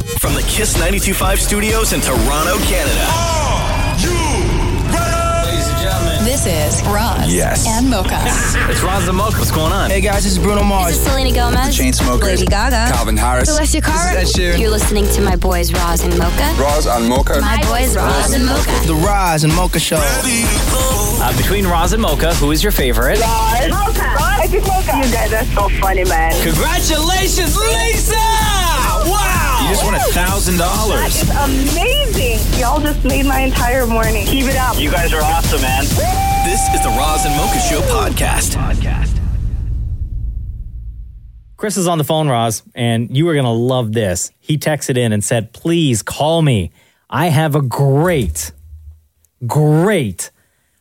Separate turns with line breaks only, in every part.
the Kiss 925 studios in Toronto, Canada.
Ladies and gentlemen.
This is Roz
Yes.
and Mocha.
It's Roz the Moke. What's going on?
Hey guys, this is Bruno
This
Mars.
is Selena Gomez,
Chainsmokers.
Lady Gaga,
Calvin Harris.
Celestia Cara.
This is Ed Sheeran.
You're listening to my boys Roz and Mocha.
Roz and Mocha.
My boys Roz and Mocha.
The Rise and Mocha Show.
Uh, between Roz and Mocha, who is your favorite?
Mocha. I just Mocha. You guys are so funny, man.
Congratulations, Lisa! Wow!
You just won a thousand
That
dollars.
is amazing. Y'all just made my entire morning. Keep it up.
You guys are awesome, man.
This is the Roz and Mocha Show podcast.
Chris is on the phone, Roz, and you are going to love this. He texted in and said, Please call me. I have a great, great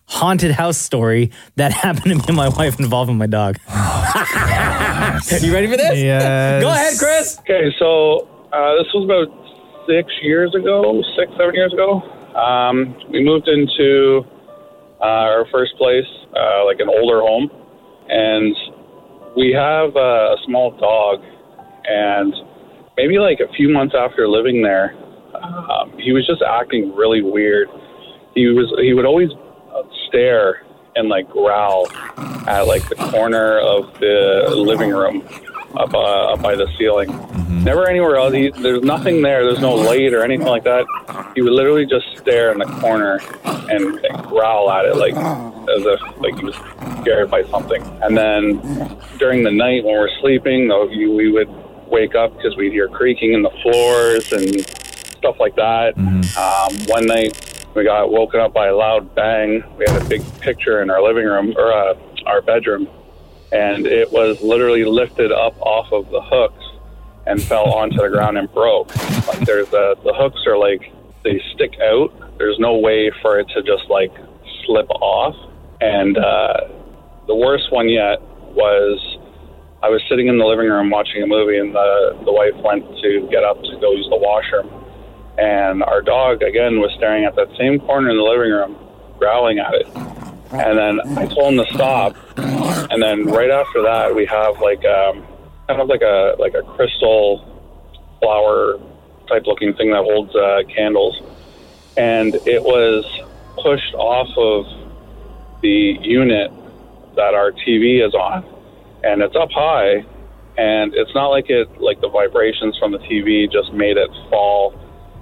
haunted house story that happened to me and my wife involving my dog. you ready for this?
Yes.
Go ahead, Chris.
Okay, so uh, this was about six years ago, six, seven years ago. Um, we moved into uh, our first place, uh, like an older home, and we have uh, a small dog. And maybe like a few months after living there, um, he was just acting really weird. He was he would always stare and like growl at like the corner of the living room up, uh, up by the ceiling. Never anywhere else. He, there's nothing there. There's no light or anything like that. He would literally just stare in the corner and, and growl at it, like as if like he was scared by something. And then during the night when we're sleeping, though, you, we would wake up because we'd hear creaking in the floors and stuff like that. Um, one night we got woken up by a loud bang. We had a big picture in our living room or uh, our bedroom, and it was literally lifted up off of the hooks and fell onto the ground and broke. Like there's a, the hooks are like they stick out. There's no way for it to just like slip off. And uh, the worst one yet was I was sitting in the living room watching a movie, and the the wife went to get up to go use the washroom, and our dog again was staring at that same corner in the living room, growling at it. And then I told him to stop. And then right after that, we have like um, kind of like a like a crystal flower type looking thing that holds uh, candles, and it was pushed off of the unit that our TV is on, and it's up high, and it's not like it like the vibrations from the TV just made it fall,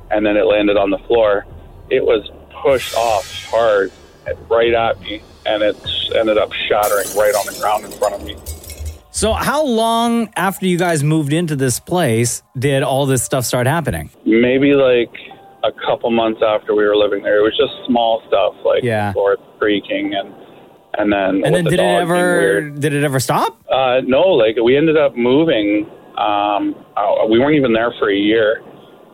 and then it landed on the floor. It was pushed off hard and right at me, and it ended up shattering right on the ground in front of me.
So, how long after you guys moved into this place did all this stuff start happening?
Maybe like a couple months after we were living there, it was just small stuff like
Yeah.
floor creaking and and then
And
with
then
Um, the
did it
dog being
ever
weird.
did it ever stop?
Uh, no, like we ended up moving. Um, uh, we weren't even there for a year.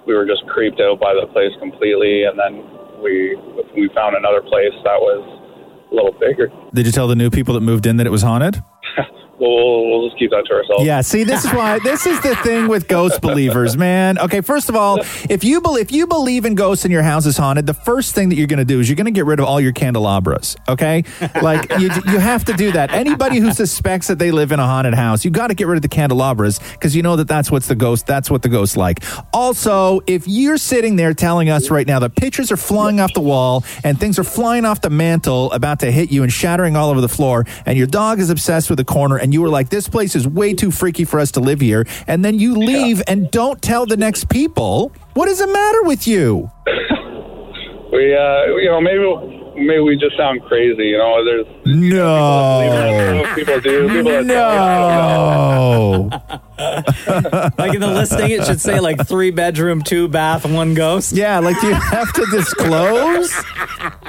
We were just creeped out by the place completely, and then we we found another place that was a little bigger.
Did you tell the new people that moved in that it was haunted?
We'll, we'll, we'll just keep that to ourselves.
Yeah, see, this is why this is the thing with ghost believers, man. Okay, first of all, if you believe if you believe in ghosts and your house is haunted, the first thing that you're going to do is you're going to get rid of all your candelabras. Okay, like you you have to do that. Anybody who suspects that they live in a haunted house, you got to get rid of the candelabras because you know that that's what's the ghost. That's what the ghosts like. Also, if you're sitting there telling us right now that pictures are flying off the wall and things are flying off the mantle about to hit you and shattering all over the floor, and your dog is obsessed with the corner, and you were like, this place is way too freaky for us to live here, and then you leave and don't tell the next people, what does it matter with you?
we uh, you know maybe maybe we just sound crazy. You know, there's
No.
people do people that don't, you know.
No.
Like in the listing, it should say like three bedroom, two bath, one ghost.
Yeah, like do you have to disclose?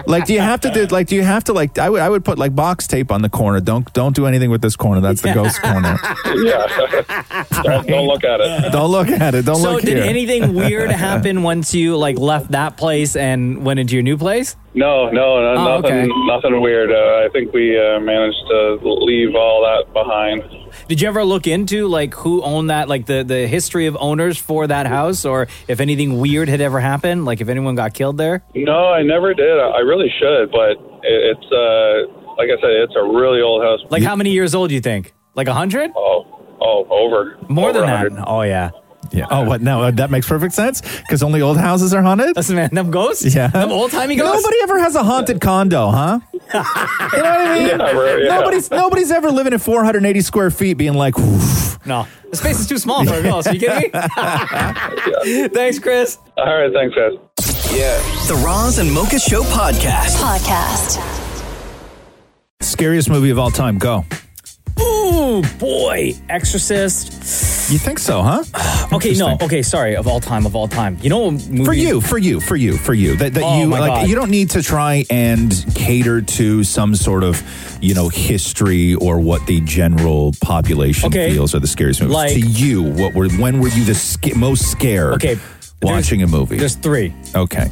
Like do you have to do like do you have to like I would I would put like box tape on the corner. Don't don't do anything with this corner. That's the ghost corner.
Yeah, don't, don't look at it.
Don't look at it. Don't
So
look
did
here.
anything weird happen once you like left that place and went into your new place?
No, no, no
Oh,
nothing,
okay.
nothing weird. Uh, I think we uh, managed to leave all that behind.
Did you ever look into like who owned that, like the the history of owners for that house, or if anything weird had ever happened, like if anyone got killed there?
No, I never did. I I really should, but it, it's uh, like I said, it's a really old house.
Like how many years old do you think? Like a hundred?
oh, oh, over
More
over
than
100.
that? Oh yeah.
Yeah. Oh, what? No, that makes perfect sense because only old houses are haunted.
Listen, man, them ghosts.
Yeah.
Them old timey ghosts.
Nobody ever has a haunted condo, huh? you know what I mean?
right, yeah.
Nobody's nobody's ever living in 480 square feet, being like, "Oof."
No. The space is too small for a ghost. Are you kidding me? Thanks, Chris.
All right, thanks, guys.
The Roz and Mocha Show podcast.
Podcast.
scariest movie of all time. Go.
Ooh, boy. Exorcist.
You think so, huh?
Okay, no. Okay, sorry. Of all time, of all time. You know what movie?
For you, for you, for you, for you. That, that
Oh,
you
my
like.
God.
You don't need to try and cater to some sort of, you know, history or what the general population
Okay.
feels are the scariest movies.
Like-
to you, what were when were you the sca- most scared?
Okay.
watching a movie.
There's three.
okay,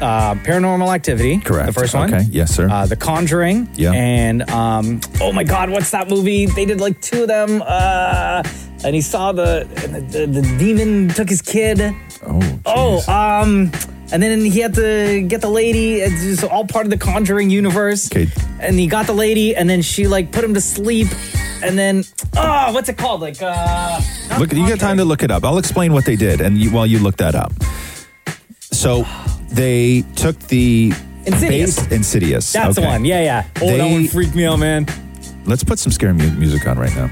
Uh, Paranormal Activity.
correct.
The first one.
Okay, yes, sir.
Uh, the Conjuring.
Yeah.
And um, oh my God, what's that movie? They did like two of them. Uh, and he saw the the, the demon took his kid.
oh, geez.
Oh, um, and then he had to get the lady. It's just all part of the Conjuring universe.
Okay.
And he got the lady, and then she like put him to sleep, and then oh, what's it called? Like uh, not
Look, you got time to look it up. I'll explain what they did, and you, while you look that up, so they took the
Insidious.
base- Insidious.
That's the
okay.
one. Yeah, yeah. Oh, that
They-
one freaked me out, man.
Let's put some scary mu- music on right now.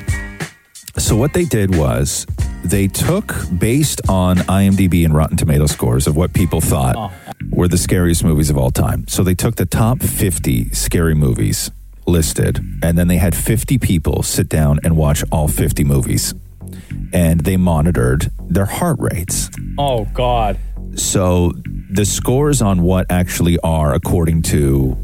So what they did was they took based on IMDb and Rotten Tomato scores of what people thought
Oh.
were the scariest movies of all time. So they took the top 50 scary movies listed and then they had 50 people sit down and watch all 50 movies. And they monitored their heart rates.
Oh God.
So the scores on what actually are according to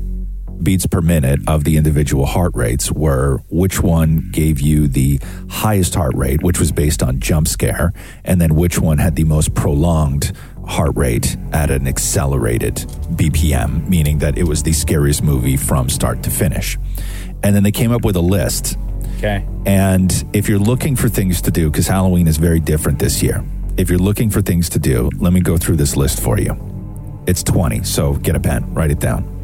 beats per minute of the individual heart rates were which one gave you the highest heart rate, which was based on jump scare, and then which one had the most prolonged heart rate at an accelerated BPM, meaning that it was the scariest movie from start to finish. And then they came up with a list
Okay.
and if you're looking for things to do, because Halloween is very different this year, if you're looking for things to do, let me go through this list for you. It's 20, so get a pen, write it down.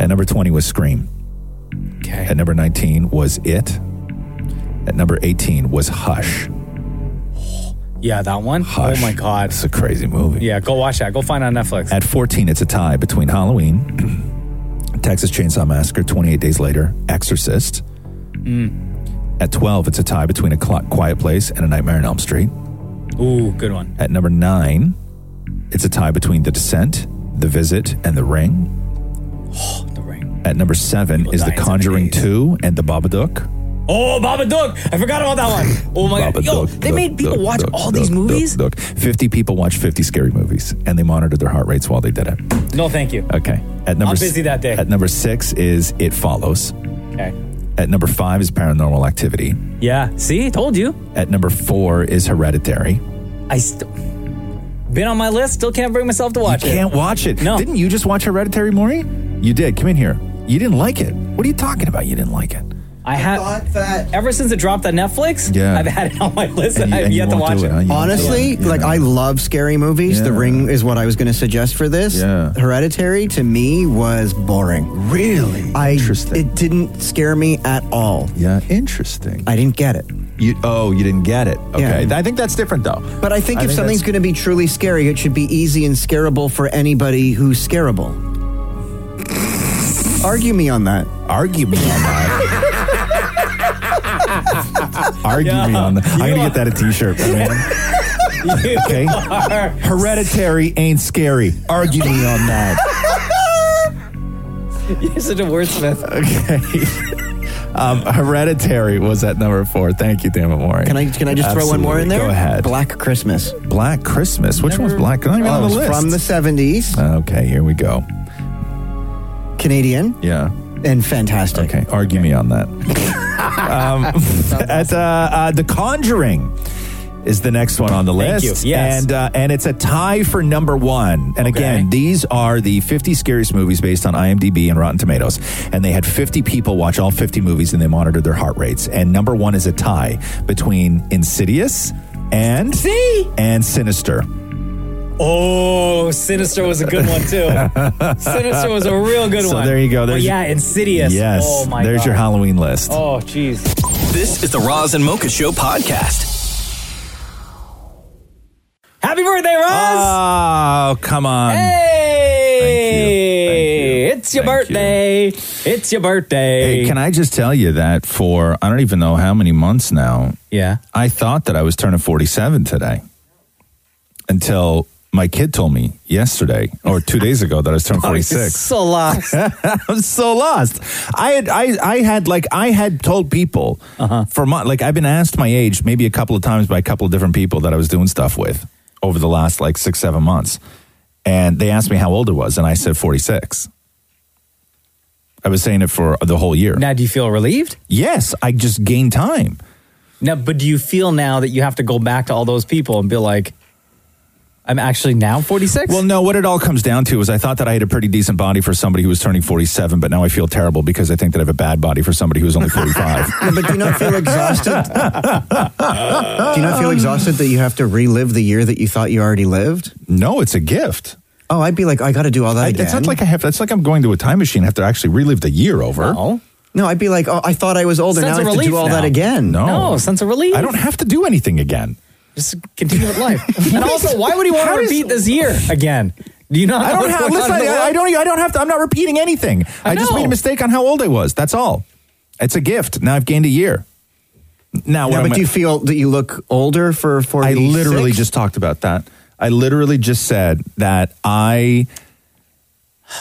At number 20 was Scream.
Okay.
At number 19 was It. At number 18 was Hush.
Yeah, that one.
Hush.
Oh my God.
It's a crazy movie.
Yeah, go watch that. Go find it on Netflix.
At 14, it's a tie between Halloween, Texas Chainsaw Massacre, 28 Days Later, Exorcist. Mm. At 12, it's a tie between A Cl- Quiet Place and A Nightmare on Elm Street.
Ooh, good one.
At number nine, it's a tie between The Descent, The Visit, and The Ring.
The Ring.
At number seven
People
is The
die in
Conjuring 2 and The Babadook.
Oh, Babadook. I forgot about that one. Oh my God. Yo,
Babadook,
they
Dook,
made people
Dook,
watch
Dook,
all
Dook,
these
Dook,
movies.
Dook. 50 people watched 50 scary movies and they monitored their heart rates while they did it.
No, thank you.
Okay. At number
I'm
s-
busy that day.
At number six is It Follows.
Okay.
At number five is Paranormal Activity.
Yeah. See, told you.
At number four is Hereditary.
I still been on my list. Still can't bring myself to watch
You
it.
can't watch it.
No.
Didn't you just watch Hereditary, Maury? You did. Come in here. You didn't like it. What are you talking about? You didn't like it.
I have
thought that
ever since it dropped on Netflix.
Yeah.
I've had it on my list and,
And you-
I've
and you
yet to
won't
watch
do
it.
huh? You won't do
honestly,
it. Yeah.
like I love scary movies. The
Yeah.
Ring is what I was going to suggest for this.
Yeah.
Hereditary to me was boring.
really
I
interesting.
it didn't scare me at all.
yeah, interesting.
I didn't get it.
you oh, you didn't get it. Okay,
Yeah.
I think that's different though.
But I think
I
if
think
something's
that's-
going to be truly scary, it should be easy and scarable for anybody who's scarable. Argue me on that.
Argue me on that. Argue me on that. I'm gonna get that a T-shirt. man. Okay, hereditary ain't scary. Argue me on that.
You're such a wordsmith.
Okay. Um, hereditary was at number four. Thank you, damn it, Maury.
Can I can I just throw one more in
Absolutely.
there?
Go ahead.
Black Christmas.
Black Christmas. Which one's
Never-
black? Not even
Oh,
on the
it's
list.
from the 70s,
okay, here we go.
Canadian,
Yeah.
and fantastic.
Okay, argue me on that. um, at, uh, uh, the Conjuring is the next one on the
Thank
list.
you, yes.
And, uh, and it's a tie for number one. And again, these are the 50 scariest movies based on IMDb and Rotten Tomatoes. And they had 50 people watch all 50 movies and they monitored their heart rates. And number one is a tie between Insidious and,
See?
and Sinister.
Oh, Sinister was a good one too. Sinister was a real good
So
one.
there you go.
But
There's-
yeah, Insidious.
Yes.
Oh my
there's
God.
your Halloween list.
Oh jeez.
This is the Roz and Mocha Show podcast.
Happy birthday, Roz!
Oh, come on.
hey!
Thank you.
It's your
Thank you.
birthday. It's your birthday.
Hey, can I just tell you that for I don't even know how many months now,
yeah.
I thought that I was turning 47 today until my kid told me yesterday or two days ago that I was turning
It's
46.
So lost.
I'm so lost. I had, I, I had like, I had told people for mon- like, I've been asked my age maybe a couple of times by a couple of different people that I was doing stuff with over the last like six, seven months. And they asked me how old I was, and I said 46. I was saying it for the whole year.
now, do you feel relieved?
yes, I just gained time.
Now, but do you feel now that you have to go back to all those people and be like, I'm actually now 46?
Well, no, what it all comes down to is I thought that I had a pretty decent body for somebody who was turning 47, but now I feel terrible because I think that I have a bad body for somebody who's only 45.
Yeah, but do you not feel exhausted? do you not feel exhausted that you have to relive the year that you thought you already lived?
no, it's a gift.
Oh, I'd be like, I got to do all that
I,
again.
it's not like I have, it's like I'm going to a time machine. I have to actually relive the year over.
no.
no, I'd be like, oh, I thought I was older.
Sense
Now I
of
have to
relief
do all
now.
that again.
No.
No, sense of relief.
I don't have to do anything again.
Just continue with life. and also, why would he want
How
to
does-
repeat this year again? Do you not know
I don't
what's
have,
going
listen,
on in
I,
the
I
world?
don't, I don't have to, I'm not repeating anything. I,
I
just
know.
made a mistake on how old I was. That's all. It's a gift. Now I've gained a year. Now, what
No,
am
but
I-
do you feel that you look older for 40?
I literally just talked about that. I literally just said that I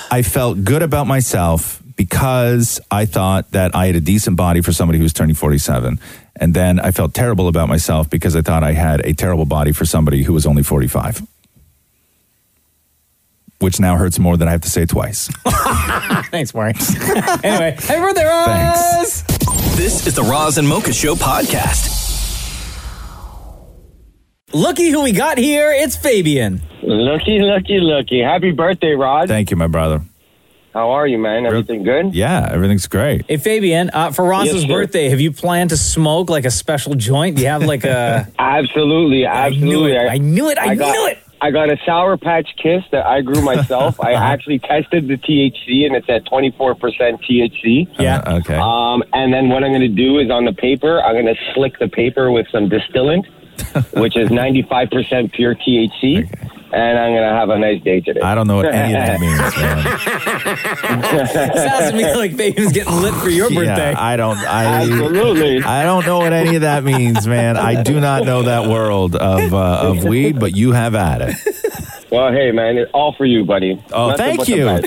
I felt good about myself because I thought that I had a decent body for somebody who was turning 47 and then I felt terrible about myself because I thought I had a terrible body for somebody who was only 45. Which now hurts more than I have to say twice.
Thanks, Warren. anyway, happy birthday, Roz!
This is the Roz and Mocha Show podcast.
Looky who we got here. It's Fabian.
Looky, looky, looky. Happy birthday, Rod.
Thank you, my brother.
How are you, man? Everything good?
Yeah, everything's great.
Hey, Fabian, uh, for Ross's
Yes, sir.
birthday, have you planned to smoke like a special joint? Do you have like a.
Absolutely,
I knew
absolutely.
it. I knew it. I,
got,
knew it.
I got a Sour Patch Kiss that I grew myself. I
Uh-huh.
actually tested the THC, and it's at 24% THC.
Yeah.
Uh, okay.
Um, and then what I'm going to do is on the paper, I'm going to slick the paper with some distillant, which is 95% pure THC. And I'm going to have a nice day today.
I don't know what any of that means, man.
Sounds to me like Fabian's getting lit for your birthday.
Yeah, I don't I
Absolutely.
I don't know what any of that means, man. I do not know that world of uh, of weed, but you have at it.
well, hey, man, it's all for you, buddy.
Oh,
Nothing
thank
but the
you,
best.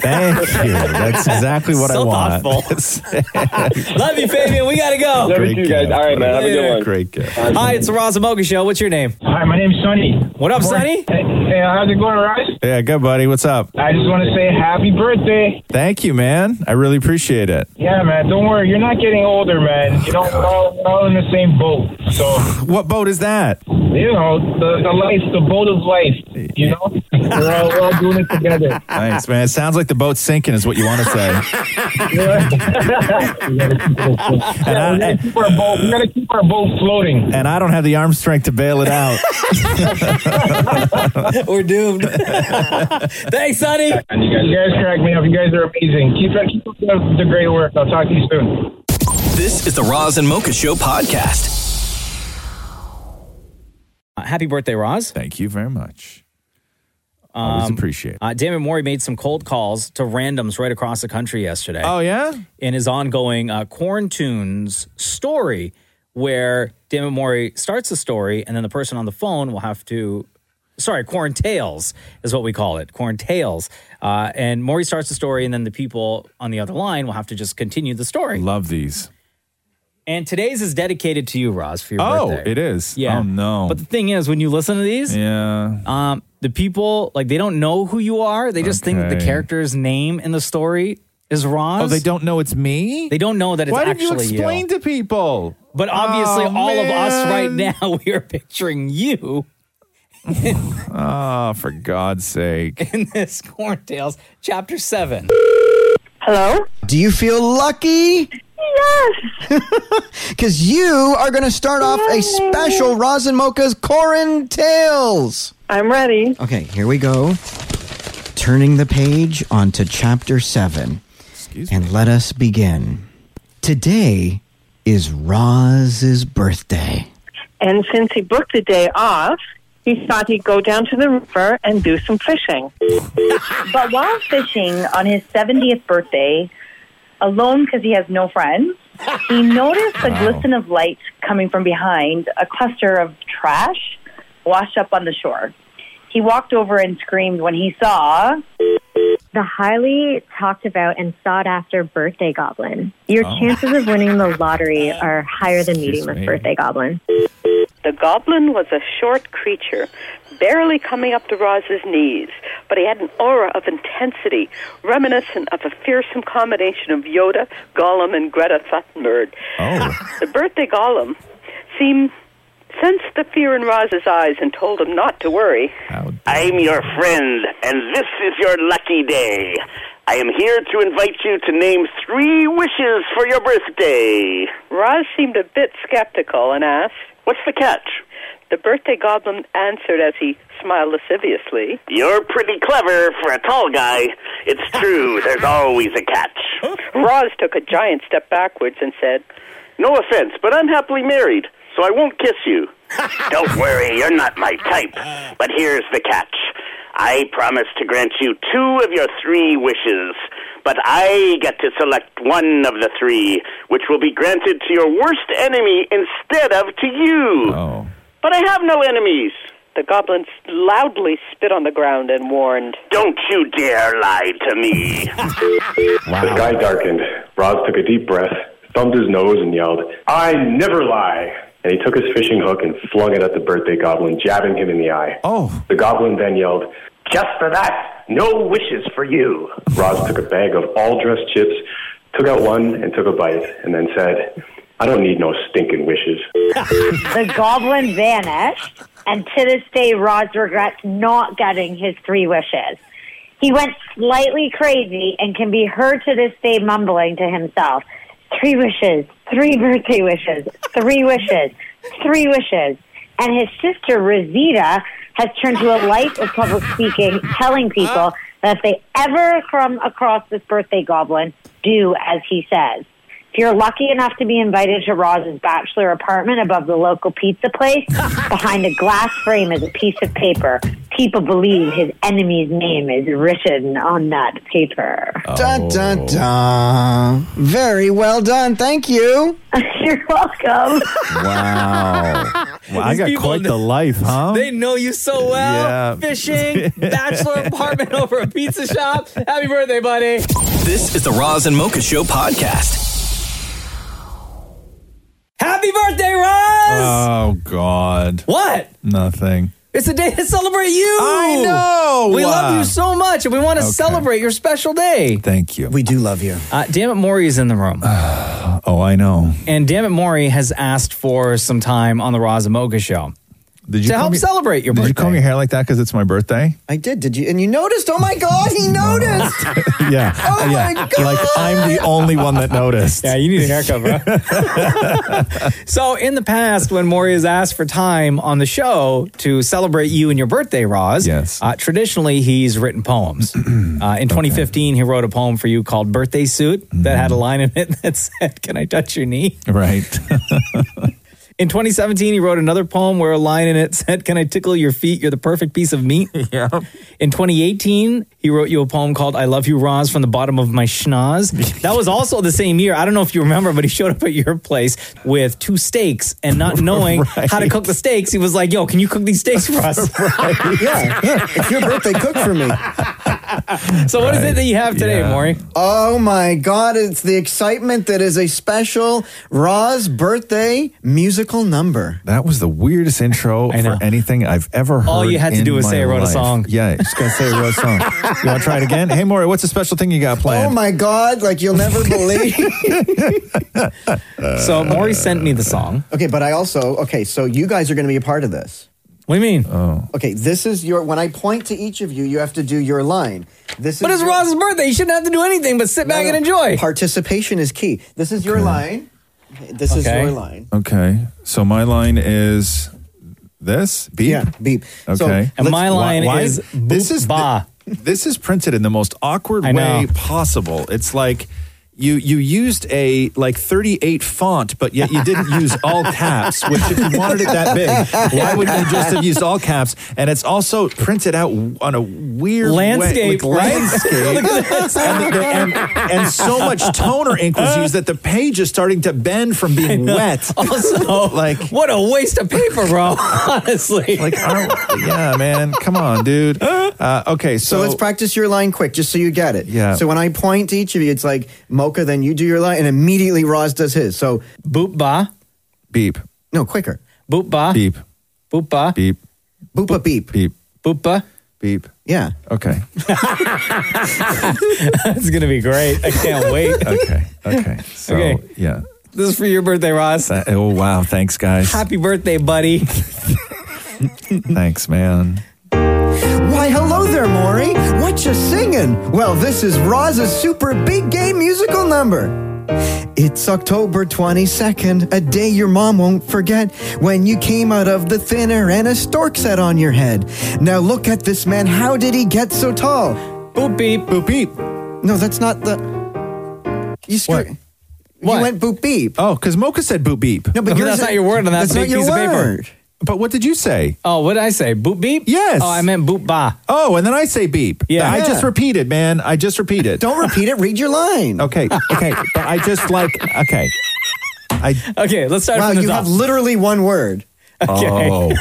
thank you. That's exactly what
So
I want.
thoughtful. Love you, Fabian. We got to go.
Love you
Great
too, guys.
gift.
All right, man. Have a
Later.
good one.
Great gift.
Hi, it's the Ross and Mocha Show. What's your name?
Hi, my name's Sonny.
What up, Sonny?
Hey, hey, how's it going, Ross?
Yeah, good buddy. What's up?
I just want to say happy birthday.
Thank you, man. I really appreciate it.
Yeah, man, don't worry. You're not getting older, man. You know, we're all, we're all in the same boat. So,
What boat is that?
you know, the, the life, the boat of life, you know? We're all, we're all doing it together.
Thanks, man. It sounds like the boat's sinking, is what you want to say.
Yeah, we got to keep our boat, we got to keep our boat floating.
And I don't have the arm strength to bail it out.
We're doomed. Thanks, Sonny.
And you guys, you guys crack me up. You guys are amazing. Keep, keep up the great work. I'll talk to you soon.
This is the Roz and Mocha Show podcast.
Uh, happy birthday, Roz.
Thank you very much. Always appreciate. it.
Uh, Damon Morey made some cold calls to randoms right across the country yesterday
Oh yeah.
in his ongoing uh, Quarantunes story, where Damon Morey starts the story and then the person on the phone will have to. Sorry, quarantales is what we call it. Quarantales. Uh, and Morey starts the story, and then the people on the other line will have to just continue the story.
Love these.
And today's is dedicated to you, Roz, for your
Oh,
birthday.
it is.
Yeah.
Oh no.
But the thing is, when you listen to these,
yeah.
um, the people like they don't know who you are. They just think that the
Okay.
character's name in the story is Roz.
Oh, they don't know it's me.
They don't know that it's
Why did you
actually
explain to people?
But obviously,
Oh,
all of us right
man.
now we are picturing you
Oh, for God's sake!
in this Corntails chapter seven.
Hello?
Do you feel lucky?
Yes!
Because you are going to start off a special Rosin Mocha's Corin Tales.
I'm ready.
Okay, here we go. Turning the page onto chapter 7. and let us begin. Today is Roz's birthday.
And since he booked the day off, he
he thought he'd go down to the river and do some fishing.
But while fishing
uh,
on his 70th birthday, alone because he has no friends, he noticed a glisten of light coming from behind a cluster of trash washed up on the shore. He walked over and screamed when he saw
The highly talked about and sought after birthday goblin. Your
Oh.
chances of winning the lottery are higher than meeting this birthday goblin.
The goblin was a short creature, barely coming up to Roz's knees, but he had an aura of intensity, reminiscent of a fearsome combination of Yoda, Gollum, and Greta Thunberg.
Oh.
The birthday Gollum seemed sensed the fear in Roz's eyes and told him not to worry.
I'm your friend, and this is your lucky day. I am here to invite you to name three wishes for your birthday.
Roz seemed a bit skeptical and asked, What's the catch? The birthday goblin answered as he smiled lasciviously.
You're pretty clever for a tall guy. It's true, there's always a catch.
Roz took a giant step backwards and said,
No offense, but I'm happily married, so I won't kiss you. Don't worry, you're not my type. But here's the catch I promise to grant you two of your three wishes, but I get to select one of the three, which will be granted to your worst enemy instead of to you. Oh. But I have no enemies.
The goblin loudly spit on the ground and warned,
Don't you dare lie to me.
The sky darkened. Roz took a deep breath, thumbed his nose, and yelled, I never lie! And he took his fishing hook and flung it at the birthday goblin, jabbing him in the eye. Oh. The goblin then yelled, Just for that, no wishes for you. Roz took a bag of all dressed chips, took out one, and took a bite, and then said, I don't need no stinking wishes.
the goblin vanished, and to this day, Roz regrets not getting his three wishes. He went slightly crazy and can be heard to this day mumbling to himself three wishes, three birthday wishes, three wishes, three wishes. And his sister, Rosita, has turned to a life of public speaking, telling people that if they ever come across this birthday goblin, do as he says. If you're lucky enough to be invited to Roz's bachelor apartment above the local pizza place, behind a glass frame is a piece of paper. People believe his enemy's name is written on that paper.
Dun
Oh.
dun dun. Very well done. Thank you.
You're welcome.
Wow. wow I
These
got
people
quite
in
the life, huh?
They know you so well.
Yeah.
Fishing, bachelor apartment over a pizza shop. Happy birthday, buddy.
This is the Roz and Mocha Show podcast.
Happy birthday, Roz!
Oh, God.
What?
Nothing.
It's a day to celebrate you.
I know.
We love you so much, and we want to
Okay.
celebrate your special day.
Thank you.
We do love you.
Uh, damn it, Maury's in the room,
Oh, I know.
and damn it, Maury has asked for some time on the Roz and Mocha Show.
Did you
to
comb
help
your-
celebrate your
Did you
birthday?
comb your hair like that because it's my birthday?
I did. Did you? And you noticed? Oh my God, he noticed.
yeah.
Oh my
yeah. Like I'm the only one that noticed. Yeah,
you need a haircut, bro. So, in the past, when Maury has asked for time on the show to celebrate you and your birthday, Roz, yes. uh, traditionally he's written poems. uh, in 2015, he wrote a poem for you called Birthday Suit that had a line in it that said, Can I touch your knee?
Mm-hmm. Right.
In 2017, he wrote another poem where a line in it said, Can I tickle your feet? You're the perfect piece of meat. Yeah. In 2018, he wrote you a poem called I Love You, Roz, from the bottom of my schnoz. That was also the same year. I don't know if you remember, but he showed up at your place with two steaks and not knowing how to cook the steaks. He was like, Yo, can you cook these steaks for us?
yeah, yeah. It's your birthday. Cook for me.
So, what is it that you have today, Maury?
Oh my God, it's the excitement that is a special Roz birthday musical number.
That was the weirdest intro for anything I've ever heard.
All you had to
in
do was
my
say I wrote a
life.
song.
Yeah, just gotta say I wrote a song. You wanna try it again? Hey Maury, what's the special thing you got
Oh
planned?
my God, like you'll never believe. Uh,
so, Maury sent me the song.
Okay, but I also, okay, so you guys are going to be a part of this.
What do you mean?
Oh.
Okay, this is your, when I point to each of you, you have to do your line. This is
But it's
your-
Roz's birthday. You shouldn't have to do anything but sit
No,
back
no.
and enjoy.
Participation is key. This is your line. Okay, This is
Okay.
your line.
Okay. So my line is this beep. Yeah,
beep.
Okay.
So And my line is
this is ba. this is printed in the most awkward
I know.
way possible. It's like you you used a like 38 font, but yet you didn't use all caps. Which, if you wanted it that big, why would you just have used all caps? And it's also printed out on a weird way-
Landscape,
like
right?
landscape,
Look at this.
and, the- and- and so much toner ink was used that the page is starting to bend from
I
being
know.
wet.
Also,
like
what a waste of paper, bro. Honestly,
like I don't, yeah, man, come on, dude.
Uh-huh.
Uh, okay,
So,
so,
let's practice your line quick, just so you get it.
Yeah.
So when I point to each of you, it's like Mocha, then you do your line, and immediately Roz does his. So
boop ba,
beep.
No, quicker.
Boop ba,
beep.
Boop ba,
beep.
Boop ba beep.
Beep.
Boop ba,
beep.
Yeah.
Okay.
That's gonna be great. I can't wait.
okay. Okay. So
Okay.
Oh, yeah.
This is for your birthday, Ross.
That- oh wow, thanks guys.
Happy birthday, buddy.
thanks, man.
Why, hello there, Maury. What you singing? Well, this is Roz's super big game musical number. It's October 22nd, a day your mom won't forget when you came out of the thinner and a stork sat on your head. Now look at this man. How did he get so tall?
Boop beep.
Boop beep.
No, that's not the. You screwed. You went boop beep.
Oh, because Mocha said boop beep.
No, but
No,
yours
that's
is-
not your word on that
that's
big
not your
piece of paper.
word.
But what did you say?
Oh, what did I say? Boop beep?
Yes.
Oh, I meant boop ba.
Oh, and then I say beep.
Yeah.
I just
Yeah.
repeated, man. I just repeated.
Don't repeat it. Read your line.
Okay. Okay. but I just like. Okay. I.
Okay, let's start
Wow,
from the
you
top.
have literally one word.
Okay. Now hold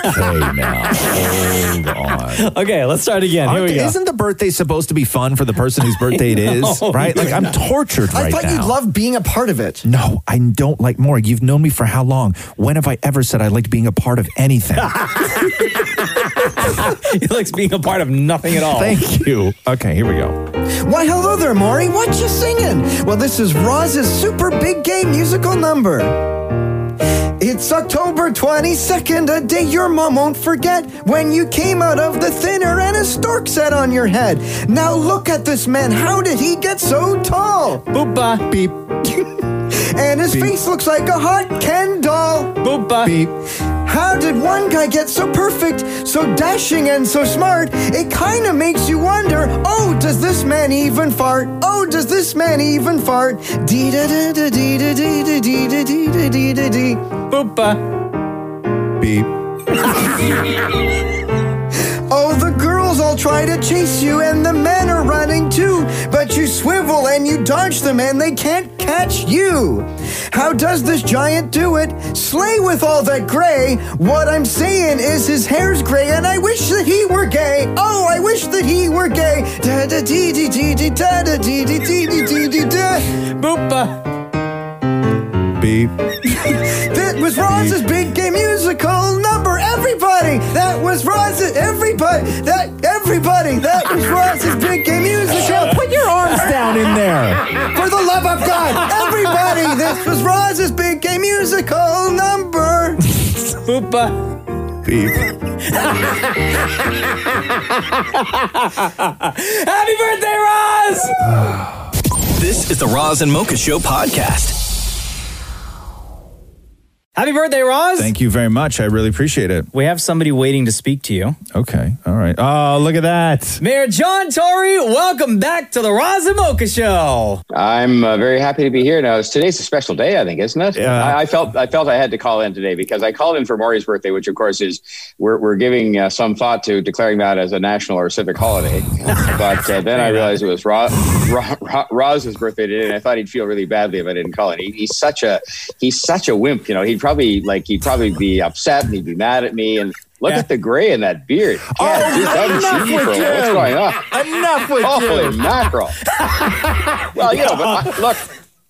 on.
okay, let's start again. Here
Aren't-
we go.
Isn't the birthday supposed to be fun for the person whose birthday it is?
No,
right? Like I'm tortured
I
right
thought
now.
you'd love being a part of it.
no, I don't like more. You've known me for how long? When have I ever said I liked being a part of anything?
he likes being a part of nothing at all.
Thank you. Okay, here we go.
Why, hello there, Maury. What you singing? Well, this is Roz's super big gay musical number. It's October 22nd, a day your mom won't forget when you came out of the thinner and a stork sat on your head. Now look at this man. How did he get so tall?
Boop ba.
Beep.
And his face looks like a hot Ken doll.
Boop ba.
Beep.
How did one guy get so perfect, so dashing, and so smart? It kinda makes you wonder oh, does this man even fart? Oh, does this man even fart? Dee da da da dee da dee da dee da dee da dee da dee.
Boop ba.
Beep.
Oh, the girls all try to chase you, and the men are running too. But you swivel and you dodge them, and they can't catch you. How does this giant do it? Slay with all that gray. What I'm saying is his hair's gray, and I wish that he were gay. Oh, I wish that he were gay. Da da dee dee dee dee da da dee dee dee dee dee dee da.
Boop ba.
Beep.
That was Roz's big game musical number. Everybody, that was Roz's. Everybody, that everybody, that was Roz's big game musical. Put your arms
Down in there.
for the love of God. Everybody, this was Roz's big game musical number.
Boop ba.
Beep.
Happy birthday, Roz!
This is the Roz and Mocha Show podcast.
Happy birthday, Roz!
Thank you very much. I really appreciate it.
we have somebody waiting to speak to you.
Okay. All right. Oh, look at that.
Mayor John Tory, welcome back to the Roz and Mocha Show.
I'm uh, very happy to be here. Now, it's- today's a special day, I think, isn't it?
Yeah.
I, I felt I felt I had to call in today because I called in for Maury's birthday, which of course is we're we're giving uh, some thought to declaring that as a national or civic holiday. but uh, then I realized it was Ra- Ra- Ra- Roz's birthday today, and I thought he'd feel really badly if I didn't call in. He, he's such a he's such a wimp. You know, he'd probably like he'd probably be upset and he'd be mad at me and. Look
Yeah.
at the gray in that beard.
Oh,
Yeah, geez, I haven't
enough
seen you
with
for a
you.
while. What's going on?
Enough with
Holy
you.
mackerel! well, you know, but I, look,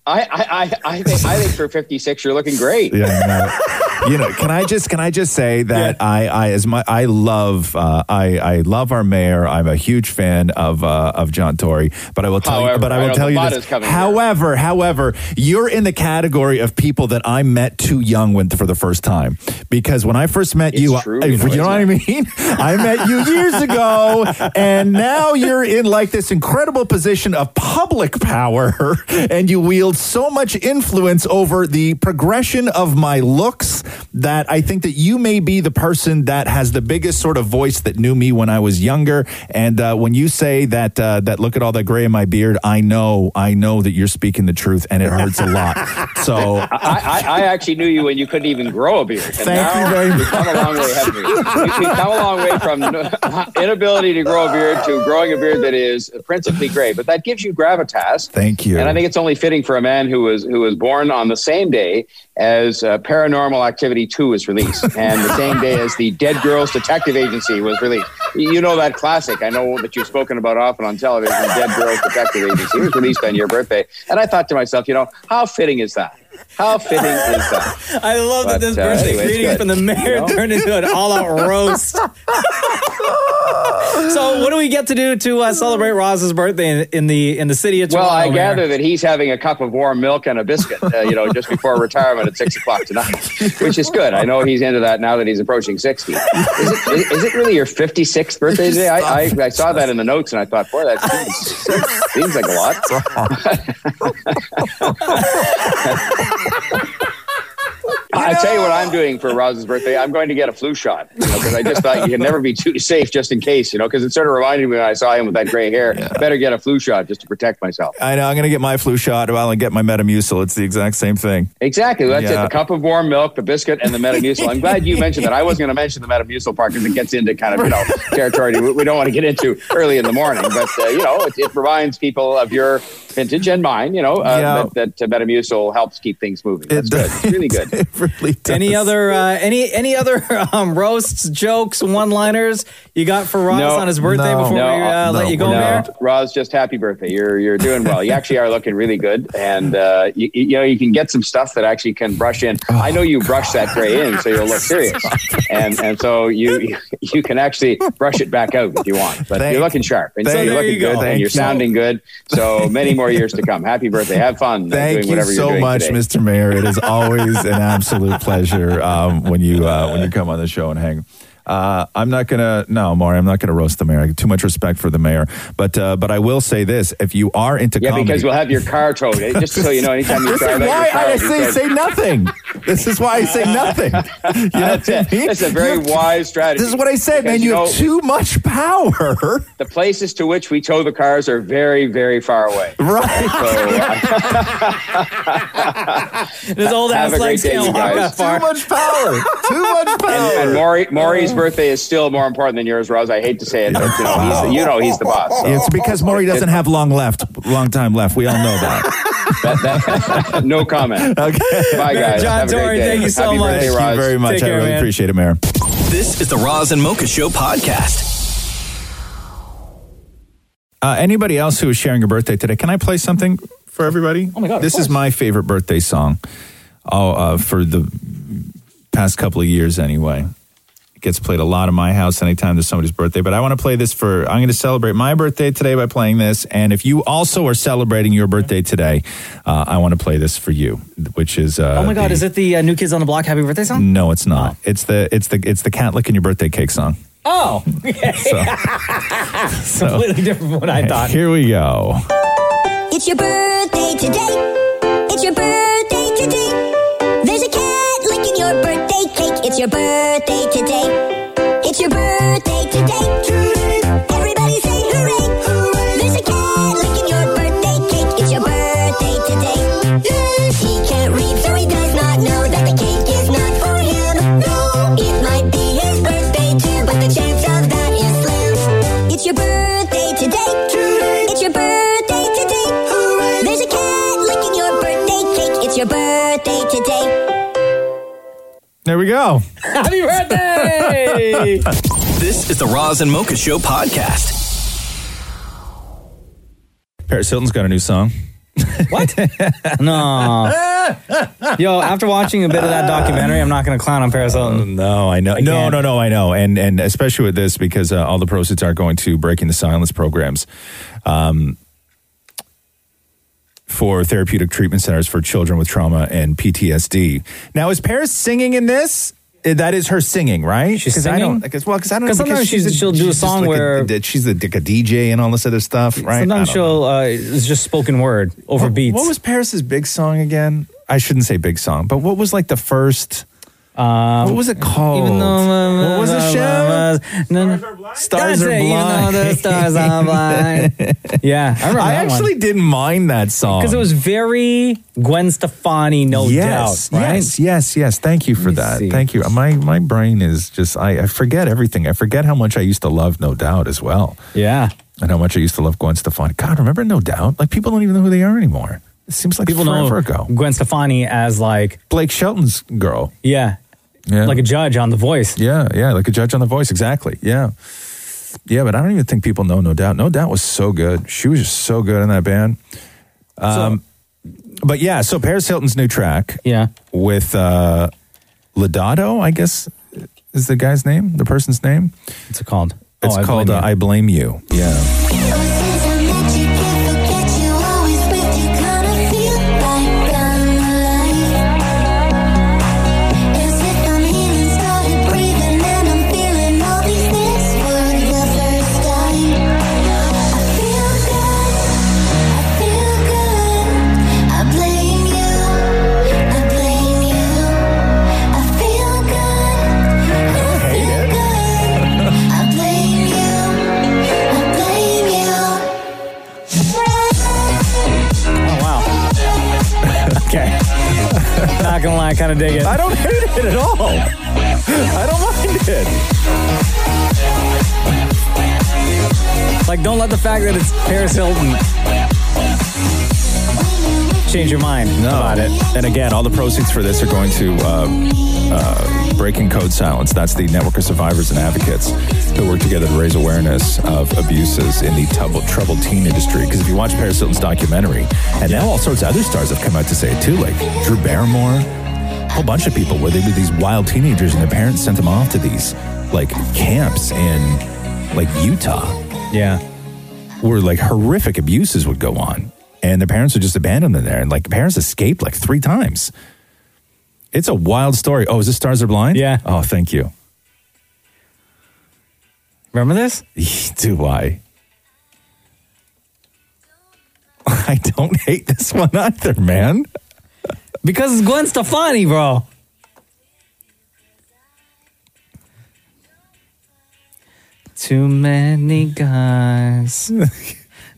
I, I, I, I think I think for fifty six, you're looking great.
Yeah, I know. you know, can I just can I just say that I I as my I love uh, I I love our mayor. I'm a huge fan of uh, of John Tory, but I will tell you,
However,
but I
I
will
know
tell
the
you
bot
this.
is coming
However, however, you're in the category of people that I met too young when for the first time because when I first met
It's
you,
true,
I,
you know,
Uh, you know what I
isn't
mean. I met you years ago, and now you're in like this incredible position of public power, and you wield so much influence over the progression of my looks, that I think that you may be the person that has the biggest sort of voice that knew me when I was younger. And uh, when you say that, uh, that look at all that gray in my beard, I know, I know that you're speaking the truth, and it hurts a lot. So
I, I, I actually knew you when you couldn't even grow a beard. And
Thank you very
We've come a long way, haven't we? We- We've come a long way from no- inability to grow a beard to growing a beard that is principally gray. But that gives you gravitas.
Thank you.
And I think it's only fitting for a man who was who was born on the same day as uh, Paranormal Activity Two was released, and the same day as the Dead Girls Detective Agency was released. You know that classic. I know that you've spoken about often on television. Dead Girls Detective Agency It was released on your birthday, and I thought to myself, you know, how fitting is that? How fitting is that?
I love that
But,
this
uh,
birthday
anyway, it's
greeting
good.
from the mayor
You know?
turned into an all-out roast. so, what do we get to do to uh, celebrate Roz's birthday in, in the in the city of
Well,
Toronto?
I
Mayor?
gather that he's having a cup of warm milk and a biscuit, uh, you know, just before retirement at six o'clock tonight, which is good. I know he's into that now that he's approaching sixty. Is it, is, is it really your fifty-sixth birthday today? I, I, I saw that in the notes and I thought, boy, that seems, seems like a lot. I tell you what I'm doing for Roz's birthday. I'm going to get a flu shot because I just thought you can never be too safe just in case, you know, because it sort of reminded me when I saw him with that gray hair. Better get a flu shot just to protect myself.
I know I'm going to get my flu shot. I'll get my Metamucil. It's the exact same thing.
Exactly. That's
Yeah.
it. The cup of warm milk, the biscuit, and the Metamucil. I'm glad you mentioned that. I wasn't going to mention the Metamucil part because it gets into kind of, you know, territory we, we don't want to get into early in the morning. But, uh, you know, it, it reminds people of your vintage and mine, you know, uh,
Yeah.
that, that uh, Metamucil helps keep things moving. That's good. Really good.
Any other uh, any any other um, roasts, jokes, one-liners you got for Roz on his birthday before we uh, let you go, Mayor?
Roz, just happy birthday. You're you're doing well. You actually are looking really good, and uh, you, you know you can get some stuff that actually can brush in. I know you brush that gray in, so you'll look serious, and and so you you can actually brush it back out if you want. But
Thank-
you're looking sharp, and
thank-
you're
there
looking
you go.
good,
Thank
and
you.
you're sounding good. So many more years to come. Happy birthday. Have fun. uh,
Thank
doing
you
whatever you're
so
doing
much,
today.
Mr. Mayor. It is always an absolute pleasure um, when you uh, when you come on the show and hang. Uh, I'm not gonna no, Maury. I'm not gonna roast the mayor. I have too much respect for the mayor, but uh, but I will say this: if you are into
Yeah,
comedy,
because we'll have your car towed. eh? Just so you know, anytime you
this
drive
is
out your
why
car,
I
it'll be
say
towed.
say nothing. This is why I say nothing. You know
That's
what I
it.
mean?
That's a very
You have-
wise strategy.
This is what I said,
Because
man.
you
You have
know-
too much power.
the places to which we tow the cars are very, very far away.
Right.
His old
uh,
ass
Have a great
legs
day,
can't
you
walk
guys.
that far.
Too
much power. Too much power.
And, and Maury, Maury's birthday is still more important than yours, Roz. I hate to say it, but you know, he's the, you know he's the boss. so.
It's because Maury doesn't have long left, long time left. We all know that.
no comment. Okay. Bye, guys.
John
Have a great
Torrey,
day.
thank you so
Happy
much.
Birthday,
Thank you
Roz.
Very much.
Take
I
care,
really
man.
appreciate it, Mayor.
This is the Roz and Mocha Show podcast.
Uh, anybody else who is sharing a birthday today, can I play something for everybody? Oh my god! This is my favorite birthday song. Oh, uh, for the past couple of years, anyway. It gets played a lot in my house anytime there's somebody's birthday. But I want to play this for. I'm going to celebrate my birthday today by playing this. And if you also are celebrating your birthday today, uh, I want to play this for you, which is. Uh,
oh my God!
the-
Is it the uh, New Kids on the Block Happy Birthday song?
No, it's not. It's the it's the it's the cat licking your birthday cake song.
Oh, completely different from what I thought.
Here we go.
It's your birthday today. It's your birthday today. There's a cat licking your birthday cake. It's your birthday today. It's your birthday today. Everybody say hooray. There's a cat licking your birthday cake. It's your birthday today. He can't read, so he does not know that the cake is not for him. It might be his birthday too, but the chance of that is slim. It's your birthday today. It's your birthday today. There's a cat licking your birthday cake. It's your birthday today.
There we go.
Happy birthday!
this is the Roz and Mocha Show podcast.
Paris Hilton's got a new song. Uh.
No. Yo, after watching a bit of that documentary, I'm not going to clown on Paris Hilton.
Uh, No, I know. no,
can't.
no, no, I know. And and especially with this because uh, all the proceeds are going to breaking the silence programs. Um for therapeutic treatment centers for children with trauma and PTSD. Now, is Paris singing in this? Uh, That is her singing, right? She's I
singing?
don't because well, because I don't
Because sometimes she's- she'll do a
just
song
like
where-
a, she's the like a DJ and all this other stuff, right? I
Sometimes
don't
she'll uh, it's just spoken word over
What-
beats.
What was Paris's big song again? I shouldn't say big song, but what was like the first?
Um,
What was it called?
Even though,
What was the
show?
Stars are
That's it, even
blind.
though the stars are blind. yeah, I remember that one.
actually didn't mind that song
because it was very Gwen Stefani, no
yes,
doubt. Right?
Yes, yes, yes. Thank you for that. Thank you. Uh, My my brain is just I, I forget everything. I forget how much I used to love No Doubt as well.
Yeah.
And how much I used to love Gwen Stefani. God, remember No Doubt? Like people don't even know who they are anymore. It seems like
People
forever
know
ago.
Gwen Stefani as like
Blake Shelton's girl.
Yeah.
Yeah.
Like a judge on The Voice.
Yeah, yeah, like a judge on The Voice. Exactly. Yeah. Yeah, but I don't even think people know No Doubt. No Doubt was so good. She was just so good in that band. Um, but yeah, so Paris Hilton's new track.
Yeah.
With uh, Lodato, I guess is the guy's name, the person's name.
What's it called?
It's
Oh, I
called
Blame
uh, I Blame You. Yeah.
Oh, Okay. Not gonna lie, I kind of dig it.
I don't hate it at all. I don't mind it.
Like, don't let the fact that it's Paris Hilton change your mind about it.
And again, all the proceeds for this are going to uh, uh, Breaking Code Silence. That's the network of survivors and advocates who work together to raise awareness of abuses in the troubled, troubled teen industry. Because if you watch Paris Hilton's documentary, and now all sorts of other stars have come out to say it too, like Drew Barrymore, a whole bunch of people where they were these wild teenagers and their parents sent them off to these like camps in like Utah
Yeah.
where like horrific abuses would go on and the parents would just abandon them there and like parents escaped like three times it's a wild story oh is this stars are blind yeah oh thank you
remember this
do i i don't hate this one either man
because it's gwen stefani bro Too many guys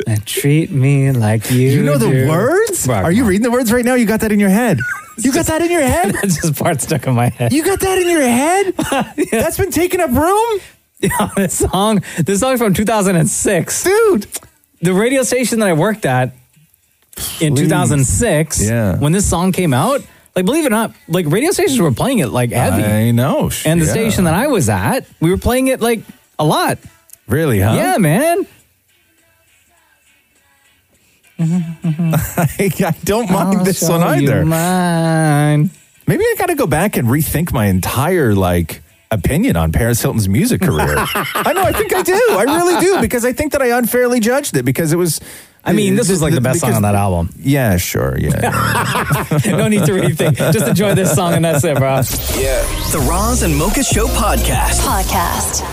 that treat me like you.
you know the
do.
words
Bro,
are you reading the words right now you got that in your head you got that in your head
That's just part stuck in my head.
you got that in your head that's been taking up room
Yeah, this song. This song from 2006,
dude.
The radio station that I worked at in 2006,
Yeah.
when this song came out, like believe it or not, like radio stations were playing it like heavy.
I know. sh-
and the
yeah.
station that I was at, we were playing it like a lot.
really huh
Yeah, man.
I, I don't mind
I'll
this
show
one
you
either.
Mine.
Maybe I got to go back and rethink my entire like opinion on Paris Hilton's music career. I know. I think I do. I really do because I think that I unfairly judged it because it was.
I mean, this was like the best song on that album.
Yeah, sure. Yeah.
no need to rethink. Just enjoy this song and that's it, bro.
Yeah. The Roz and Mocha Show podcast.
Podcast.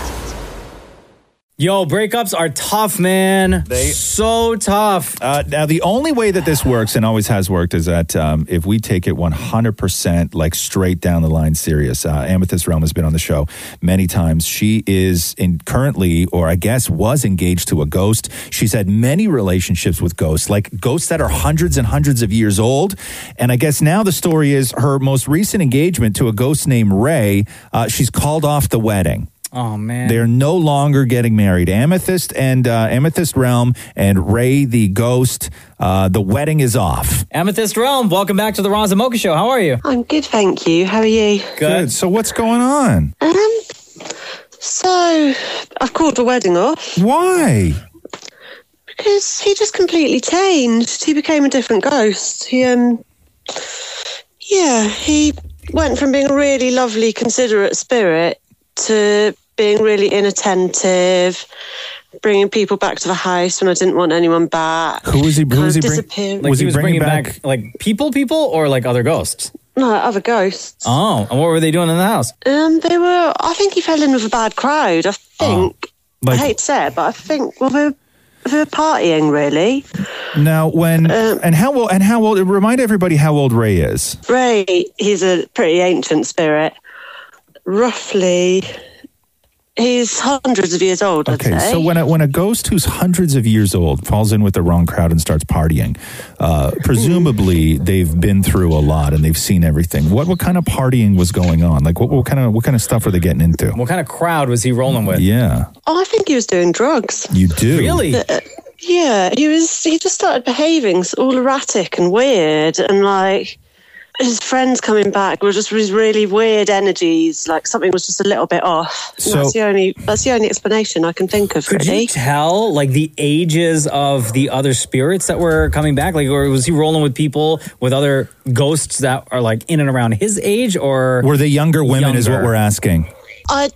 Yo, breakups are tough, man. They so tough.
Uh, now, the only way that this works and always has worked is that um, if we take it 100% like straight down the line serious. Uh, Amethyst Realm has been on the show many times. She is in currently, or I guess was engaged to a ghost. She's had many relationships with ghosts, like ghosts that are hundreds and hundreds of years old. And I guess now the story is her most recent engagement to a ghost named Ray. Uh, she's called off the wedding.
Oh man.
They're no longer getting married. Amethyst and uh, Amethyst Realm and Ray the Ghost. Uh, the wedding is off.
Amethyst Realm, welcome back to the Roz and Mocha Show. How are you?
I'm good, thank you. How are you?
Good. So what's going on?
Um, so I've called the wedding off
Why?
because he just completely changed. He became a different ghost. He um, yeah, he went from being a really lovely, considerate spirit to being really inattentive, bringing people back to the house when I didn't want anyone back.
Who was he? Who
Kind
was he?
of
Bring,
disappeared.
Like he was bringing, back, like people, people, or like other ghosts?
No, other ghosts.
Oh, and what were they doing in the house?
Um, they were. I think he fell in with a bad crowd. I think.
Ah, like-
I hate to say it, but I think well, they were, they were partying really.
Now when and how old and how old? Remind everybody how old Ray is.
Ray, he's a pretty ancient spirit. roughly, he's hundreds of years old,
Okay,
I'd say.
so when a, when a ghost who's hundreds of years old falls in with the wrong crowd and starts partying, uh, presumably they've been through a lot and they've seen everything. What what kind of partying was going on? Like what, what kind of what kind of stuff were they getting into?
What kind of crowd was he rolling with?
Yeah,
oh, I think he was doing drugs.
you do
Uh, uh, yeah, he was. He just started behaving s- all erratic and weird, and like his friends coming back were just with really weird energies. Like something was just a little bit off. And
So-
that's the only. That's the only explanation I can think of.
Could
Really.
you tell like the ages of the other spirits that were coming back? Like, or was he rolling with people with other ghosts that are like in and around his age, or
were they younger women? Is what we're asking.
I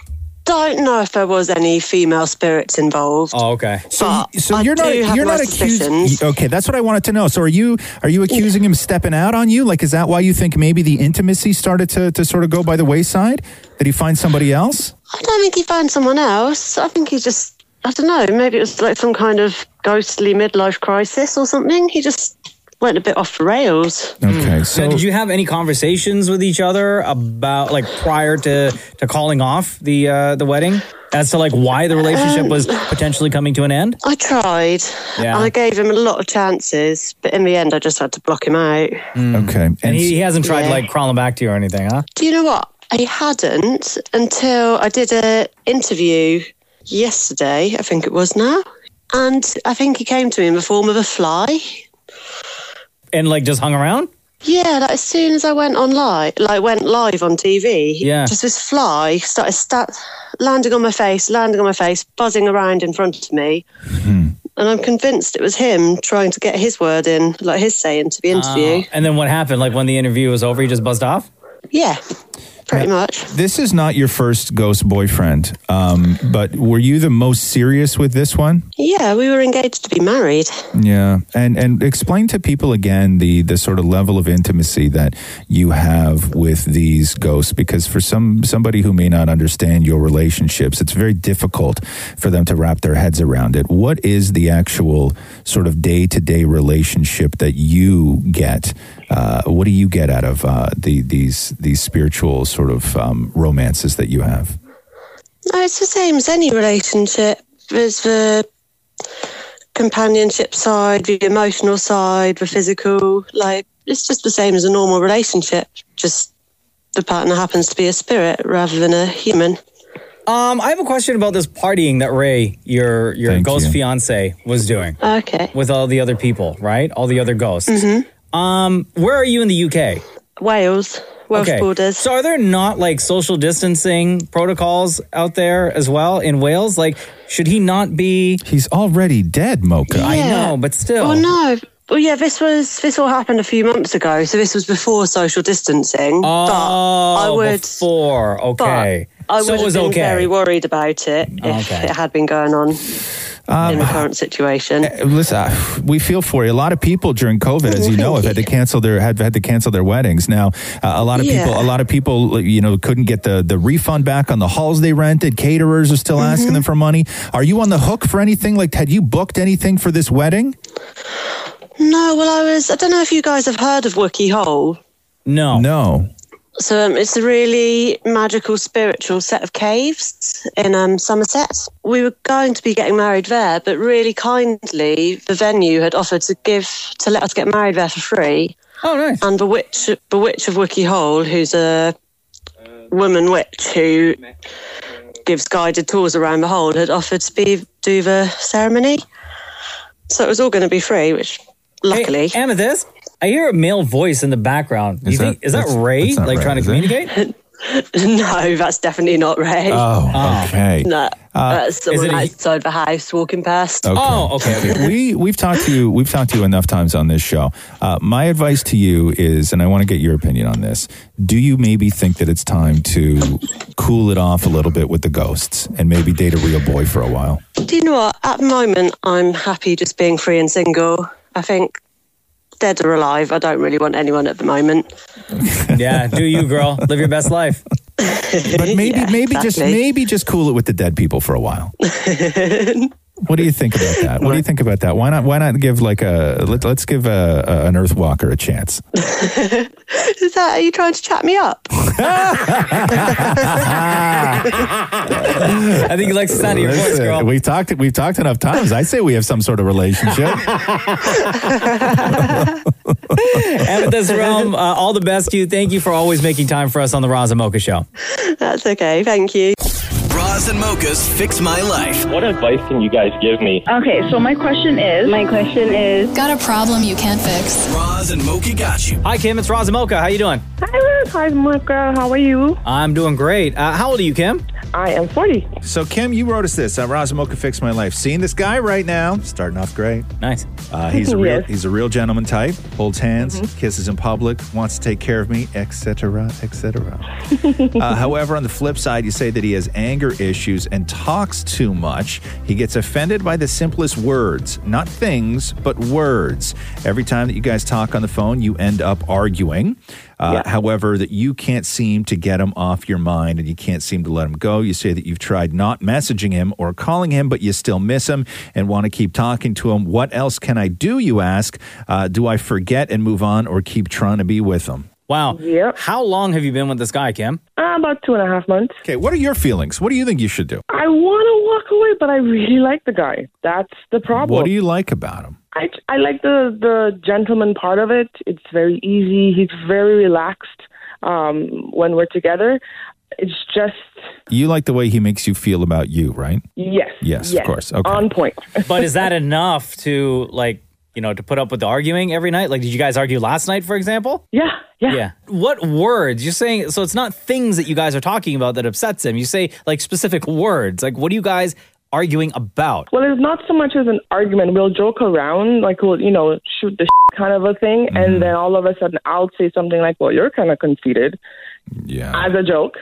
don't know if there was any female spirits involved.
Oh, okay.
So,
so you're not you're not accused. Okay, that's what I wanted to know. So are you are you accusing him of stepping out on you? Like, is that why you think maybe the intimacy started to to sort of go by the wayside? Did he find somebody else?
I don't think he found someone else. I think he just, I don't know, maybe it was like some kind of ghostly midlife crisis or something. He just went a bit off the rails.
Okay.
So, did you have any conversations with each other about like prior to to calling off the uh, the wedding as to like why the relationship was potentially coming to an end?
I tried.
Yeah.
I gave him a lot of chances, but in the end, I just had to block him out.
Mm. Okay, and,
he, he hasn't tried
Yeah.
like crawling back to you or anything, huh?
Do you know what? He hadn't until I did a interview yesterday, I think it was now. And I think he came to me in the form of a fly.
And like just hung around.
Yeah, like as soon as I went on live, like went live on TV,
Yeah.
just this fly started sta- landing on my face, landing on my face, buzzing around in front of me.
Hmm.
And I'm convinced it was him trying to get his word in, like his say into the interview.
Uh, and then what happened? Like when the interview was over, he just buzzed off.
yeah, pretty much.
This is not your first ghost boyfriend, um, but were you the most serious with this one?
Yeah, we were engaged to be married.
Yeah, and and explain to people again the the sort of level of intimacy that you have with these ghosts, because for some somebody who may not understand your relationships, it's very difficult for them to wrap their heads around it. What is the actual sort of day to day relationship that you get? Uh, what do you get out of uh, the these these spiritual sort of um, romances that you have?
No, it's the same as any relationship. There's the companionship side, the emotional side, the physical. Like, it's just the same as a normal relationship. Just the partner happens to be a spirit rather than a human.
Um, I have a question about this partying that Ray, your your ghost fiance, was doing
Okay.
with all the other people, right? All the other ghosts.
Mhm.
Um, where are you in the UK?
Wales, Welsh borders.
So are there not like social distancing protocols out there as well in Wales? Like, should he not be?
He's already dead, Mocha.
I
Yeah.
know, but still.
Well, no. Well, yeah, this was this all happened a few months ago, so this was before social distancing.
Oh,
but I would
before. Okay.
But I
So
would
it was
have been
okay.
very worried about it if
Okay.
it had been going on in
Um,
the current situation.
eh,
Uh, Listen, uh, we feel for you. A lot of people during COVID, as you know, have had to cancel their had had to cancel their weddings. Now, uh, a lot of people,
Yeah.
a lot of people, you know, couldn't get the the refund back on the halls they rented. Caterers are still asking them for money. Are you on the hook for anything? Like, had you booked anything for this wedding?
No, well, I was. I don't know if you guys have heard of Wookie Hole.
No,
no.
So um, it's a really magical spiritual set of caves in um, Somerset. We were going to be getting married there, but really kindly, the venue had offered to give to let us get married there for free.
Oh, nice!
And the witch, the witch of Wookie Hole, who's a woman witch who gives guided tours around the hole, had offered to be do the ceremony. So it was all going to be free, which luckily.
Amethyst, I hear a male voice in the background. Is you
that-
think, is that
that's-
Ray?
that's not
Like
Ray,
trying to
is it?
communicate?
no, that's definitely not Ray.
Ah.
Oh, okay.
No, that's someone
is it a-
outside the house walking past.
Oh,
we we've talked to you we've talked to you enough times on this show. Uh, my advice to you is, and I want to get your opinion on this. Do you maybe think that it's time to cool it off a little bit with the ghosts and maybe date a real boy for a while?
Do you know what? At the moment, I'm happy just being free and single. I think dead or alive, I don't really want anyone at the moment.
yeah, do you, girl? Live your best life.
But maybe
Yeah,
maybe just
exactly.
maybe just cool it with the dead people for a while. What do you think about that? What do you think about that? Why not? Why not give like a let, let's give a, a, an Earthwalker a chance?
Is that are you trying to chat me up?
I think he likes the sound of your voice,
Listen,
girl.
We've talked we've talked enough times. I say we have some sort of relationship.
Amethyst Realm, uh, all the best to you. Thank you for always making time for us on the Raza Mocha Show.
That's okay. Thank you.
Bras and mochas fix my life.
What advice can you guys give me?
Okay, so my question is. My question is. Got a problem you can't fix.
Roz and Mocha got you.
Hi, Kim. It's Raza Mocha. How you doing?
Hi, Liz. Hi, Mocha. How are you?
I'm doing great. Uh, how old are you, Kim?
I am 40.
So, Kim, you wrote us this. Uh, Razamoka fixed my life. Seeing this guy right now, starting off great.
Nice.
Uh, he's a real
Yes.
he's a real gentleman type. Holds hands,
Mm-hmm.
kisses in public, wants to take care of me, etc., etc. uh, however, on the flip side, you say that he has anger issues and talks too much. He gets offended by the simplest words, not things, but words. Every time that you guys talk on the phone, you end up arguing. Uh, However, that you can't seem to get him off your mind and you can't seem to let him go. You say that you've tried not messaging him or calling him, but you still miss him and want to keep talking to him. What else can I do? You ask. Uh, do I forget and move on or keep trying to be with him?
Wow. Yep. How long have you been with this guy, Kim?
Uh, about two and a half months.
Okay, what are your feelings? What do you think you should do?
I want to walk away, but I really like the guy. That's the problem.
What do you like about him?
I, I like the, the gentleman part of it. It's very easy. He's very relaxed um, when we're together. It's just,
You like the way he makes you feel about you, right?
yes.
Yes, of course. Okay.
On point.
but is that enough to like you know to put up with the arguing every night like did you guys argue last night for example
yeah yeah
what words you're saying so it's not things that you guys are talking about that upsets him you say like specific words like what are you guys arguing about
Well, it's not so much as an argument. We'll joke around, like we'll, you know, shoot the shit kind of a thing,
Mm-hmm.
and then all of a sudden I'll say something like, "Well, you're kind of conceited,"
yeah,
as a joke,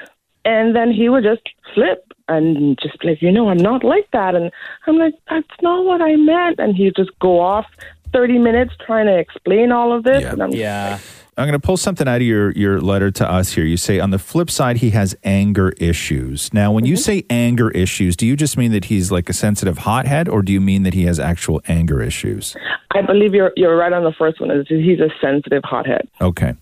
and then he would just flip and just be like, you know, I'm not like that, and I'm like, that's not what I meant, and he'd just go off thirty minutes trying to explain all of this, and I'm just
yeah.
I'm going to pull something out of your, your letter to us here. You say, on the flip side, he has anger issues. Now, when you
Mm-hmm.
say anger issues, do you just mean that he's like a sensitive hothead, or do you mean that he has actual anger issues?
I believe you're you're right on the first one. Is he's a sensitive hothead?
Okay.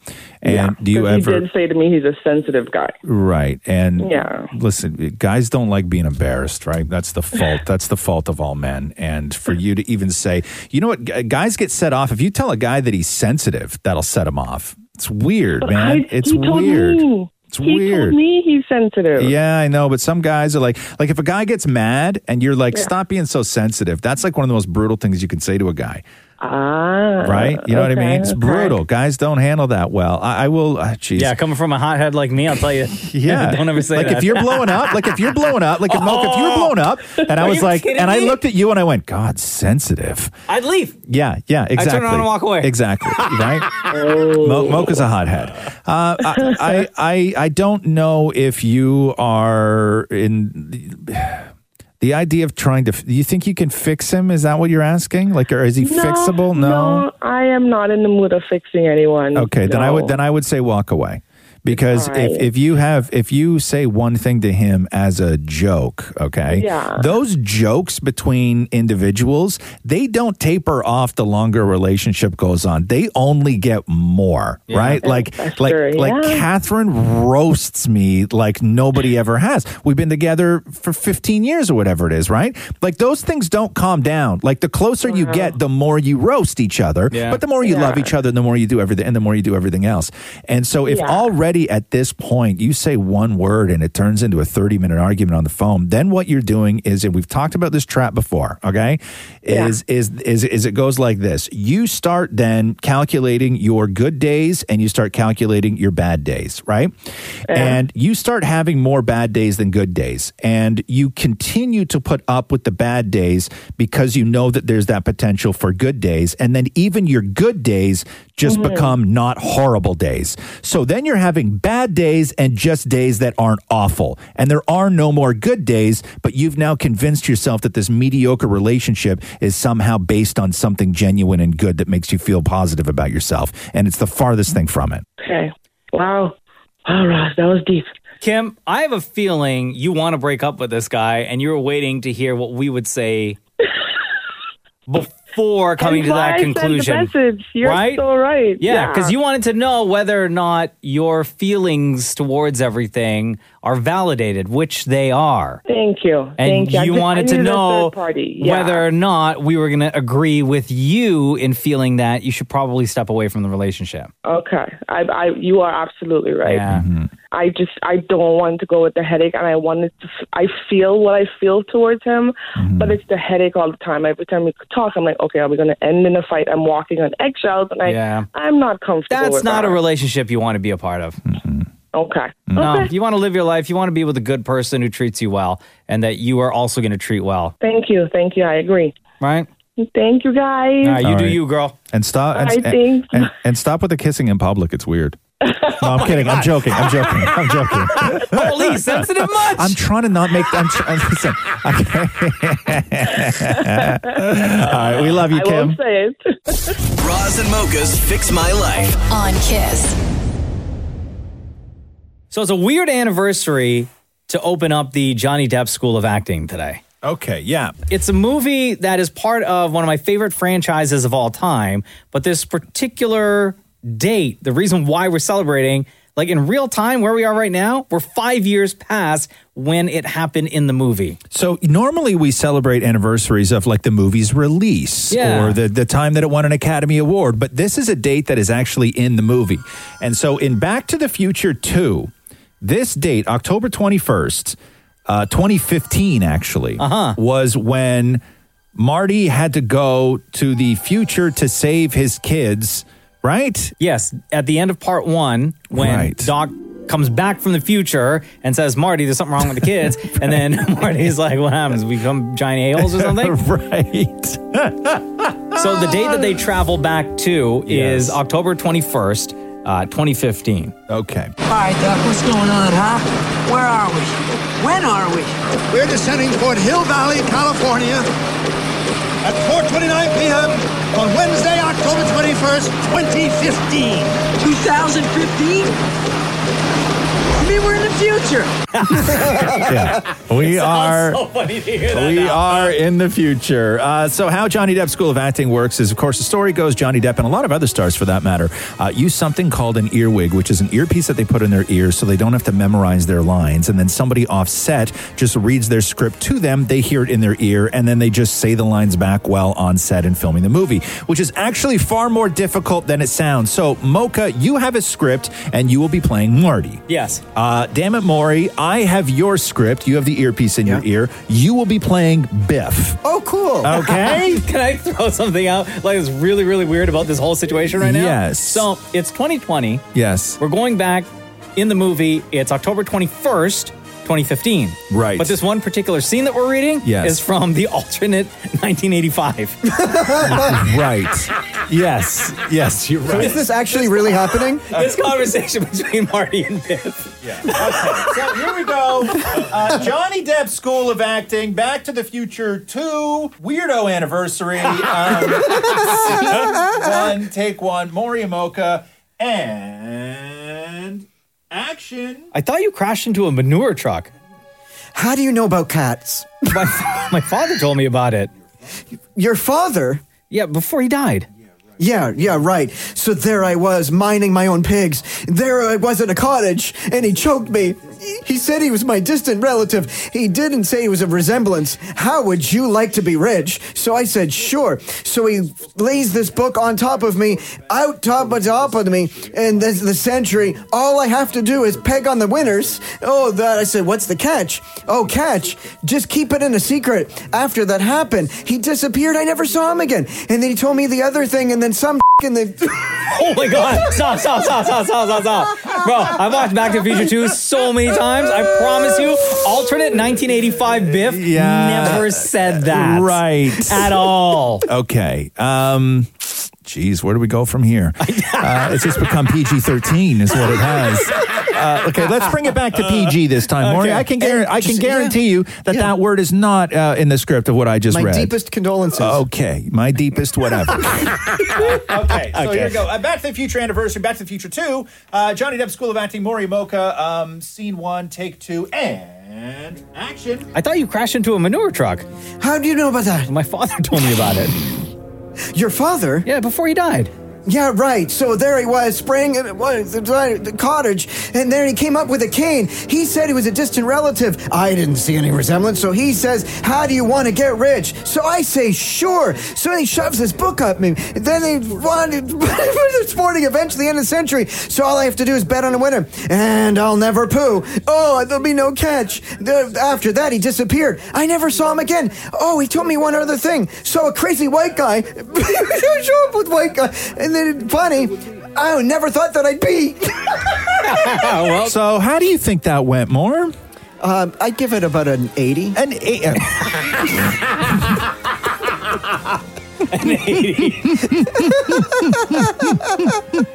And do you
'Cause he
ever.
did say to me he's a sensitive guy.
Right. And
Yeah.
listen, guys don't like being embarrassed, right? That's the fault. That's the fault of all men. And for you to even say, you know what, Gu- guys get set off. If you tell a guy that he's sensitive, that'll set him off. It's weird,
But
man.
I-
it's
he told
weird.
me.
It's
he
weird.
told me he's sensitive.
Yeah, I know, but some guys are like, like if a guy gets mad and you're like,
Yeah.
stop being so sensitive. That's like one of the most brutal things you can say to a guy,
Ah,
right? You know what I
okay,
mean? It's
okay.
brutal. Guys don't handle that well. I, I will. ah, Jeez.
yeah coming from a hothead like me i'll tell you
Yeah.
don't ever say
like
that. Oh.
if you're blowing up, like if you're blowing up, like if, Mocha, if you were blowing up, and I
Are
was
you
like,
kidding
and I
me?
looked at you and I went, God, sensitive.
i'd leave
Yeah, yeah,
I turn
exactly.
around and walk away.
Exactly, right? Mo- Mocha's a hothead. Uh, I, I, I, I don't know if you are in the, the idea of trying to. Do you think you can fix him? Is that what you're asking? Like, or is he fixable?
no, I am not in the mood of fixing anyone.
Okay, then I
No.
would then I would say walk away. Because
All
if,
right.
if you have if you say one thing to him as a joke, okay,
Yeah.
those jokes between individuals they don't taper off the longer a relationship goes on. They only get more,
Yeah.
right? Like
That's
like
true,
like
yeah.
Catherine roasts me like nobody ever has. We've been together for 15 years or whatever it is, right? Like those things don't calm down. Like the closer you get, the more you roast each other.
Yeah.
But the more you
Yeah.
love each other, the more you do everything, and the more you do everything else. And so, if
Yeah.
already at this point you say one word and it turns into a 30 minute argument on the phone, then what you're doing is, and we've talked about this trap before, okay? Is, is, is, is it goes like this you start then calculating your good days and you start calculating your bad days, right? And you start having more bad days than good days. And you continue to put up with the bad days because you know that there's that potential for good days. And then even your good days just become not horrible days. So then you're having bad days and just days that aren't awful. And there are no more good days, but you've now convinced yourself that this mediocre relationship is somehow based on something genuine and good that makes you feel positive about yourself. And it's the farthest thing from it.
Okay. Wow. Wow, Ross, that was deep.
kim i have a feeling you want to break up with this guy and you're waiting to hear what we would say before coming to
why I
that
sent the
conclusion.
message. You're
right?
so right.
Yeah,
Yeah.
because you wanted to know whether or not your feelings towards everything are validated, which they are.
Thank you.
And
Thank you. I
you
just- I
wanted to
needed a
know
third party. Yeah.
whether or not we were going to agree with you in feeling that you should probably step away from the relationship.
Okay, I, I, you are absolutely right. Mm-hmm.
Yeah.
I just, I don't want to go with the headache, and I wanted to. f- I feel what I feel towards him,
Mm-hmm.
but it's the headache all the time. Every time we talk, I'm like, okay, are we going to end in a fight? I'm walking on eggshells, and I,
Yeah.
I'm not comfortable.
That's
with
not
that.
a relationship you want to be a part of.
Okay.
No,
Okay.
you want to live your life. You want to be with a good person who treats you well and that you are also going to treat well.
Thank you. Thank you. I agree.
Right.
Thank you, guys.
All right, you do you, girl.
And stop. And,
I
and-
think-
and- and stop with the kissing in public. It's weird. No, I'm kidding. I'm joking. I'm joking. I'm joking.
Oh Holy sensitive much.
I'm trying to not make. I'm trying. Listen. Okay. All right. We love you, Kim.
say it.
Roz and Mocha's Fix My Life.
On Kiss.
So it's a weird anniversary to open up the Johnny Depp School of Acting today.
Okay, yeah.
It's a movie that is part of one of my favorite franchises of all time, but this particular date, the reason why we're celebrating, like in real time where we are right now, we're 5 years past when it happened in the movie.
So normally we celebrate anniversaries of like the movie's release
Yeah.
or the, the time that it won an Academy Award, but this is a date that is actually in the movie. And so in Back to the Future 2, this date, October 21st, uh, 2015 actually, uh-huh. was when Marty had to go to the future to save his kids, right?
Yes, at the end of part 1 when Doc comes back from the future and says, "Marty, there's something wrong with the kids." and then Marty's like, "What happens? We become giant a-holes or something?"
right.
So the date that they travel back to is October 21st, uh, 2015.
Okay.
All right, Doc, what's going on, huh? Where are we? When are we? We're descending toward Hill Valley, California at 4.29 p.m. on Wednesday, October 21st, 2015. 2015? I mean, we're in the future.
yeah. We are We are in the future. Uh, so, how Johnny Depp's School of Acting works is, of course, the story goes Johnny Depp and a lot of other stars, for that matter, uh, use something called an earwig, which is an earpiece that they put in their ears so they don't have to memorize their lines. And then somebody offset just reads their script to them. They hear it in their ear, and then they just say the lines back while on set and filming the movie, which is actually far more difficult than it sounds. So, Mocha, you have a script, and you will be playing Marty.
Yes.
Uh, damn it, Maury. I have your script. You have the earpiece in your ear. You will be playing Biff.
Oh, cool.
Okay.
Can I throw something out like that's really, really weird about this whole situation right now?
Yes.
So it's 2020.
Yes.
We're going back in the movie. It's October 21st, 2015.
Right.
But this one particular scene that we're reading
Yes.
is from the alternate 1985.
right. Yes. Yes, you're
So
right.
is this actually really happening?
this conversation between Marty and Biff.
so here we go. Uh, Johnny Depp School of Acting, Back to the Future 2, Weirdo Anniversary, um, season 1, Take 1, Maury and Mocha, and action.
I thought you crashed into a manure truck.
How do you know about cats?
My, my father told me about it.
Your father?
Yeah, before he died.
Yeah, yeah, right. So there I was, minding my own pigs. There I was in a cottage, and he choked me. He said he was my distant relative. He didn't say he was a resemblance. How would you like to be rich? So I said, sure. So he lays this book on top of me, out top of top of me, and this the century. All I have to do is peg on the winners. Oh, that I said, what's the catch? Oh, catch. Just keep it in a secret. After that happened, he disappeared. I never saw him again. And then he told me the other thing, and then some in the.
Oh my god! Stop! Stop! Stop! Stop! Stop! Stop! Stop! Bro, I watched Back to the Future 2 so many times. I promise you, alternate 1985 Biff never said that.
Right.
At all.
Okay. Um geez, where do we go from here? Uh, it's just become PG thirteen is what it has. Uh, okay, let's bring it back to PG this time, Maury.
Okay.
I can guarantee,
And
I can
just-
guarantee
yeah.
you that that word is not uh, in the script of what I just
My
read.
deepest condolences.
Okay, my deepest whatever.
okay,
so here we go. Uh, Back to the Future anniversary, Back to the Future 2, uh, Johnny Depp School of Acting, Maury Mocha, um, scene one, take two, and action.
I thought you crashed into a manure truck.
How do you know about that?
My father told me about it.
Your father?
Yeah, before he died.
Yeah, right. So there he was, spraying at what- the the cottage, and there he came up with a cane. He said he was a distant relative. I didn't see any resemblance, so he says, How do you want to get rich? So I say, Sure. So he shoves his book up me. Then they wanted sporting event to the end of the century. So all I have to do is bet on a winner. And I'll never poo. Oh, there'll be no catch. The- After that, he disappeared. I never saw him again. Oh, he told me one other thing. So a crazy white guy show up with white guy, and then funny. I never thought that I'd be.
so how do you think that went, more?
Um, I'd give it about an eighty.
An e-, uh, eight.
An 80.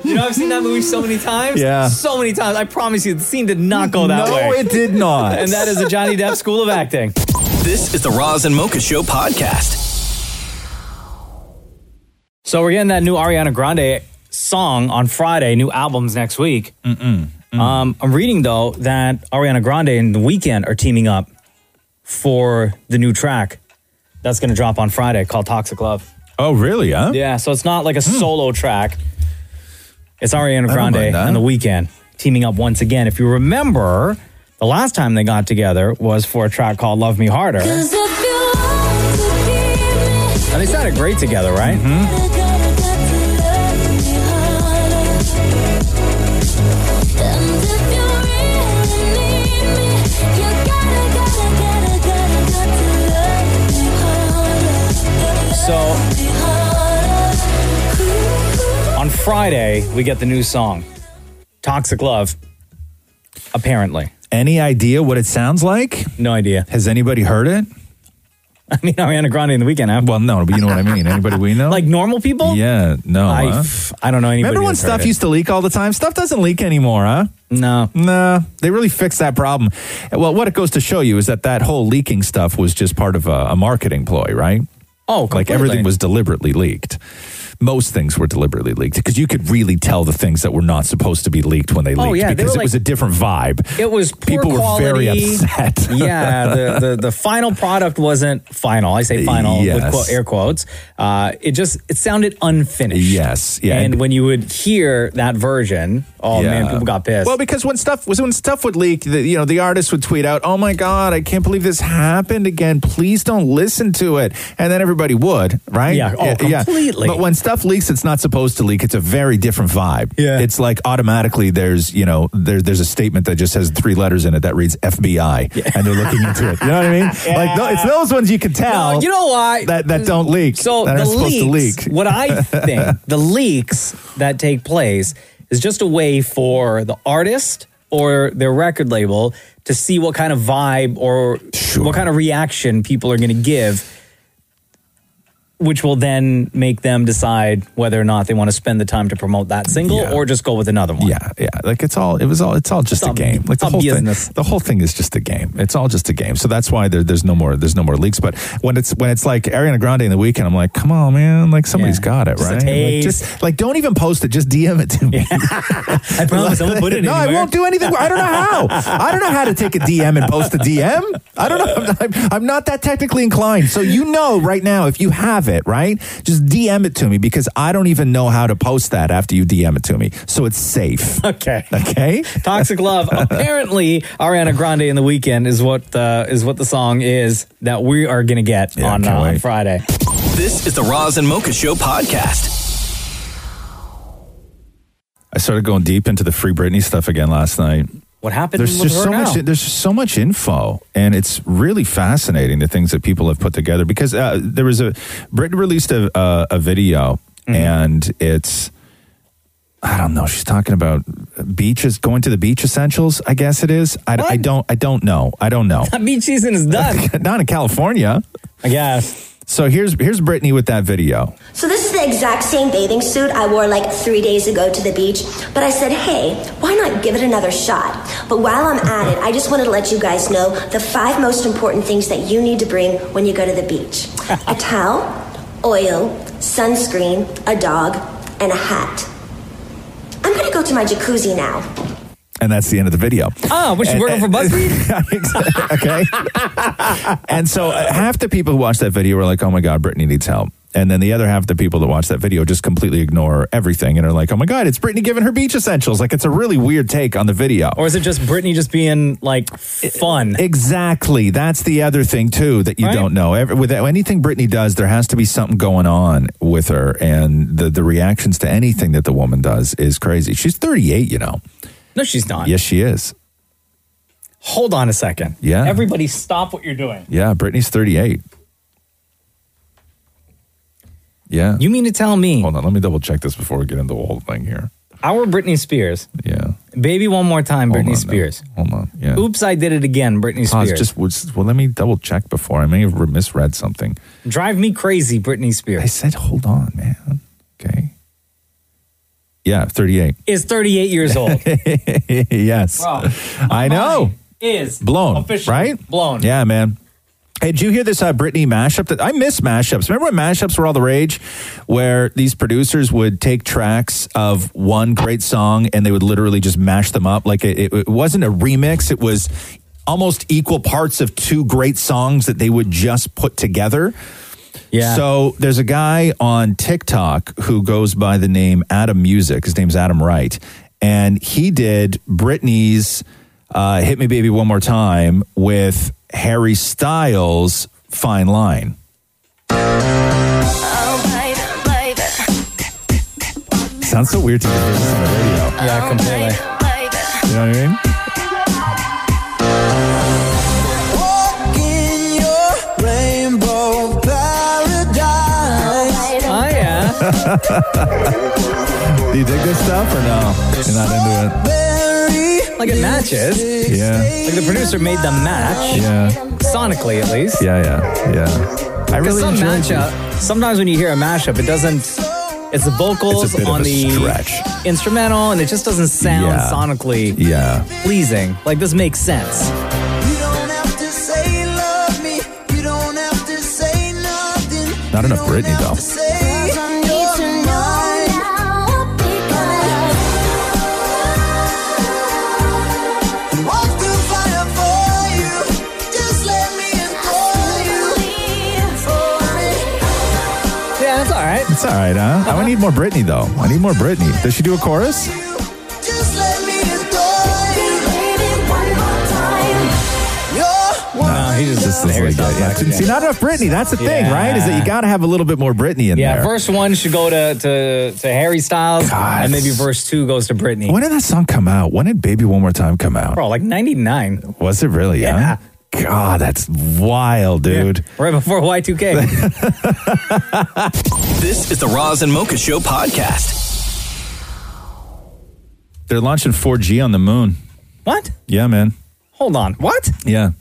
you know, I've seen that movie so many times.
Yeah.
So many times. I promise you, the scene did not go that
No,
way.
it did not.
and that is a Johnny Depp school of acting.
This is the Roz and Mocha Show podcast.
So we're getting that new Ariana Grande song on Friday, new albums next week.
Mm-mm.
Um, I'm reading, though, that Ariana Grande and The Weeknd are teaming up for the new track that's going to drop on Friday called Toxic Love.
Oh, really? Huh? Hmm.
Yeah. So it's not like a solo track. It's Ariana
I don't mind
Grande
that.
and The Weeknd teaming up once again. If you remember, the last time they got together was for a track called Love Me Harder. And they sounded great together, right?
Mm-hmm.
So on Friday, we get the new song, Toxic Love, apparently.
Any idea what it sounds like?
No idea.
Has anybody heard it?
I mean, Ariana Grande in the weekend. Huh?
Well, no, but you know what I mean. Anybody we know?
like normal people?
Yeah, no.
I,
huh?
I don't know anybody.
Remember when
that's heard
stuff
it.
used to leak all the time? Stuff doesn't leak anymore, huh?
No.
No. They really fixed that problem. Well, what it goes to show you is that that whole leaking stuff was just part of a, a marketing ploy, right?
Oh,
Like
completely.
everything was deliberately leaked. Most things were deliberately leaked because you could really tell the things that were not supposed to be leaked when they
Oh,
leaked
yeah, they
because
were
it was a
like-
different vibe.
It was poor
People
quality.
were very upset.
yeah, the, the the final product wasn't final. I say final with
Yes.
quote, air quotes. Uh, it just it sounded unfinished.
Yes, yeah,
And, when you would hear that version, oh man, people got pissed.
Well, because when stuff was when stuff would leak, the, you know, the artist would tweet out, "Oh my god, I can't believe this happened again. Please don't listen to it." And then everybody would, right?
Yeah, oh, completely.
But when stuff leaks, it's not supposed to leak. It's a very different vibe. Yeah, it's like automatically there's you know there, there's a statement that just has three letters in it that reads FBI, and they're looking into it. You know what I mean? Like tho- it's those ones you can tell.
No, you know why?
that that don't leak.
So
that
the
aren't supposed to
leaks,
leak.
what I think, the leaks that take place is just a way for the artist or their record label to see what kind of vibe or what kind of reaction people are going to give, which will then make them decide whether or not they want to spend the time to promote that single or just go with another one.
Yeah, yeah. Like it's all it was all it's all just a game. Like the whole thing. The whole thing is just a game. It's all just a game. So that's why there, there's no more there's no more leaks. But when it's when it's like Ariana Grande in the weekend, I'm like, come on, man. Like somebody's got it
Just a
right. Like,
taste.
just like don't even post it. Just DM it to me.
I promise I won't put it
no, I
anywhere.
won't do anything. I don't know how. I don't know how to take a DM and post a DM. I don't know. I'm not, I'm- I'm not that technically inclined. So you know right now if you have it, right? Just DM it to me because I don't even know how to post that after you DM it to me. So it's safe.
Okay.
Okay.
Toxic Love. Apparently, Ariana Grande in the weekend is what uh, is what the song is that we are going to get on, uh, on Friday.
This is the Roz and Mocha Show podcast.
I started going deep into the Free Britney stuff again last night.
What happened
There's
with
just
her
so
now?
much. There's just so much info, and it's really fascinating the things that people have put together. Because uh, there was a Britney released a a, a video,
Mm-hmm.
and it's I don't know. She's talking about beaches, going to the beach essentials. I guess it is. I, I don't. I don't know. I don't know.
beach season is done.
Not in California.
I guess.
So here's here's Britney with that video.
So this is the exact same bathing suit I wore like three days ago to the beach. But I said, hey, why not give it another shot? But while I'm at it, I just wanted to let you guys know the five most important things that you need to bring when you go to the beach: a towel, oil, sunscreen, a dog, and a hat. I'm gonna go to my jacuzzi now.
And that's the end of the video.
Oh, was she
And-
working for
BuzzFeed? okay. and so uh, half the people who watched that video were like, oh my God, Brittany needs help. And then the other half of the people that watch that video just completely ignore everything and are like, oh my God, it's Britney giving her beach essentials. Like, it's a really weird take on the video.
Or is it just Britney just being like fun?
Exactly. That's the other thing too that you don't know. Every, with anything Britney does, there has to be something going on with her, and the the reactions to anything that the woman does is crazy. She's 38, you know.
No, she's not.
Yes, she is.
Hold on a second.
Yeah.
Everybody stop what you're doing.
Yeah, Britney's 38. Yeah.
You mean to tell me?
Hold on, let me double check this before we get into the whole thing here.
Our Britney Spears.
Yeah.
Baby One More Time, Britney Spears.
Hold on. Yeah.
Oops, I did it again, Britney
Pause.
Spears.
Just was- well, let me double check before I may have re- misread something.
Drive me crazy, Britney Spears. I
said, hold on, man. Yeah, 38.
Is 38 years old.
yes.
Bro,
I know.
Is
blown,
officially
right?
blown.
Yeah, man. Hey, did you hear this uh, Britney mashup? That I miss mashups. Remember when mashups were all the rage, where these producers would take tracks of one great song and they would literally just mash them up. Like it, it- it wasn't a remix; it was almost equal parts of two great songs that they would just put together.
Yeah.
So there's a guy on TikTok who goes by the name Adam Music. His name's Adam Wright, and he did Britney's uh, "Hit Me, Baby, One More Time" with Harry Styles' "Fine Line." Sounds so weird to hear this on the radio.
Yeah, completely.
You know what I mean?
In your rainbow paradise.
Oh, yeah.
Do you dig this stuff or no? You're not into it.
Like it matches.
Yeah.
Like the producer made the match.
Yeah.
Sonically, at least.
Yeah, yeah, yeah. I really
some
enjoyed
matchup. Sometimes when you hear a mashup, it doesn't. It's the vocals
It's a bit of
on
a
the
stretch.
instrumental, and it just doesn't sound
Yeah.
sonically
yeah.
pleasing. Like this makes sense.
Not enough Britney though.
Yeah, that's all right.
It's all right, huh? I need more Britney though. I need more Britney. Does she do a chorus? No, he just listens like that. Yeah. See, not enough Britney. That's the thing,
Yeah.
right? Is that you got to have a little bit more Britney in
Yeah,
there.
verse one should go to to, to Harry Styles, and maybe verse two goes to Britney.
when did that song come out? When did Baby One More Time come out?
Bro, like ninety nine,
Was it really? Yeah. God, that's wild, dude.
right before Y two K.
This is the Roz and Mocha Show podcast.
They're launching 4G on the moon.
What?
Yeah, man.
Hold on, what?
Yeah.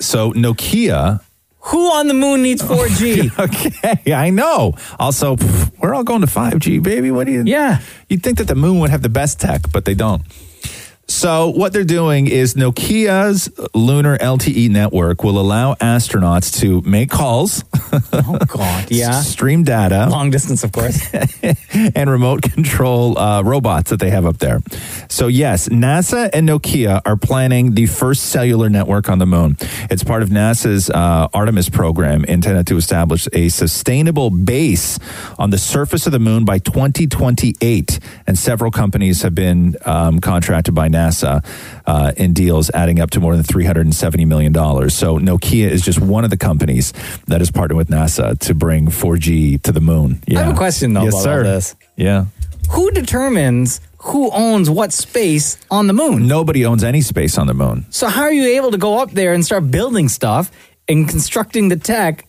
So Nokia.
Who on the moon needs 4G?
okay, I know. Also, pff, we're all going to 5G, baby. What do you? Yeah. You'd think that the moon would have the best tech, but they don't. So, what they're doing is Nokia's lunar LTE network will allow astronauts to make calls. oh,
God. Yeah.
Stream data.
Long distance, of course.
and remote control uh, robots that they have up there. So, yes, NASA and Nokia are planning the first cellular network on the moon. It's part of NASA's uh, Artemis program intended to establish a sustainable base on the surface of the moon by 2028. And several companies have been um, contracted by NASA uh, in deals adding up to more than $370 million. So, Nokia is just one of the companies that is partnered with NASA to bring 4G to the moon.
I have a question, though,
Yes,
about
sir.
all this.
Yeah.
Who determines who owns what space on the moon?
Nobody owns any space on the moon.
So how are you able to go up there and start building stuff and constructing the tech?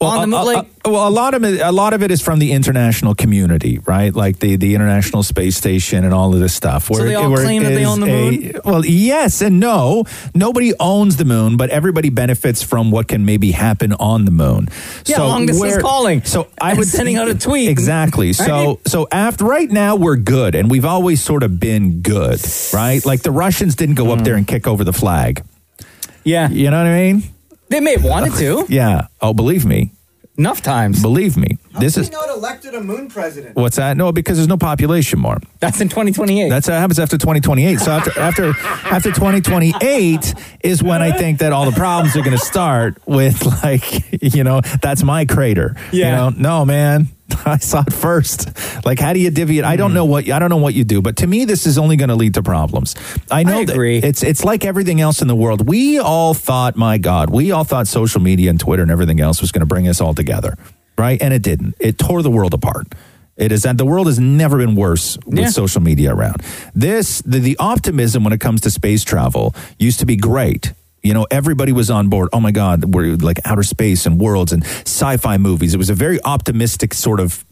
on the moon,
a,
like
a- Uh, well, a lot of it, a lot of it is from the international community, right? Like the, the international space station and all of this stuff.
So they all
it
claim that they
is
own the
a-
moon?
well, yes and no. Nobody owns the moon, but everybody benefits from what can maybe happen on the moon.
Yeah, long distance calling.
So I
And
would
sending out a tweet.
exactly. So so after right now we're good, and we've always sort of been good, right? Like the Russians didn't go
Hmm.
up there and kick over the flag.
Yeah,
you know what I mean.
They may have wanted to.
Yeah. Oh, believe me.
Enough times.
Believe me. this is
not elected a moon president.
What's that? No, because there's no population more.
That's in 2028.
That's that happens after 2028. So after after after 2028 is when I think that all the problems are going to start with like you know that's my crater.
Yeah.
You know, no man, I saw it first. Like, how do you divvy it? I don't know what I don't know what you do, but to me, this is only going to lead to problems. I know that it's it's like everything else in the world. We all thought, my God, we all thought social media and Twitter and everything else was going to bring us all together, right? And it didn't. It tore the world apart. It is that the world has never been worse with
Yeah.
social media around. This the, the optimism when it comes to space travel used to be great. You know, everybody was on board. Oh my God, we're like outer space and worlds and sci-fi movies. It was a very optimistic sort of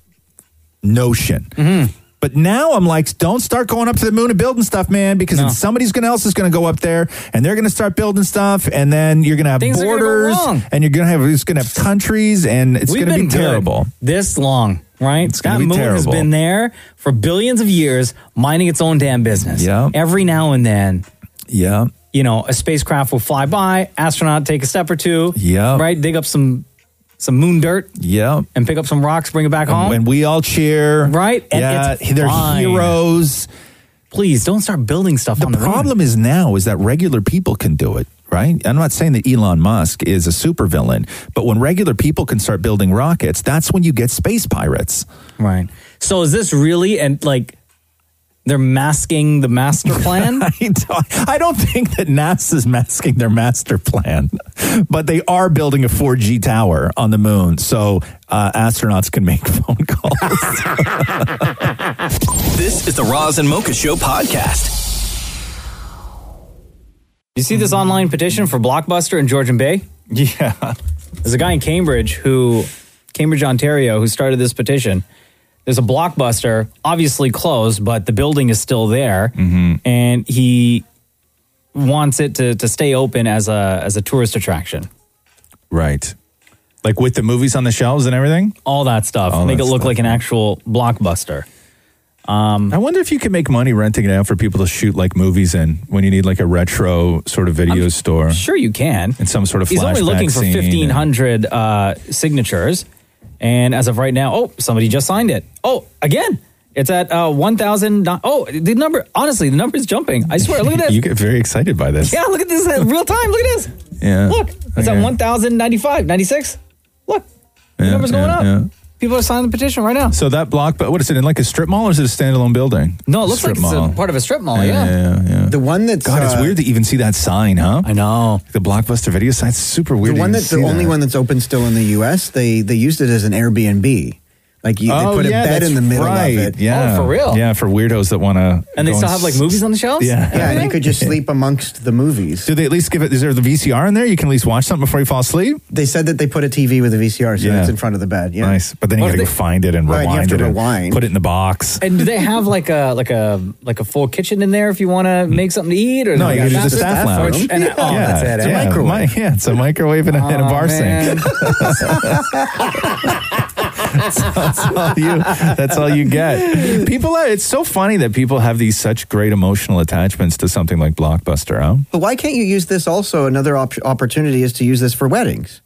notion. But now I'm like, don't start going up to the moon and building stuff, man, because then somebody's gonna else is gonna go up there and they're gonna start building stuff, and then you're gonna have
Things are gonna go
borders,
wrong.
and you're gonna have it's gonna have countries, and it's
We've
gonna be
been good
terrible.
This long, right?
gonna
that
be
moon has
terrible.
been there for billions of years, minding its own damn business. Yeah. Every now and then,
yeah,
you know, a spacecraft will fly by, astronaut take a step or two,
Yeah.
right, dig up some some moon dirt,
yeah,
and pick up some rocks, bring it back home,
and we all cheer,
right? And
Yeah,
it's
they're
fine.
heroes.
Please don't start building stuff.
The problem is now is that regular people can do it, right? I'm not saying that Elon Musk is a supervillain, but when regular people can start building rockets, that's when you get space pirates.
Right. So is this really and like they're masking the master plan?
I don't, I don't think that NASA's masking their master plan, but they are building a 4G tower on the moon so uh, astronauts can make phone calls.
This is the Roz and Mocha Show podcast.
You see this online petition for Blockbuster in Georgian Bay?
Yeah.
There's a guy in Cambridge who, Cambridge, Ontario, who started this petition. There's a Blockbuster, obviously closed, but the building is still there.
Mm-hmm.
And he wants it to, to stay open as a, as a tourist attraction.
right. Like with the movies on the shelves and everything?
All that stuff.
All
Make
that
it look
stuff.
like an actual Blockbuster. Um,
I wonder if you can make money renting it out for people to shoot like movies in when you need like a retro sort of video store.
Sure, you can.
And some sort of
He's only
flashback
looking for
scene and-
1,500 uh, signatures. And as of right now, oh, somebody just signed it. Oh, again, it's at uh, 1,000. Oh, the number, honestly, the number is jumping. I swear, look at this.
you get very excited by this.
Yeah, look at this in real time. Look at this.
Yeah.
Look, it's
Okay.
at 1,095, 96. Look, the
Yeah,
number's going
yeah,
up.
yeah.
People are signing the petition right now.
So that block, but what is it in like a strip mall or is it a standalone building?
No, it looks
Strip
like it's a
mall.
part of a strip mall.
Yeah,
Yeah.
yeah, yeah.
The one that's
God, it's
uh,
weird to even see that sign, huh? I
know
the blockbuster video sign. It's super weird.
The
to
one
even
that's the
see
only
that.
one that's open still in the U.S. They they used it as an Airbnb. Like you, they
Oh,
put
yeah,
a bed
that's
in the middle
right.
of it.
Oh,
Yeah, Yeah, for weirdos that want to.
And they still have, like, movies on the shelves?
Yeah,
Yeah, and you could just sleep amongst the movies.
Do they at least give it? Is there the VCR in there? You can at least watch something before you fall asleep.
They said that they put a TV with a VCR, so
Yeah.
it's in front of the bed. Yeah,
Nice, but then you
Or
got to
they-
go find it and
Right, you have
rewind
to
it, and
rewind.
put it in the box.
And do they have like a like a like a full kitchen in there if you want to make something to eat or
No,
like
you can use the staff lounge.
Which- And, Oh,
Yeah,
that's it.
yeah,
And
mi- eh? yeah, it's a microwave and a, and a
Aw,
bar
man.
sink. that's all you. That's all you get. People are. It's so funny that people have these such great emotional attachments to something like Blockbuster. Huh?
But why can't you use this also? Another op- opportunity is to use this for weddings.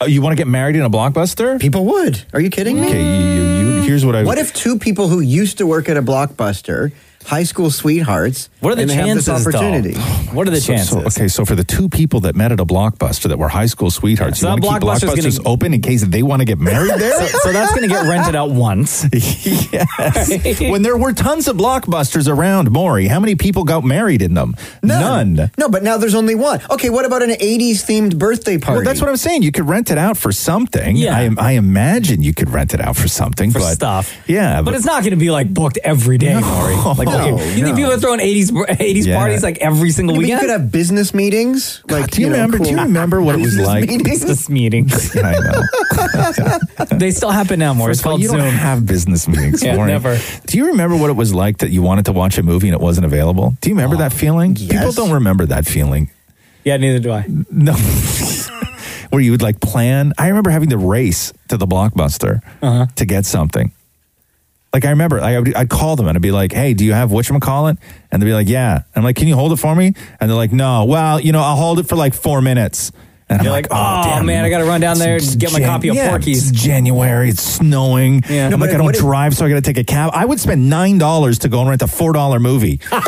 Oh, you want to get married in a Blockbuster?
People would. Are you kidding me?
Okay, you, you, you, here's what I.
What if two people who used to work at a blockbuster, high school sweethearts,
What are the
and they have
chances,
this
though?
opportunity?
What are the
So- so-
chances?
okay, so for the two people that met at a blockbuster that were high school sweethearts,
So
you want
that
to keep
Blockbuster's gonna-
blockbusters open in case they want to get married there.
so, so that's going to get rented out once.
Yes. when there were tons of blockbusters around, Maury, how many people got married in them? None.
No, but now there's only one. Okay, what about an 80s themed birthday party?
Well, that's what I'm saying. You could rent it out for something. Yeah. I, I imagine you could rent it out for something.
For
but
stuff.
Yeah.
But it's not going to be like booked every day, Maury. Like,
No,
you you
no.
think people are throwing 80s, br- 80s
Yeah.
parties like every single
I mean, you
weekend?
could have business meetings. Like,
do you,
know,
remember? Do you
cool-
remember what it was
business
like?
meetings?
meetings.
I know.
they still happen now, Maury. It's
First of all,
called
you
Zoom.
don't have business meetings.
Yeah,
Maury.
never.
Do you remember what it was like that you wanted to watch a movie and it wasn't available? Do you remember that feeling? People don't remember that feeling.
yeah, neither do I.
No. Where you would like plan. I remember having to race to the blockbuster
Uh-huh.
to get something. Like I remember, I would, I'd call them and I'd be like, "Hey, do you have whatchamacallit?" And they'd be like, "Yeah." And I'm like, "Can you hold it for me?" And they're like, "No." Well, you know, I'll hold it for like four minutes. And
You're like, oh, man, I got to run down there and get my
Jan-
copy of
yeah,
Porky's.
It's January. It's snowing.
Yeah. No, but
I'm like, I don't
what if-
drive, so I got to take a cab. I would spend nine dollars to go and rent a four dollar movie.
You know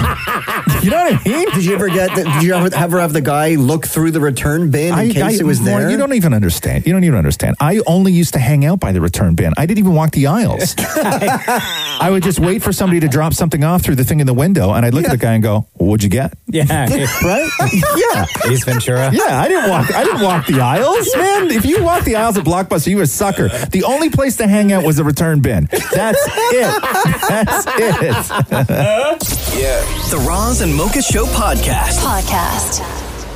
what I mean? Did you ever get? The, did you ever, ever have the guy look through the return bin in case it was
Warren,
there?
You don't even understand. You don't even understand. I only used to hang out by the return bin. I didn't even walk the aisles. I would just wait for somebody to drop something off through the thing in the window, and I'd look at the guy and go, well, "What'd you get?"
Yeah.
right? Yeah.
Ace Ventura.
Yeah, I didn't walk. I didn't walk the aisles, man. If you walk the aisles at Blockbuster, you were a sucker. The only place to hang out was the return bin. That's it. That's it.
Yeah. The Roz and Mocha Show podcast.
Podcast.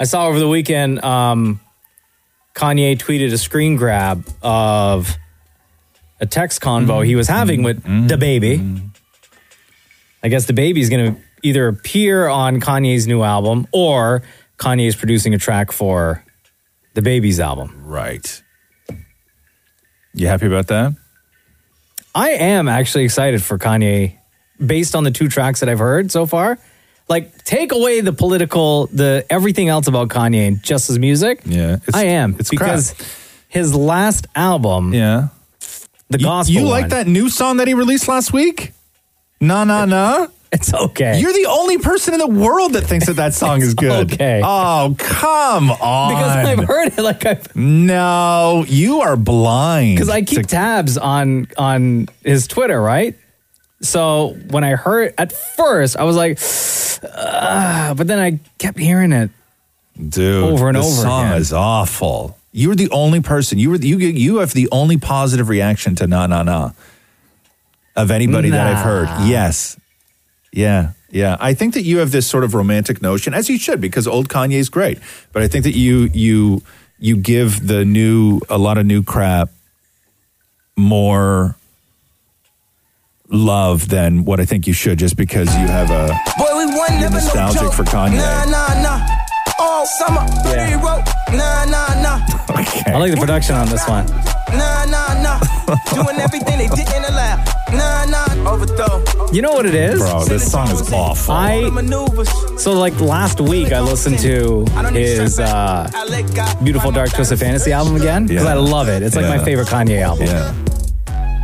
I saw over the weekend um, Kanye tweeted a screen grab of a text convo he was having with
Mm-hmm.
the baby. I guess the baby's going to either appear on Kanye's new album or Kanye's producing a track for the baby's album.
Right. You happy about that?
I am actually excited for Kanye based on the two tracks that I've heard so far. Like take away the political, the everything else about Kanye and just his music.
Yeah, it's-
I am.
it's
because his last album,
yeah,
the
You-
gospel.
You, like that new song that he released last week? Nah, nah, nah.
It's okay.
You're the only person in the world that thinks that that song is good.
okay.
Oh, come on.
Because I've heard it. Like I've
No, you are blind.
because I keep tabs on on his Twitter, right? So when I heard at first, I was like, "Ugh," but then I kept hearing it.
Dude,
Over and
the
over
song
again.
is awful. You were the only person. You were you you have the only positive reaction to na na na of anybody that I've
Nah.
heard. Yes. Yeah. Yeah. I think that you have this sort of romantic notion as you should because old Kanye's great. But I think that you you you give the new a lot of new crap more love than what I think you should just because you have a
Boy, we one
You're
never no
nostalgic
joke.
for Kanye.
Nah, nah, nah. All summer,
Yeah.
yeah. rope. Nah, nah, nah.
I like the production on this one.
Nah, nah, nah. Doing everything they didn't allow. Nah, nah. Overthrow.
You know what it is?
Bro, this song is awful.
I
Maneuvers.
so like last week I listened to his uh Beautiful Dark Twisted Fantasy album again because
Yeah.
I love it. It's like
Yeah.
my favorite Kanye album.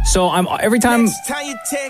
So I'm every time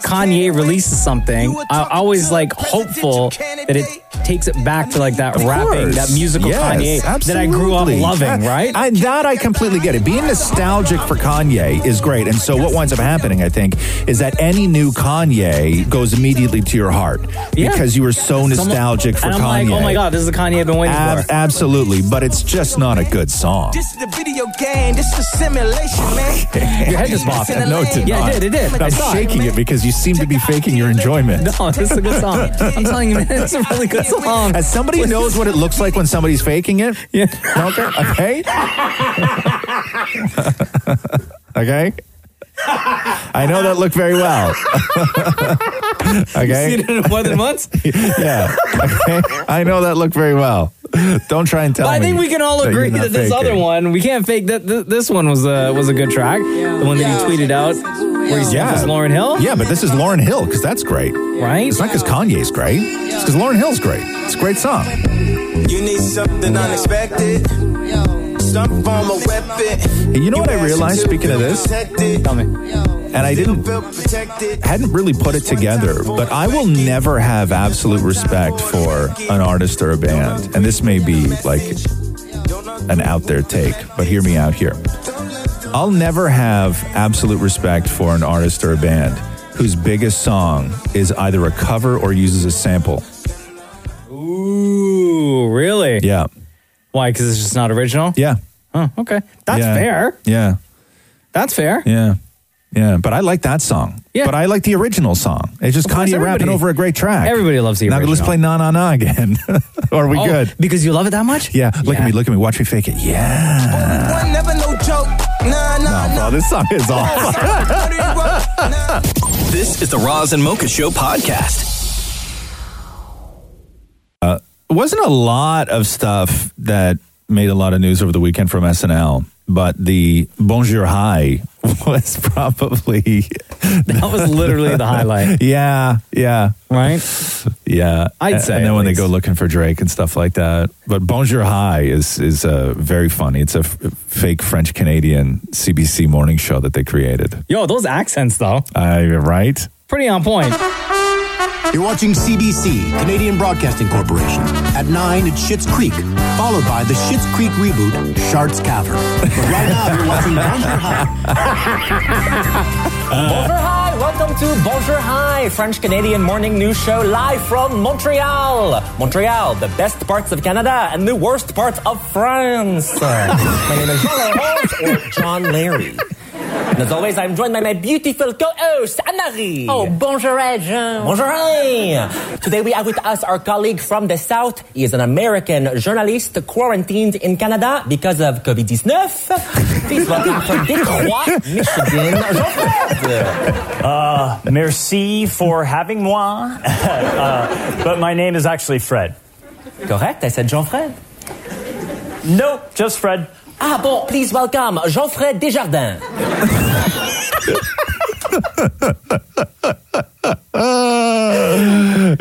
Kanye releases something, I'm always like hopeful that it takes it back to like that
Of
rapping,
course.
that musical
Yes,
Kanye that I grew up
absolutely.
loving,
Yeah.
right?
I, that I completely get it. Being nostalgic for Kanye is great. And so what winds up happening, I think, is that any new Kanye goes immediately to your heart
Yeah.
because you were so
Someone-
nostalgic for
and I'm
Kanye.
like, oh my god, this is the Kanye I've been waiting
Ab-
for.
absolutely, but it's just not a good song.
This is the video game. This is a simulation, man.
Your head just popped.
No, it did
Yeah, it
not.
did, it did.
And
I
I'm
saw it.
shaking it because you seem to be faking your enjoyment.
No, this is a good song. I'm telling you, man, it's a really good song.
As somebody who knows what it looks like when somebody's faking it.
Yeah.
Okay. Okay. okay. I know that look very well. okay.
You've seen it more than once.
yeah. Okay. I know that look very well. Don't try and tell
But I
me.
think we can all
you're
agree
not
that, this
faking.
other one we can't fake. That th- this one was a was a good track. The one that he tweeted out where he
Yeah.
yeah. was Lauren Hill.
Yeah, but this is Lauren Hill because that's great.
Right?
It's not because Kanye's great. It's because Lauren Hill's great. It's a great song.
You need something unexpected. Some form of weapon.
And you know what I realized speaking of this?
Tell
me.
And I didn't hadn't really put it together, but I will never have absolute respect for an artist or a band. And this may be like an out there take, but hear me out here. I'll never have absolute respect for an artist or a band whose biggest song is either a cover or uses a sample.
Ooh, really?
Yeah.
Why? Because it's just not original.
Yeah.
Oh, okay. That's
Yeah.
fair.
Yeah.
That's fair.
Yeah. Yeah. But I like that song.
Yeah.
But I like the original song. It's just
Of course,
Kanye rapping
everybody-
over a great track.
Everybody loves the
now
original.
let's play Na Na Na again. Are we
Oh,
good?
Because you love it that much?
Yeah. Look at me. Look at me. Watch me fake it. Yeah.
One never no joke. Nah, nah,
No, bro, this song is awful.
This is the Roz and Mocha Show podcast.
Uh, it wasn't a lot of stuff that made a lot of news over the weekend from SNL, but the Bonjour High was probably
That was literally the highlight.
Yeah, yeah,
right.
Yeah,
I'd
and,
say
And
at
then when they
least.
go looking for Drake and stuff like that. But Bonjour High is is uh, very funny. It's a f- fake French Canadian CBC morning show that they created.
Yo, those accents though.
I right.
Pretty on point.
You're watching CBC, Canadian Broadcasting Corporation. At 9, it's Schitt's Creek, followed by the Schitt's Creek reboot, Shart's Cavern. But right now, you're watching Bonjour
Bonjour, hi. Welcome to Bonjour, hi, French Canadian morning news show live from Montreal. Montreal, the best parts of Canada and the worst parts of France. my name is Jean Laurent or John Larry. And as always, I'm joined by my beautiful co-host, Anne-Marie. Oh, bonjour, Jean. Bonjour. hi. Today we have with us our colleague from the South. He is an American journalist quarantined in Canada because of COVID-19. Please welcome from Detroit, Michigan,
Uh, merci for having moi. uh, but my name is actually Fred.
Correct, I said Jean-Fred.
No, just Fred.
Ah bon, please welcome Jean-Fred Desjardins.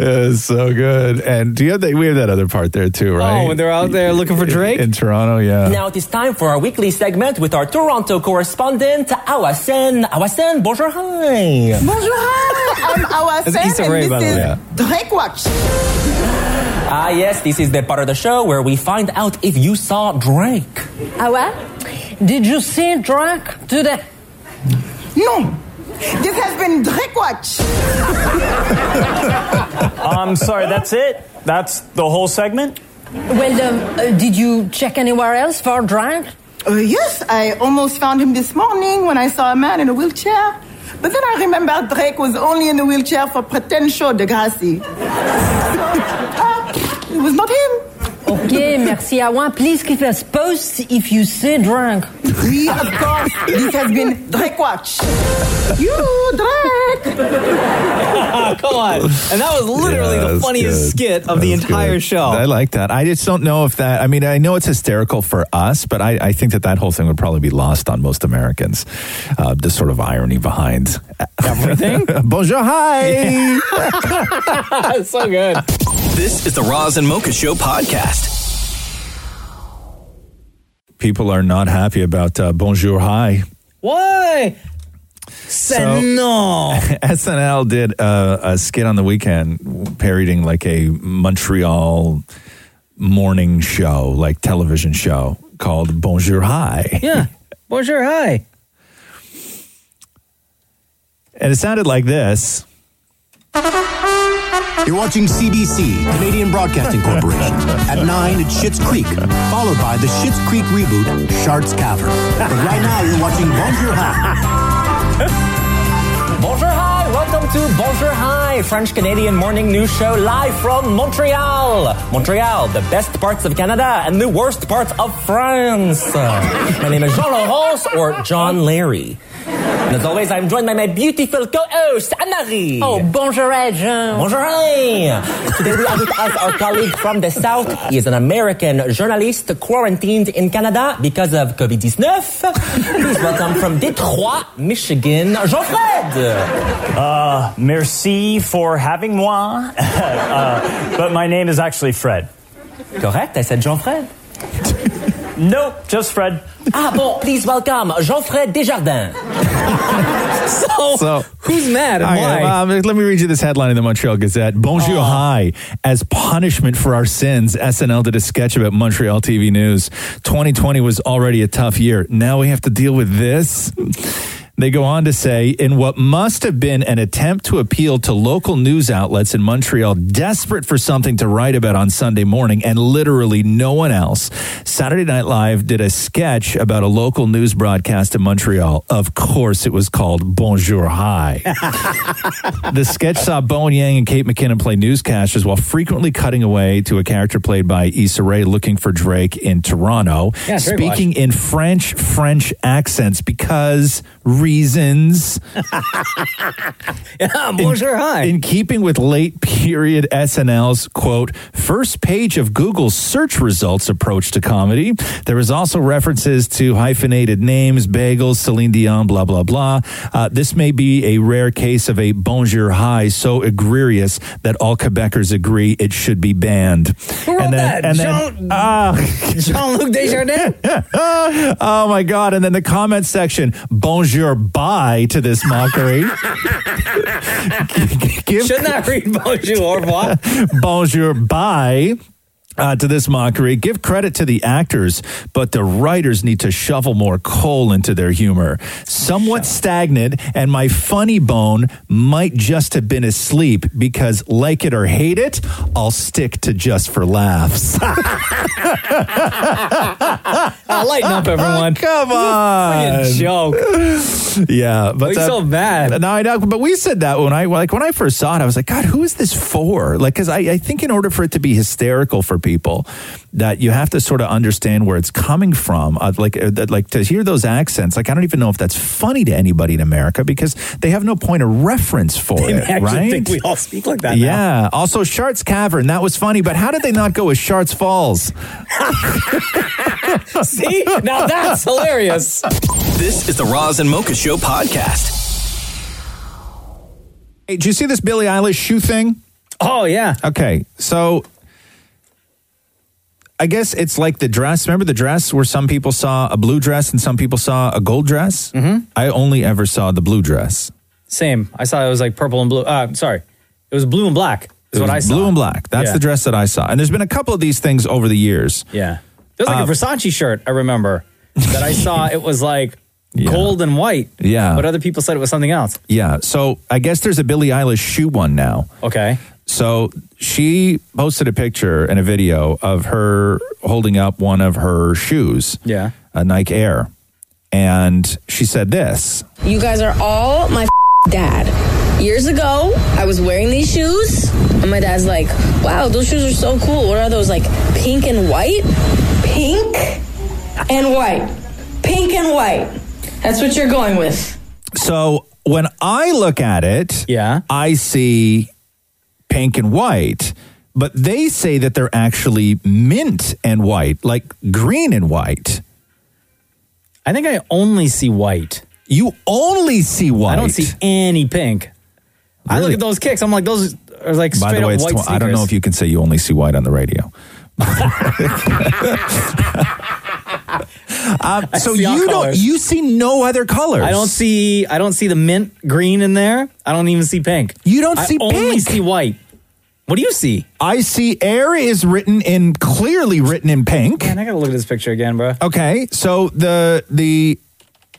it's so good. And do you have that? We have that other part there too, right?
Oh, when they're out there looking for Drake?
in, in Toronto. Yeah.
Now it is time for our weekly segment with our Toronto correspondent, Awasen. Awasen, bonjour, hi.
Bonjour, hi. I'm Awa
That's
Sen,
Issa
and
Rae,
this
by the
is
way. Yeah.
Drake Watch.
Ah yes, this is the part of the show where we find out if you saw Drake.
Awa, did you see Drake today? No. This has been Drake Watch.
I'm sorry, that's it? That's the whole segment?
Well, um, uh, did you check anywhere else for Drake? Uh, yes, I almost found him this morning when I saw a man in a wheelchair. But then I remembered Drake was only in the wheelchair for pretend show Degrassi. so, uh, it was not him.
Okay, merci Awan. Please keep us posted if you say drunk.
We, of course, this has been Drake Watch. You, Drake!
Come on. And that was literally
Yeah,
the
that's
funniest
good.
skit of the
That's
entire
good.
show.
I like that. I just don't know if that. I mean, I know it's hysterical for us, but I, I think that that whole thing would probably be lost on most Americans. Uh, the sort of irony behind everything. Bonjour, hi.
so good.
This is the Roz and Mocha Show podcast.
People are not happy about uh, Bonjour, hi.
Why? Said no.
SNL did uh, a skit on the weekend parodying like a Montreal morning show, like television show called Bonjour Hi.
Yeah. Bonjour, hi.
And it sounded like this.
You're watching CBC, Canadian Broadcasting Corporation. At 9, it's Schitt's Creek, followed by the Schitt's Creek reboot, Shart's Cavern. But right now, you're watching Bonjour
Bonjour, hi. Welcome to Bonjour, hi, French Canadian morning news show live from Montreal. Montreal, the best parts of Canada and the worst parts of France. my name is Jean Laurent or John Larry. And as always, I'm joined by my beautiful co-host, Anne-Marie.
Oh, bonjour, Jean.
Bonjour. hi. Today we have with us our colleague from the South. He is an American journalist quarantined in Canada because of COVID-19. Please welcome from Detroit, Michigan, Jean-Fred.
Uh, merci for having moi. uh, but my name is actually Fred.
Correct, I said Jean-Fred.
No, just Fred.
Ah bon, please welcome Jean-Fred Desjardins. so, who's mad and
All right,
why?
well, Um, let me read you this headline in the Montreal Gazette. Bonjour, hi. As punishment for our sins, SNL did a sketch about Montreal TV news. 2020 was already a tough year. Now we have to deal with this. They go on to say, in what must have been an attempt to appeal to local news outlets in Montreal, desperate for something to write about on Sunday morning, and literally no one else, Saturday Night Live did a sketch about a local news broadcast in Montreal. Of course, it was called Bonjour Hi. the sketch saw Bowen Yang and Kate McKinnon play newscasters while frequently cutting away to a character played by Issa Rae looking for Drake in Toronto,
Yeah, Drake
speaking in French French accents because real reasons.
yeah,
in, in keeping with late period SNL's quote first page of Google's search results approach to comedy, there was also references to hyphenated names, bagels, Celine Dion, blah blah blah. Uh, this may be a rare case of a bonjour high so egregious that all Quebecers agree it should be banned.
Who wrote that? Jean- Jean-Luc Desjardins?
oh my god! And then the comment section: bonjour, bye to this mockery.
Shouldn't I read bonjour au revoir?
bonjour, bye. Uh, to this mockery, give credit to the actors, but the writers need to shovel more coal into their humor. Somewhat stagnant, and my funny bone might just have been asleep because, like it or hate it, I'll stick to just for laughs.
Ah, lighten up, everyone.
Come on.
Friggin' joke.
yeah,
Like,
but
so
bad. No, I know. But we said that when I like when I first saw it, I was like, God, who is this for? Like, because I, I think in order for it to be hysterical for people, that you have to sort of understand where it's coming from. Uh, like, uh, that, like to hear those accents, like I don't even know if that's funny to anybody in America because they have no point of reference for
They
it,
actually
right?
think we all speak like that now.
yeah. Also, Shart's Cavern. That was funny, but how did they not go with Shart's Falls?
See? Now that's hilarious.
This is the Roz and Mocha Show podcast.
Hey, did you see this Billie Eilish shoe thing?
Oh yeah.
Okay, so I guess it's like the dress. Remember the dress where some people saw a blue dress and some people saw a gold dress? Mm-hmm. I only ever saw the blue dress.
Same. I saw it was like purple and blue. Uh, sorry. It was blue and black. Is
It
what I
was
saw.
Blue and black. That's
Yeah.
the dress that I saw. And there's been a couple of these things over the years.
Yeah. There was like a
Uh,
Versace shirt, I remember, that I saw. It was like gold and white.
Yeah.
But other people said it was something else.
Yeah. So I guess there's a Billie Eilish shoe one now.
Okay.
So she posted a picture and a video of her holding up one of her shoes,
Yeah.
a Nike Air. And she said this.
You guys are all my dad. Years ago, I was wearing these shoes, and my dad's like, wow, those shoes are so cool. What are those? Like pink and white? Pink and white. Pink and white. That's what you're going with.
So when I look at it,
yeah,
I see pink and white, but they say that they're actually mint and white, like green and white.
I think I only see white.
You only see white.
I don't see any pink. I look at those kicks. I'm like, those are like straight
By the way,
up
it's
white
tw- I don't know if you can say you only see white on the radio. Um, so
see all
you don't
colors.
you see no other colors.
I don't see. I don't see the mint green in there. I don't even see pink.
You don't
I
see
Only
pink.
see white. What do you see?
I see air is written in clearly written in pink.
Man, I gotta look at this picture again, bro.
Okay, so the the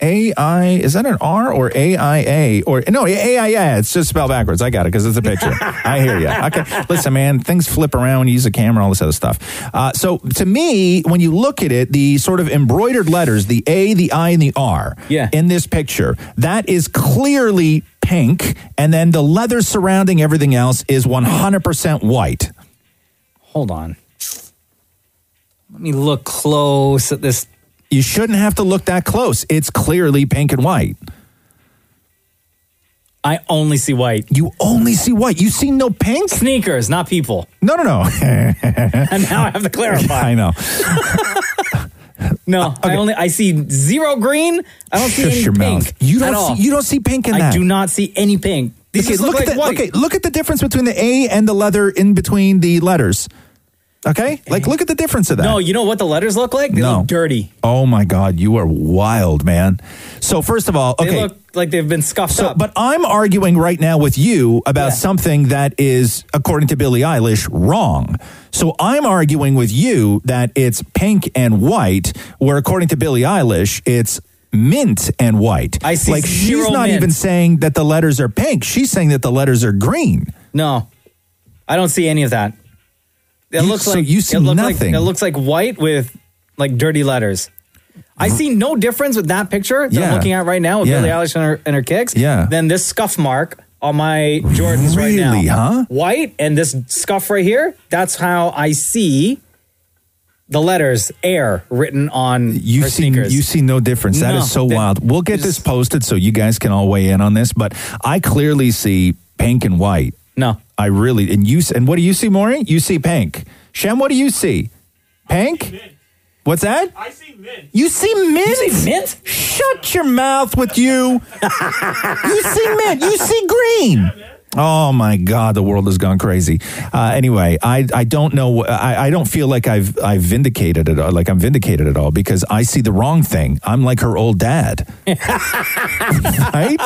AI is that an R or AIA or no AIA? It's just spelled backwards. I got it because it's a picture. I hear you. Okay, listen, man, things flip around when you use a camera, all this other stuff. Uh, so to me, when you look at it, the sort of embroidered letters, the A, the I, and the R,
Yeah.
in this picture, that is clearly pink, and then the leather surrounding everything else is one hundred percent white.
Hold on. Let me look close at this.
You shouldn't have to look that close. It's clearly pink and white.
I only see white.
You only see white. You see no pink.
Sneakers, not people.
No, no, no. and
now I have to clarify.
I know.
No, I only I see zero green. I don't see
Shush
any
your
pink.
mouth. You don't
at
see-
all.
you don't see pink in
I
that.
do not see any pink. These
okay,
just look,
look,
like
at the,
white.
okay, look at the difference between the A and the leather in between the letters. Okay? Like look at the difference of that.
No, you know what the letters look like? They look dirty.
Oh my god, you are wild, man. So first of all, okay.
They look like they've been scuffed
so,
up.
but I'm arguing right now with you about something that is, according to Billie Eilish, wrong. So I'm arguing with you that it's pink and white, where according to Billie Eilish, it's mint and white. I
see
Like she's
zero
not
mint.
even saying that the letters are pink. She's saying that the letters are green.
No, I don't see any of that. It
You-
looks
so
like
you see
it look
nothing.
Like, it looks like white with like dirty letters. I see no difference with that picture that
Yeah.
I'm looking at right now with
Yeah.
Billie Eilish and her, and her kicks.
Yeah.
Than this scuff mark on my Jordans right now.
Really, huh?
White and this scuff right here. That's how I see the letters air written on
You
her
see,
sneakers.
you see no difference. That is
No.
so
That-
wild. We'll get this posted so you guys can all weigh in on this. But I clearly see pink and white.
No,
I really and you s- and what do you see, Maury? You see pink. Shem, what do you see? Pink. What's that? I see mint. You see mint. You see mint. Shut your mouth with you. you see mint. You see green. Oh my God, the world has gone crazy. Uh, anyway, I, I don't know. I, I don't feel like I've I've vindicated it. Like I'm vindicated at all because I see the wrong thing. I'm like her old dad, right?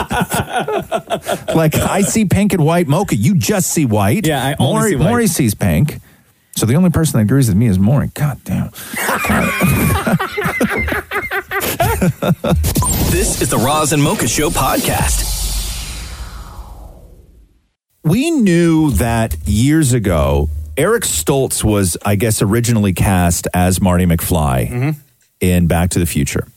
like I see pink and white. Mocha, you just see white. Yeah, I
only see white.
Maury sees pink. So the only person that agrees with me is Maury. God damn.
This is the Roz and Mocha Show podcast.
we knew that years ago. Eric Stoltz was, I guess, originally cast as Marty McFly in Back to the Future.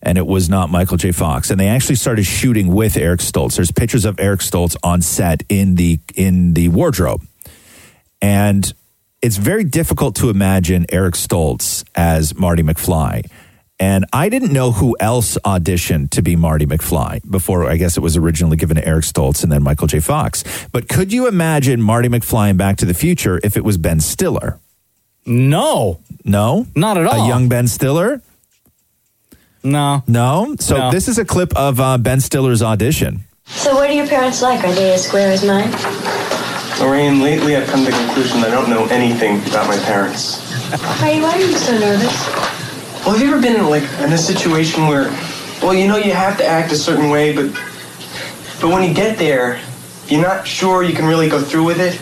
And it was not Michael J. Fox. And they actually started shooting with Eric Stoltz. There's pictures of Eric Stoltz on set in the in the wardrobe. And it's very difficult to imagine Eric Stoltz as Marty McFly. And I didn't know who else auditioned to be Marty McFly before I guess it was originally given to Eric Stoltz and then Michael J. Fox. But could you imagine Marty McFly in Back to the Future if it was Ben Stiller?
No.
No?
Not at all.
A young Ben Stiller?
No.
No? So
No.
this is a clip of uh, Ben Stiller's audition.
So, what are your parents like? Are they as square as mine?
Lorraine, lately I've come to the conclusion I don't know anything about my parents.
Why why are you so nervous?
Well, have you ever been like in a situation where, well, you know you have to act a certain way, but but when you get there, you're not sure you can really go through with it.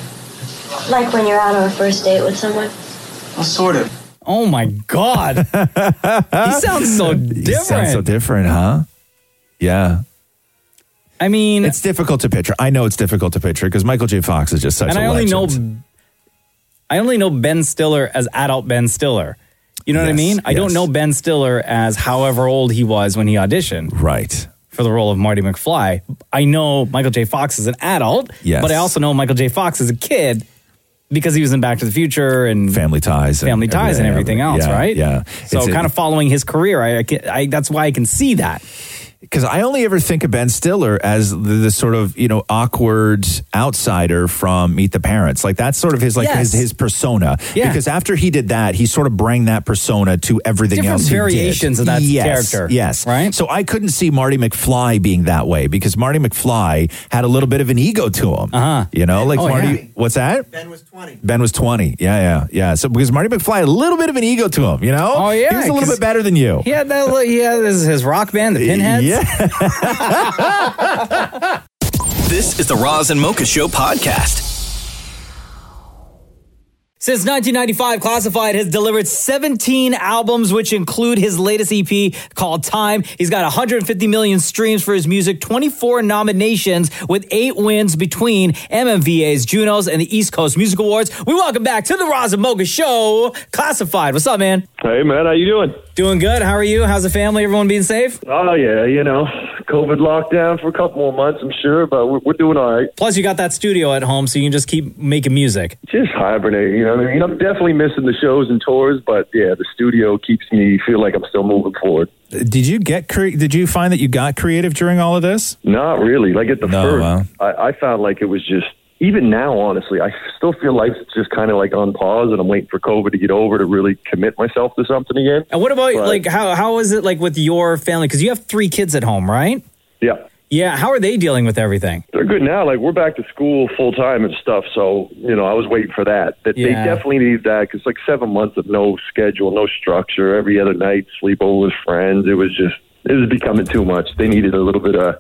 Like when you're out on a first date with someone?
Well, sort of.
Oh my God. he sounds so different.
He sounds so different, huh? Yeah.
I mean,
it's difficult to picture. I know it's difficult to picture because Michael J. Fox is just such
and
a
I only
legend.
know I only know Ben Stiller as adult Ben Stiller. You know what I mean? I don't know Ben Stiller as however old he was when he auditioned.
Right.
For the role of Marty McFly. I know Michael J. Fox is an adult,
Yes.
but I also know Michael J. Fox is a kid because he was in Back to the Future and
Family Ties and
Family Ties and
everything,
everything else,
yeah,
right?
yeah.
So
It's a-
kind of following his career, I, I, can, I that's why I can see that.
because I only ever think of Ben Stiller as the, the sort of you know awkward outsider from Meet the Parents. Like that's sort of his like
Yes.
his, his persona.
Yeah.
Because after he did that, he sort of bring that persona to everything
Different
else. he did.
variations of that
Yes,
character.
Yes, right. So I couldn't see Marty McFly being that way because Marty McFly had a little bit of an ego to him.
Uh-huh.
Uh huh. You know, like
Oh,
Marty.
yeah.
What's that? Ben was twenty. Ben was twenty. Yeah, yeah, yeah. So because Marty McFly had a little bit of an ego to him. You know.
Oh, yeah,
He was a little
'cause-
bit better than you.
He had that little, he had his, his rock band, the Pinheads.
Yeah.
This is the Roz and Mocha Show podcast.
Since 1995, Classified has delivered 17 albums, which include his latest EP called Time. He's got 150 million streams for his music, 24 nominations with eight wins between MMVA's Junos and the East Coast Music Awards. We welcome back to the Roz and Mocha Show, Classified. What's up, man?
Hey man, how you doing?
Doing good. How are you? How's the family? Everyone being safe?
Oh yeah, you know, COVID lockdown for a couple more months, I'm sure, but we're, we're doing all right.
Plus, you got that studio at home, so you can just keep making music.
Just hibernating, you know. What I mean, I'm definitely missing the shows and tours, but yeah, the studio keeps me feel like I'm still moving forward.
Did you get cre- did you find that you got creative during all of this?
Not really. Like at the
No,
first,
wow.
I, I found like it was just. Even now, honestly, I still feel life's just kind of like on pause, and I'm waiting for COVID to get over to really commit myself to something again.
And what about
But-
like how how is it like with your family? Because you have three kids at home, right?
Yeah.
Yeah. How are they dealing with everything?
They're good now. Like we're back to school full time and stuff. So you know, I was waiting for that. That they
Yeah.
definitely need that because like seven months of no schedule, no structure. Every other night, sleep over with friends. It was just it was becoming too much. They needed a little bit of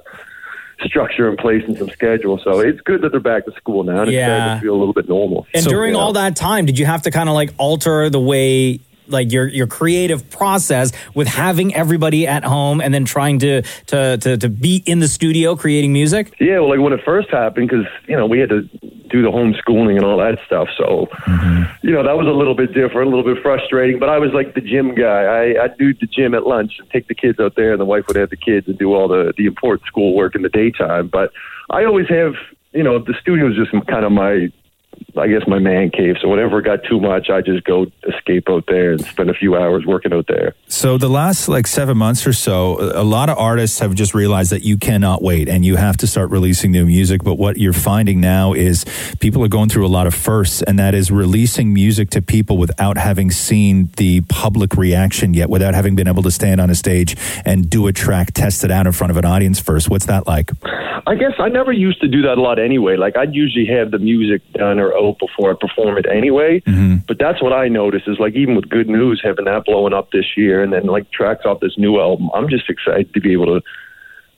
structure in place and some schedule. So it's good that they're back to school now. And It's
Yeah.
starting to feel a little bit normal.
And during all that time, did you have to kind of like alter the way like your your creative process with having everybody at home and then trying to to to, to be in the studio creating music?
Yeah, well, like when it first happened, because you know we had to do the homeschooling and all that stuff. So, you know, that was a little bit different, a little bit frustrating. But I was like the gym guy. I I do the gym at lunch and take the kids out there, and the wife would have the kids and do all the the important schoolwork in the daytime. But I always have, you know, the studio's just kind of my I guess my man cave. So whenever it got too much, I just go escape out there and spend a few hours working out there.
So the last like seven months or so, a lot of artists have just realized that you cannot wait and you have to start releasing new music. But what you're finding now is people are going through a lot of firsts, and that is releasing music to people without having seen the public reaction yet, without having been able to stand on a stage and do a track, test it out in front of an audience first. What's that like?
I guess I never used to do that a lot anyway. Like I'd usually have the music done or out before I perform it anyway. But that's what I notice is like even with good news having that blowing up this year and then like tracks off this new album, I'm just excited to be able to.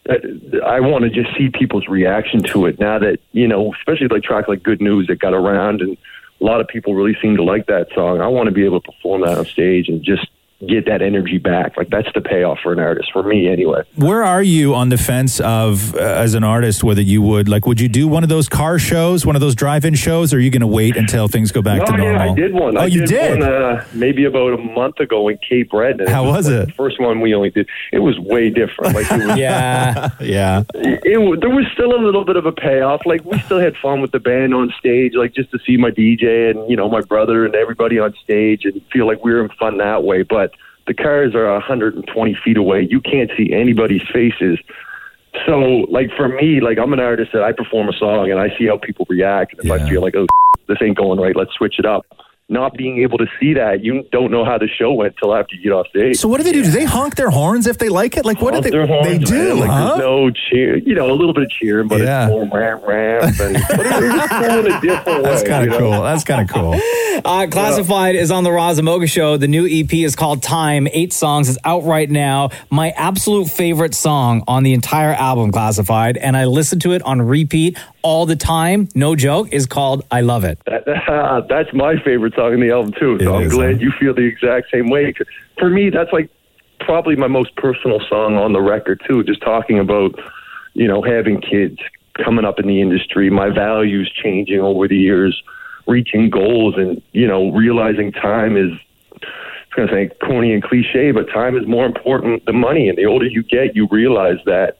I- I want to just see people's reaction to it now that you know, especially like tracks like Good News that got around and a lot of people really seem to like that song. I want to be able to perform that on stage and just get that energy back. Like that's the payoff for an artist for me anyway.
Where are you on the fence of, uh, as an artist, whether you would like, would you do one of those car shows, one of those drive-in shows, or are you going to wait until things go back
oh,
to normal?
Yeah, I did one.
Oh,
I
you did.
One, uh, maybe about a month ago in Cape Breton.
How was
like
it?
The first one we only did. It was way different. Like it was,
yeah, yeah.
It, it, there was still a little bit of a payoff. Like we still had fun with the band on stage. Like just to see my DJ and you know my brother and everybody on stage and feel like we were in fun that way. But the cars are 120 feet away. You can't see anybody's faces. So, like for me, like I'm an artist that I perform a song and I see how people react. And if I feel like, oh, this ain't going right, let's switch it up. Not being able to see that, you don't know how the show went till after you get off stage.
So what do they do? Do they honk their horns if they like it? Like what do they?
Their horns,
They do,
man, Like,
huh?
There's no cheer, you know, a little bit of cheering, but
Yeah.
it's more ramp, ramp, and but it- it's cool in a different
That's
way,
kind
you
of
know?
cool. That's kind of cool.
Uh, Classified is on the Razamoga Show. The new EP is called Time. Eight songs. It's out right now. My absolute favorite song on the entire album, Classified, and I listen to it on repeat all the time. No joke. Is called I Love It.
That- that's my favorite song in the album too. So I'm glad you feel the exact same way. For me, that's like probably my most personal song on the record too. Just talking about you know having kids, coming up in the industry, my values changing over the years, reaching goals, and you know realizing time is. I was gonna say corny and cliche, but time is more important than money. And the older you get, you realize that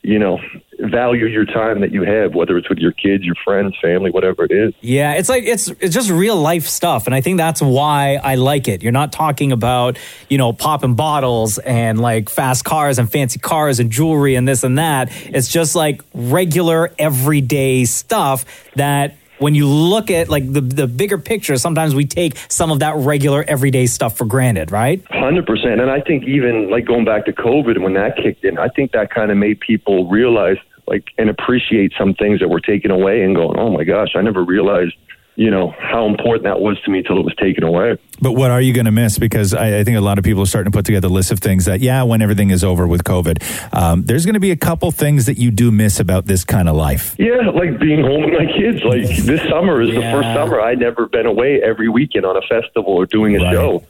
you know value your time that you have, whether it's with your kids, your friends, family, whatever it is.
Yeah, it's like it's it's just real life stuff, and I think that's why I like it. You're not talking about you know popping bottles and like fast cars and fancy cars and jewelry and this and that. It's just like regular everyday stuff that when you look at like the the bigger picture, sometimes we take some of that regular everyday stuff for granted, right?
Hundred percent, and I think even like going back to COVID when that kicked in, I think that kind of made people realize like and appreciate some things that were taken away and going, oh my gosh, I never realized you know how important that was to me till it was taken away.
But what are you going to miss? Because I, I think a lot of people are starting to put together lists of things that, yeah, when everything is over with COVID, um, there's going to be a couple things that you do miss about this kind of life.
Yeah, like being home with my kids. Like this summer is the first summer I'd never been away every weekend on a festival or doing a show.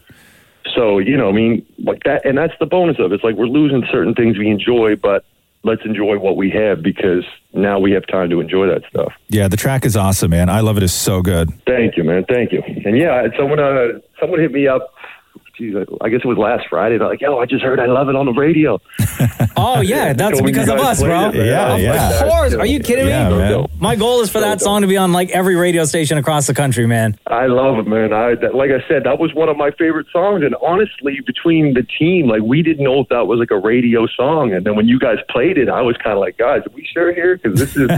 So, you know, I mean, like that, and that's the bonus of it. It's like we're losing certain things we enjoy, but let's enjoy what we have because now we have time to enjoy that stuff.
Yeah, the track is awesome, man. I love it. It's so good.
Thank you, man. Thank you. And yeah, someone uh, someone hit me up. Geez, uh, I guess it was last Friday. They're like, "Yo, I just heard I love it on the radio."
Oh yeah, that's
Told me
because
you
of
guys
us,
played
bro.
it, man.
of
Yeah, yeah.
course. Are you kidding
Yeah,
me?
man.
My goal is for that song to be on like every radio station across the country, man.
I love it, man. I that, like I said, that was one of my favorite songs. And honestly, between the team, like we didn't know if that was like a radio song. And then when you guys played it, I was kind of like, guys, are we sure here? Because this is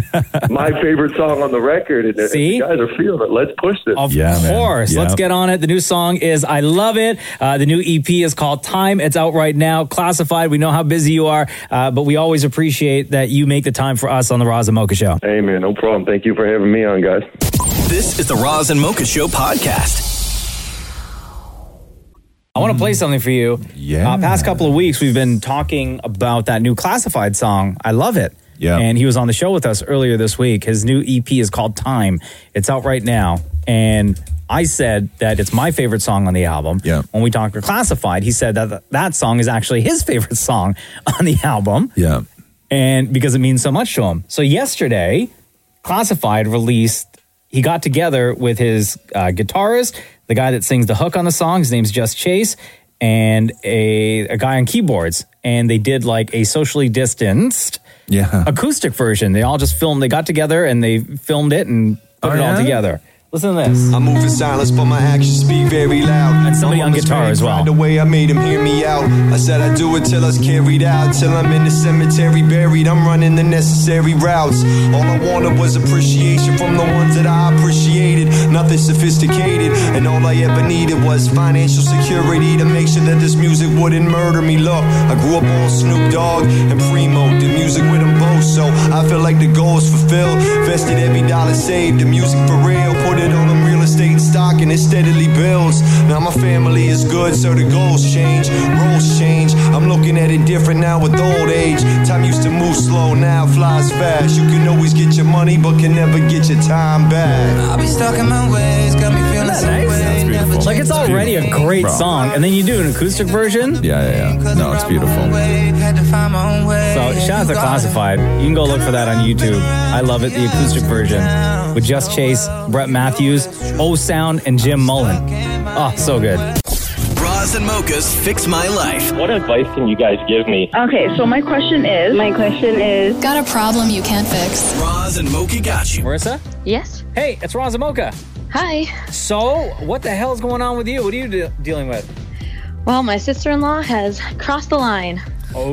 my favorite song on the record. And, and
See?
you guys are feeling it. Let's push this.
Of course. Let's get on it. The new song is I Love It. Uh, the new EP is called Time. It's out right now. Classified. We know how busy you are, uh, but we always appreciate that you make the time for us on The Roz and Mocha Show.
Hey, man, no problem. Thank you for having me on, guys.
This is the Roz and Mocha Show podcast.
I want to play something for you. Yeah. Uh, past couple of weeks, we've been talking about that new Classified song. I love it. Yeah. And he was on the show with us earlier this week. His new EP is called Time. It's out right now. And I said that it's my favorite song on the album. Yeah. When we talked to Classified, he said that that song is actually his favorite song on the album.
Yeah.
And because it means so much to him. So yesterday, Classified released. He got together with his uh, guitarist, the guy that sings the hook on the song. His name's Just Chase, and a a guy on keyboards, and they did like a socially distanced
yeah.
acoustic version. They all just filmed. They got together and they filmed it and put
Oh,
it all
yeah?
together. Listen to this.
I move in silence, but my actions speak very loud. And somebody on guitar as well. The way I made him hear me out. I said I do it till I was carried out, till I'm in the cemetery buried. I'm running the necessary routes. All I wanted was appreciation from the ones that I appreciated. Nothing sophisticated, and all I ever needed was financial security to make sure that this music wouldn't murder me. Look, I grew up on Snoop Dogg and Primo, did music with them both, so I feel like the goal is fulfilled. Invested every dollar saved, the music for real. Put it on them real estate and stock, and it steadily builds. Now my family is good, so the goals change, roles change. I'm looking at it different now with old age. Time used to move slow, now it flies fast. You can always get your money, but can never get your time back. I'll be stuck in my ways, got me feeling
Like it's already a great
Bro.
song, and then you do an acoustic version.
Yeah, yeah, yeah. No, it's beautiful.
So shout out to Classified. You can go look for that on YouTube. I love it, the acoustic version with Just Chase, Brett Matthews, O Sound, and Jim Mullen. Oh, so good.
Roz and Mocha's Fix My Life.
What advice can you guys give me?
Okay, so my question is. My question is.
Got a problem you can't fix.
Roz and Mocha got you.
Marissa?
Yes?
Hey, it's Roz and Mocha.
Hi.
So, what the hell's going on with you? What are you de- dealing with?
Well, my sister in law has crossed the line.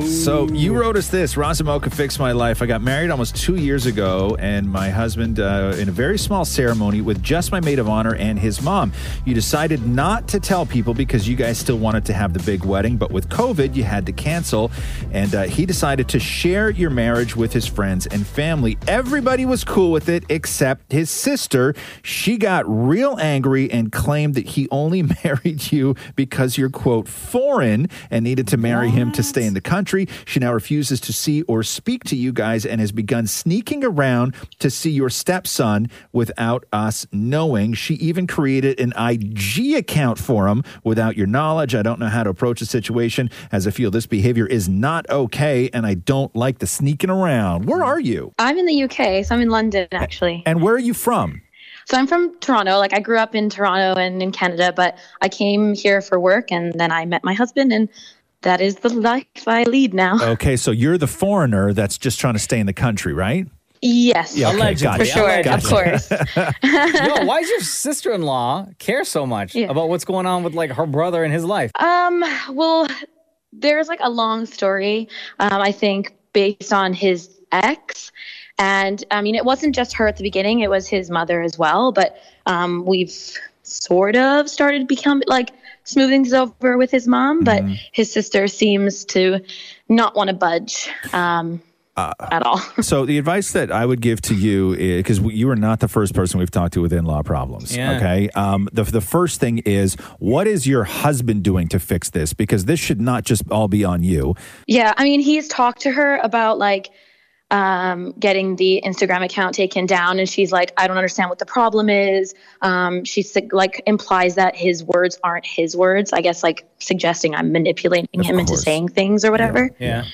So you wrote us this, Razamoka fixed my life. I got married almost two years ago, and my husband, uh, in a very small ceremony with just my maid of honor and his mom. You decided not to tell people because you guys still wanted to have the big wedding, but with COVID, you had to cancel. And uh, he decided to share your marriage with his friends and family. Everybody was cool with it except his sister. She got real angry and claimed that he only married you because you're quote foreign and needed to marry him to stay in the country. She now refuses to see or speak to you guys and has begun sneaking around to see your stepson without us knowing. She even created an IG account for him without your knowledge. I don't know how to approach the situation as I feel this behavior is not okay and I don't like the sneaking around. Where are you?
I'm in the UK, so I'm in London, actually.
And where are you from?
So I'm from Toronto. Like, I grew up in Toronto and in Canada, but I came here for work and then I met my husband, and that is the life I lead now.
Okay, so you're the foreigner that's just trying to stay in the country, right?
Yes.
Yeah, okay, got it.
For sure,
Got
of
it.
course.
Yo, why does your sister-in-law care so much
Yeah.
about what's going on with like her brother and his life?
Um, well, there's like a long story, um, I think, based on his ex. And I mean, it wasn't just her at the beginning, it was his mother as well. But um, we've sort of started become like smoothing things over with his mom, but his sister seems to not want to budge. Um, at all.
Uh, so the advice that I would give to you is because you are not the first person we've talked to with in-law problems.
Yeah.
Okay. Um, the the first thing is what is your husband doing to fix this? Because this should not just all be on you.
Yeah, I mean, he's talked to her about like um, getting the Instagram account taken down, and she's like, "I don't understand what the problem is." Um, she su- like implies that his words aren't his words. I guess like suggesting I'm manipulating him into saying things or whatever.
Yeah.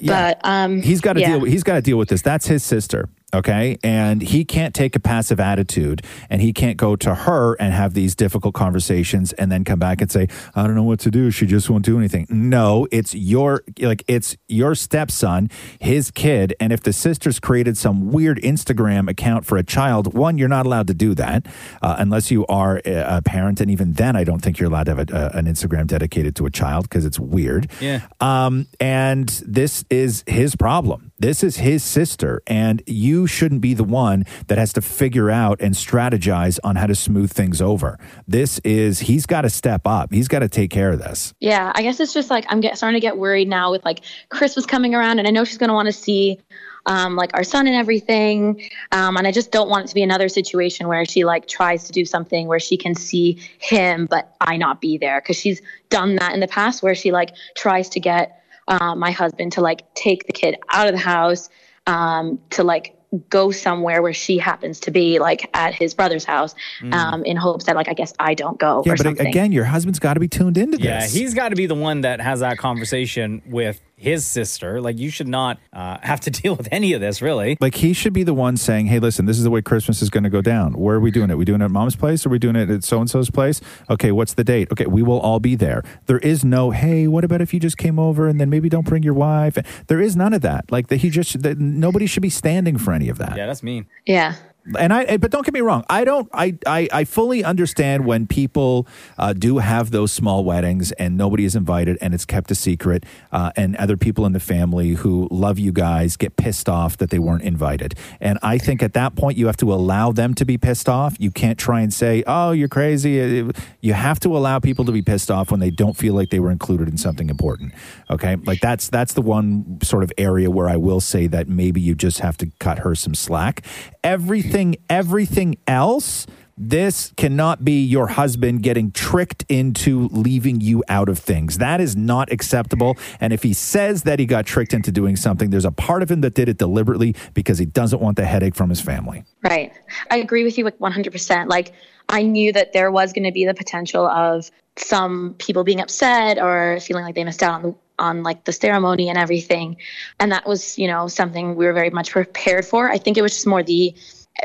But um,
He's got to
yeah.
deal. He's got to deal with this. That's his sister. Okay. And he can't take a passive attitude and he can't go to her and have these difficult conversations and then come back and say, I don't know what to do. She just won't do anything. No, it's your, like, it's your stepson, his kid. And if the sister's created some weird Instagram account for a child, one, you're not allowed to do that uh, unless you are a, a parent. And even then, I don't think you're allowed to have a, a, an Instagram dedicated to a child because it's weird.
Yeah.
Um, and this is his problem. This is his sister, and you shouldn't be the one that has to figure out and strategize on how to smooth things over. This is, he's got to step up. He's got to take care of this.
Yeah, I guess it's just like I'm get, starting to get worried now with like Christmas coming around, and I know she's going to want to see um, like our son and everything, um, and I just don't want it to be another situation where she like tries to do something where she can see him but I not be there because she's done that in the past where she like tries to get uh, my husband to like take the kid out of the house um, to like go somewhere where she happens to be like at his brother's house
Mm.
um, in hopes that like I guess I don't go
yeah,
or
but
something.
again, your husband's got to be tuned into
Yeah,
this.
he's got to be the one that has that conversation with his sister. Like, you should not uh, have to deal with any of this, really.
Like he should be the one saying, "Hey, listen, this is the way Christmas is going to go down. Where are we doing it? we doing it at mom's place? Are we doing it at so and so's place? Okay, what's the date? Okay, we will all be there. There is no, hey, what about if you just came over and then maybe don't bring your wife? There is none of that. Like that, he just that nobody should be standing for any of that.
Yeah, that's mean.
Yeah.
and I, but don't get me wrong. I don't. I, I, I fully understand when people uh, do have those small weddings and nobody is invited and it's kept a secret, uh, and other people in the family who love you guys get pissed off that they weren't invited. And I think at that point you have to allow them to be pissed off. You can't try and say, "Oh, you're crazy." It- it- You have to allow people to be pissed off when they don't feel like they were included in something important. Okay, like that's that's the one sort of area where I will say that maybe you just have to cut her some slack. Everything, everything else, this cannot be your husband getting tricked into leaving you out of things. That is not acceptable. And if he says that he got tricked into doing something, there's a part of him that did it deliberately because he doesn't want the headache from his family.
Right. I agree with you like 100%. Like I knew that there was going to be the potential of some people being upset or feeling like they missed out on the on like the ceremony and everything. And that was, you know, something we were very much prepared for. I think it was just more the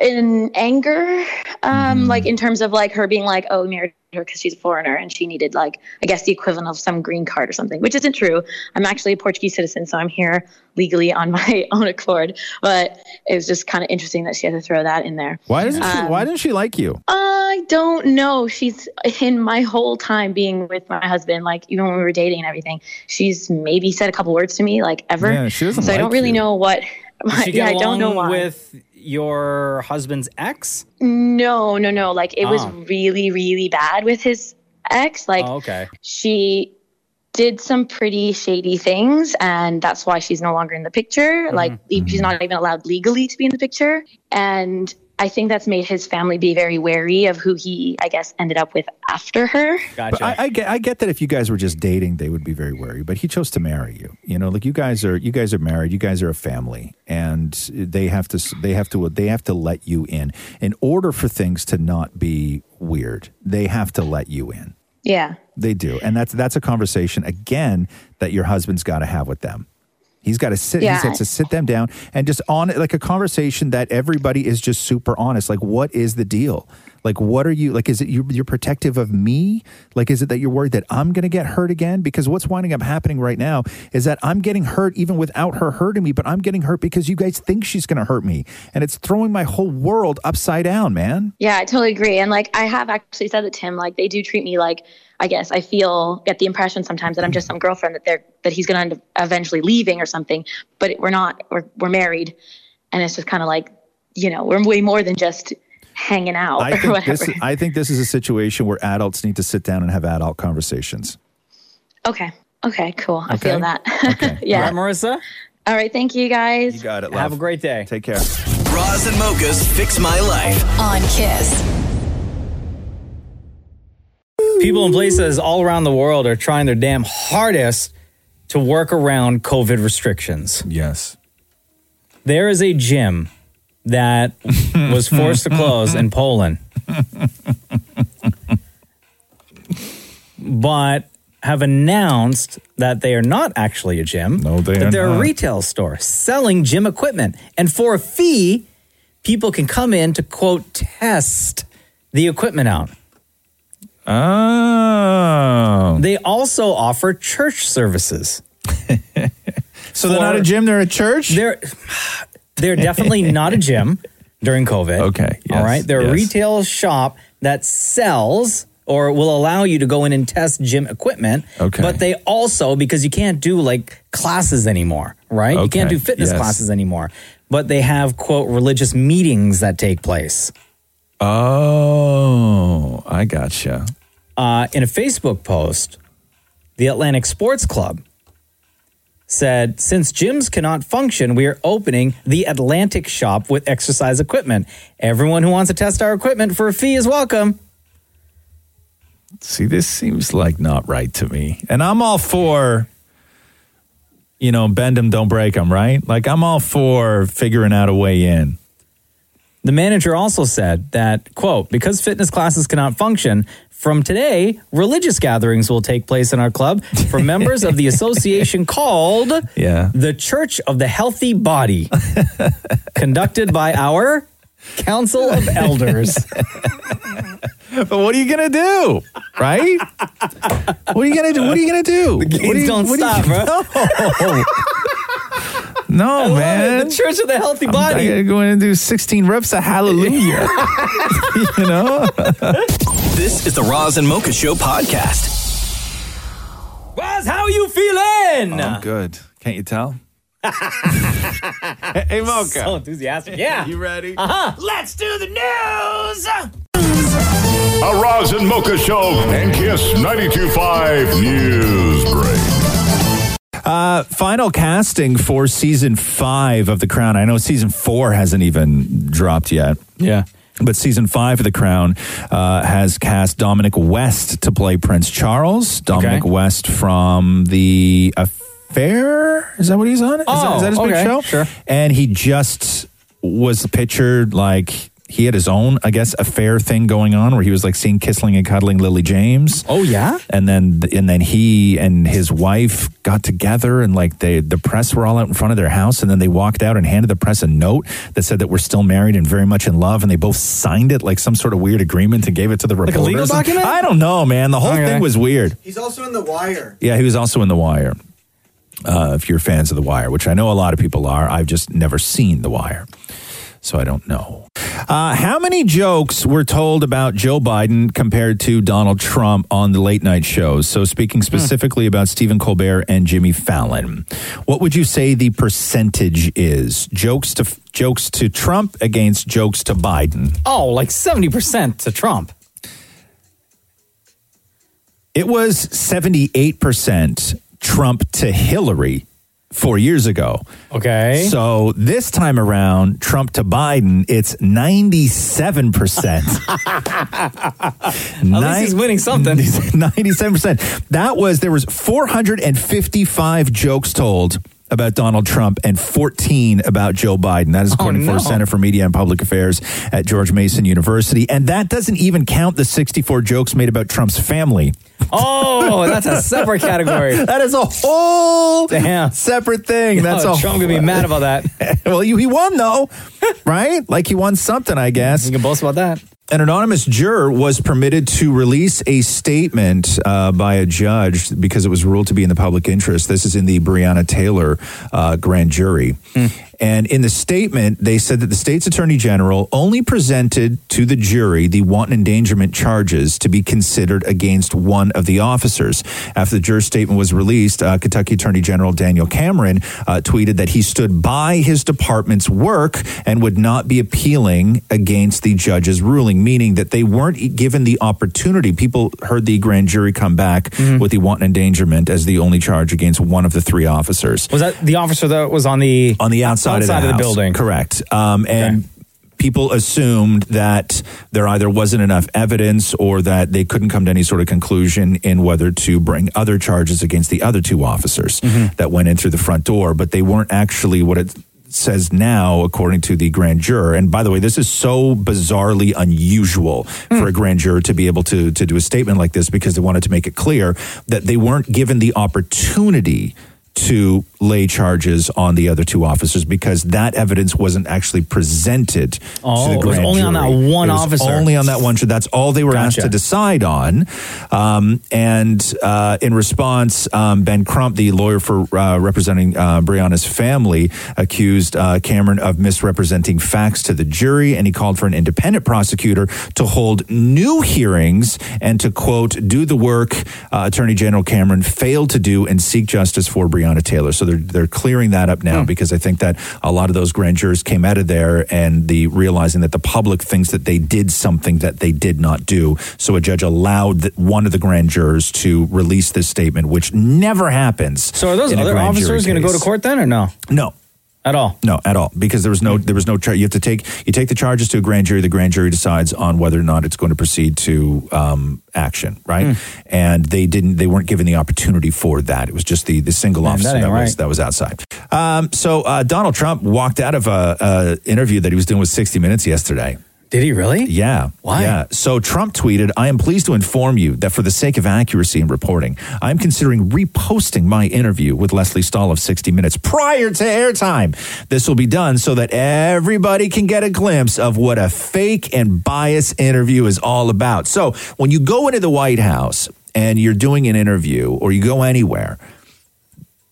in anger um like in terms of like her being like oh we married her because she's a foreigner and she needed like i guess the equivalent of some green card or something which isn't true i'm actually a portuguese citizen so i'm here legally on my own accord but it was just kind of interesting that she had to throw that in there
Why doesn't she?
Um,
Why doesn't she like you?
I don't know. She's in my whole time being with my husband, like even when we were dating and everything, she's maybe said a couple words to me, like ever.
Yeah, she doesn't
so I don't
like
really know what.
Did she
yeah,
get
I don't know
along
why.
with your husband's ex?
no, no, no. Like it was
Ah.
really, really bad with his ex. Like
oh, okay.
she did some pretty shady things and that's why she's no longer in the picture
Mm-hmm.
like le- she's not even allowed legally to be in the picture and i think that's made his family be very wary of who he i guess ended up with after her
But I, I get, I get that if you guys were just dating, they would be very wary. But he chose to marry you. You know, like you guys are, you guys are married. You guys are a family, and they have to, they have to, they have to let you in. In order for things to not be weird, they have to let you in.
yeah
They do, and that's that's a conversation again that your husband's got to have with them. He's got to sit.
Yeah.
He's got to sit them down and just on like a conversation that everybody is just super honest. Like, what is the deal? Like, what are you like? Is it you, you're protective of me? Like, is it that you're worried that I'm going to get hurt again? Because what's winding up happening right now is that I'm getting hurt even without her hurting me, but I'm getting hurt because you guys think she's going to hurt me, and it's throwing my whole world upside down, man.
yeah i totally agree and like i have actually said that to him like they do treat me like i guess i feel get the impression sometimes that i'm just some girlfriend that they're that he's gonna end up eventually leaving or something but it- we're not we're, we're married and it's just kind of like you know we're way more than just hanging out
I
or
think
whatever
this. I think this is a situation where adults need to sit down and have adult conversations.
Okay. Okay, cool. I feel that. yeah.
All right, Marissa.
All right, thank you guys.
got it.
Have a great day.
Take care.
Roz and Mocha's Fix My Life.
On Kiss.
People and places all around the world are trying their damn hardest to work around COVID restrictions.
Yes.
There is a gym that was forced to close in Poland. But have announced that they are not actually a gym. No, they
are
that they're a
not.
retail store selling gym equipment. And for a fee, people can come in to quote test the equipment out.
Oh.
They also offer church services.
so they're not a gym, they're a church?
They're they're definitely not a gym during COVID. Okay. All right. They're a
yes.
retail shop that sells or will allow you to go in and test gym equipment.
Okay.
But they also, because you can't do like classes anymore, right? You can't
Okay,
do fitness
yes.
classes anymore. But they have, quote, religious meetings that take place.
Oh, I gotcha.
uh, in a Facebook post, the Atlantic Sports Club said, Since gyms cannot function, we are opening the Atlantic shop with exercise equipment. Everyone who wants to test our equipment for a fee is welcome.
See, this seems like not right to me. And I'm all for, you know, bend them, don't break them, right? Like, I'm all for figuring out a way in.
The manager also said that, quote, because fitness classes cannot function, from today, religious gatherings will take place in our club for members of the association called
Yeah.
the Church of the Healthy Body, conducted by our Council of Elders.
but what are you going to do? Right? What are you going to do? What are you going to do?
The gains
What are you-
don't
what are
stop,
you-
bro.
No.
No, man.
The Church of the Healthy
I
Body.
gotta go in and do 16 reps of hallelujah. you know?
This is the Roz and Mocha Show podcast.
Roz, how you feeling?
I'm good. Can't you tell?
hey,
Mocha.
So enthusiastic. Yeah. you ready? Uh huh.
Uh-huh. Let's do the news.
A Roz and Mocha Show and Kiss 92.5 News Break.
Uh, final casting for season five of The Crown. I know season four hasn't even dropped yet.
Yeah.
But season five of The Crown uh, has cast Dominic West to play Prince Charles. Dominic West from The Affair. Is that what he's on? Is, that,
Oh,
is that his
okay,
big show?
sure.
And he just was pictured like he had his own, I guess, affair thing going on where he was like seen kissing and cuddling Lily James.
Oh yeah.
And then and then he and his wife got together and like they the press were all out in front of their house and then they walked out and handed the press a note that said that we're still married and very much in love and they both signed it like some sort of weird agreement and gave it to the reporters.
legal document?
I don't know, man. The whole
Okay.
thing was weird.
He's also in The Wire.
Yeah, he was also in The Wire. Uh, if you're fans of The Wire, which I know a lot of people are, I've just never seen The Wire, so I don't know. Uh, how many jokes were told about Joe Biden compared to Donald Trump on the late night shows? So, speaking specifically about Stephen Colbert and Jimmy Fallon, what would you say the percentage is? Jokes to jokes to Trump against jokes to Biden.
Oh, like 70% to Trump.
It was 78% Trump to Hillary four years ago.
Okay.
So this time around, Trump to Biden, it's 97%. At
least he's winning something.
97%. That was, there was 455 jokes told about Donald Trump and 14 about Joe Biden.
Oh,
That is according
no.
to the Center for Media and Public Affairs at George Mason University. And that doesn't even count the 64 jokes made about Trump's family.
Oh, that's a separate category.
that is a whole
Damn.
separate thing. That's
oh,
a
Trump gonna be mad about that.
well, he he won though, right? Like he won something, I guess. You
can boast about that.
An anonymous juror was permitted to release a statement uh, by a judge because it was ruled to be in the public interest. This is in the Breonna Taylor uh, grand jury.
Hmm.
And in the statement, they said that the state's attorney general only presented to the jury the wanton endangerment charges to be considered against one of the officers. After the juror's statement was released, uh, Kentucky Attorney General Daniel Cameron uh, tweeted that he stood by his department's work and would not be appealing against the judge's ruling, meaning that they weren't e-, given the opportunity. People heard the grand jury come back with the wanton endangerment as the only charge against one of the three officers
Was that the officer that was on the
on the outside,
outside
of the, house.
building?
Correct. Um, and people assumed that there either wasn't enough evidence or that they couldn't come to any sort of conclusion in whether to bring other charges against the other two officers that went in through the front door, but they weren't actually what it says now according to the grand juror and by the way this is so bizarrely unusual
Hmm.
for a grand juror to be able to to do a statement like this because they wanted to make it clear that they weren't given the opportunity to lay charges on the other two officers because that evidence wasn't actually presented
Oh,
to
it
the
was
grand
only on
jury.
that one
It was
officer.
Only on that one. That's all they were asked
Gotcha.
to decide on. Um, and uh, in response, um, Ben Crump, the lawyer for uh, representing uh, Brianna's family, accused uh, Cameron of misrepresenting facts to the jury, and he called for an independent prosecutor to hold new hearings and to quote do the work uh, Attorney General Cameron failed to do and seek justice for Breonna Taylor. So they're they're clearing that up
Hmm.
now because I think that a lot of those grand jurors came out of there and the realizing that the public thinks that they did something that they did not do. So a judge allowed that one of the grand jurors to release this statement, which never happens.
So are those
in a
other
grand jury
officers going to go to
case.
court then or no?
No.
At all?
No, at all. Because there was no there was no charge. You have to take you take the charges to a grand jury. The grand jury decides on whether or not it's going to proceed to um, action, right?
Hmm.
And they didn't. They weren't given the opportunity for that. It was just the the single
Man,
officer
that
that,
ain't
was
right.
that was outside. Um, so uh, Donald Trump walked out of a, a interview that he was doing with 60 Minutes yesterday.
Did he really?
Yeah. Why? Yeah. So Trump tweeted, I am pleased to inform you that for the sake of accuracy in reporting, I am considering reposting my interview with Leslie Stahl of 60 Minutes prior to airtime. This will be done so that everybody can get a glimpse of what a fake and biased interview is all about. So when you go into the White House and you're doing an interview or you go anywhere,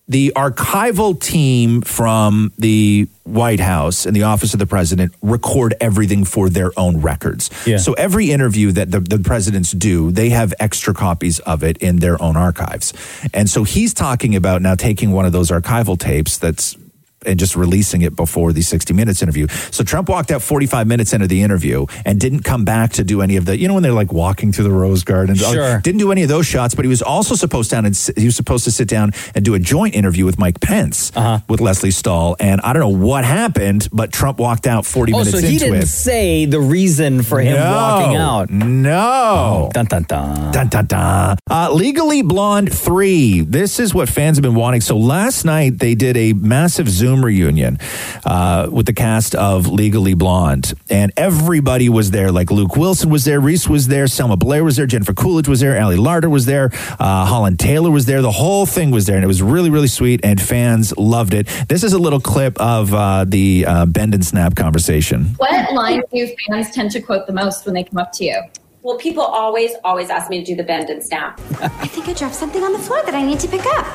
the archival team from the White House and the Office of the President record everything for their own records.
Yeah.
So every interview that the, the presidents do, they have extra copies of it in their own archives. And so he's talking about now taking one of those archival tapes that's and just releasing it before the 60 minutes interview. So Trump walked out 45 minutes into the interview and didn't come back to do any of the, you know, when they're like walking through the Rose Garden. Oh,
Sure.
Didn't do any of those shots, but he was also supposed down and s- he was supposed to sit down and do a joint interview with Mike Pence
Uh-huh.
with Leslie Stahl. And I don't know what happened, but Trump walked out 40
Oh,
minutes
so
into
he didn't
it.
say the reason for him
No.
walking out. Oh,
No.
dun dun dun.
Dun dun dun. Uh, Legally Blonde 3. This is what fans have been wanting. So last night they did a massive Zoom reunion uh, with the cast of Legally Blonde. And everybody was there. Like Luke Wilson was there, Reese was there, Selma Blair was there, Jennifer Coolidge was there, Ali Larder was there, uh, Holland Taylor was there. The whole thing was there. And it was really, really sweet. And fans loved it. This is a little clip of uh, the uh, Bend and Snap conversation.
What lines do fans tend to quote the most when they come up to you?
Well, people always, always ask me to do the bend and snap.
I think I dropped something on the floor that I need to pick up.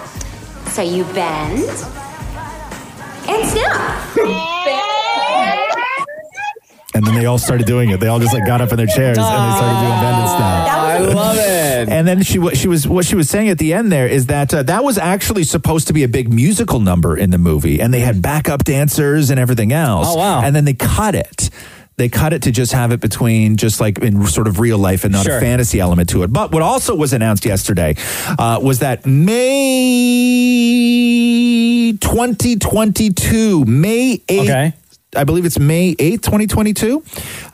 So you bend and snap.
And then they all started doing it. They all just like got up in their chairs and they started doing bend and snap.
I love it.
And then she wa- she was what she was saying at the end there is that uh, that was actually supposed to be a big musical number in the movie, and they had backup dancers and everything else.
Oh, wow.
And then they cut it. They cut it to just have it between just like in sort of real life and not
Sure.
a fantasy element to it. But what also was announced yesterday uh, was that May 2022, May 8th, I believe it's May 8th, 2022,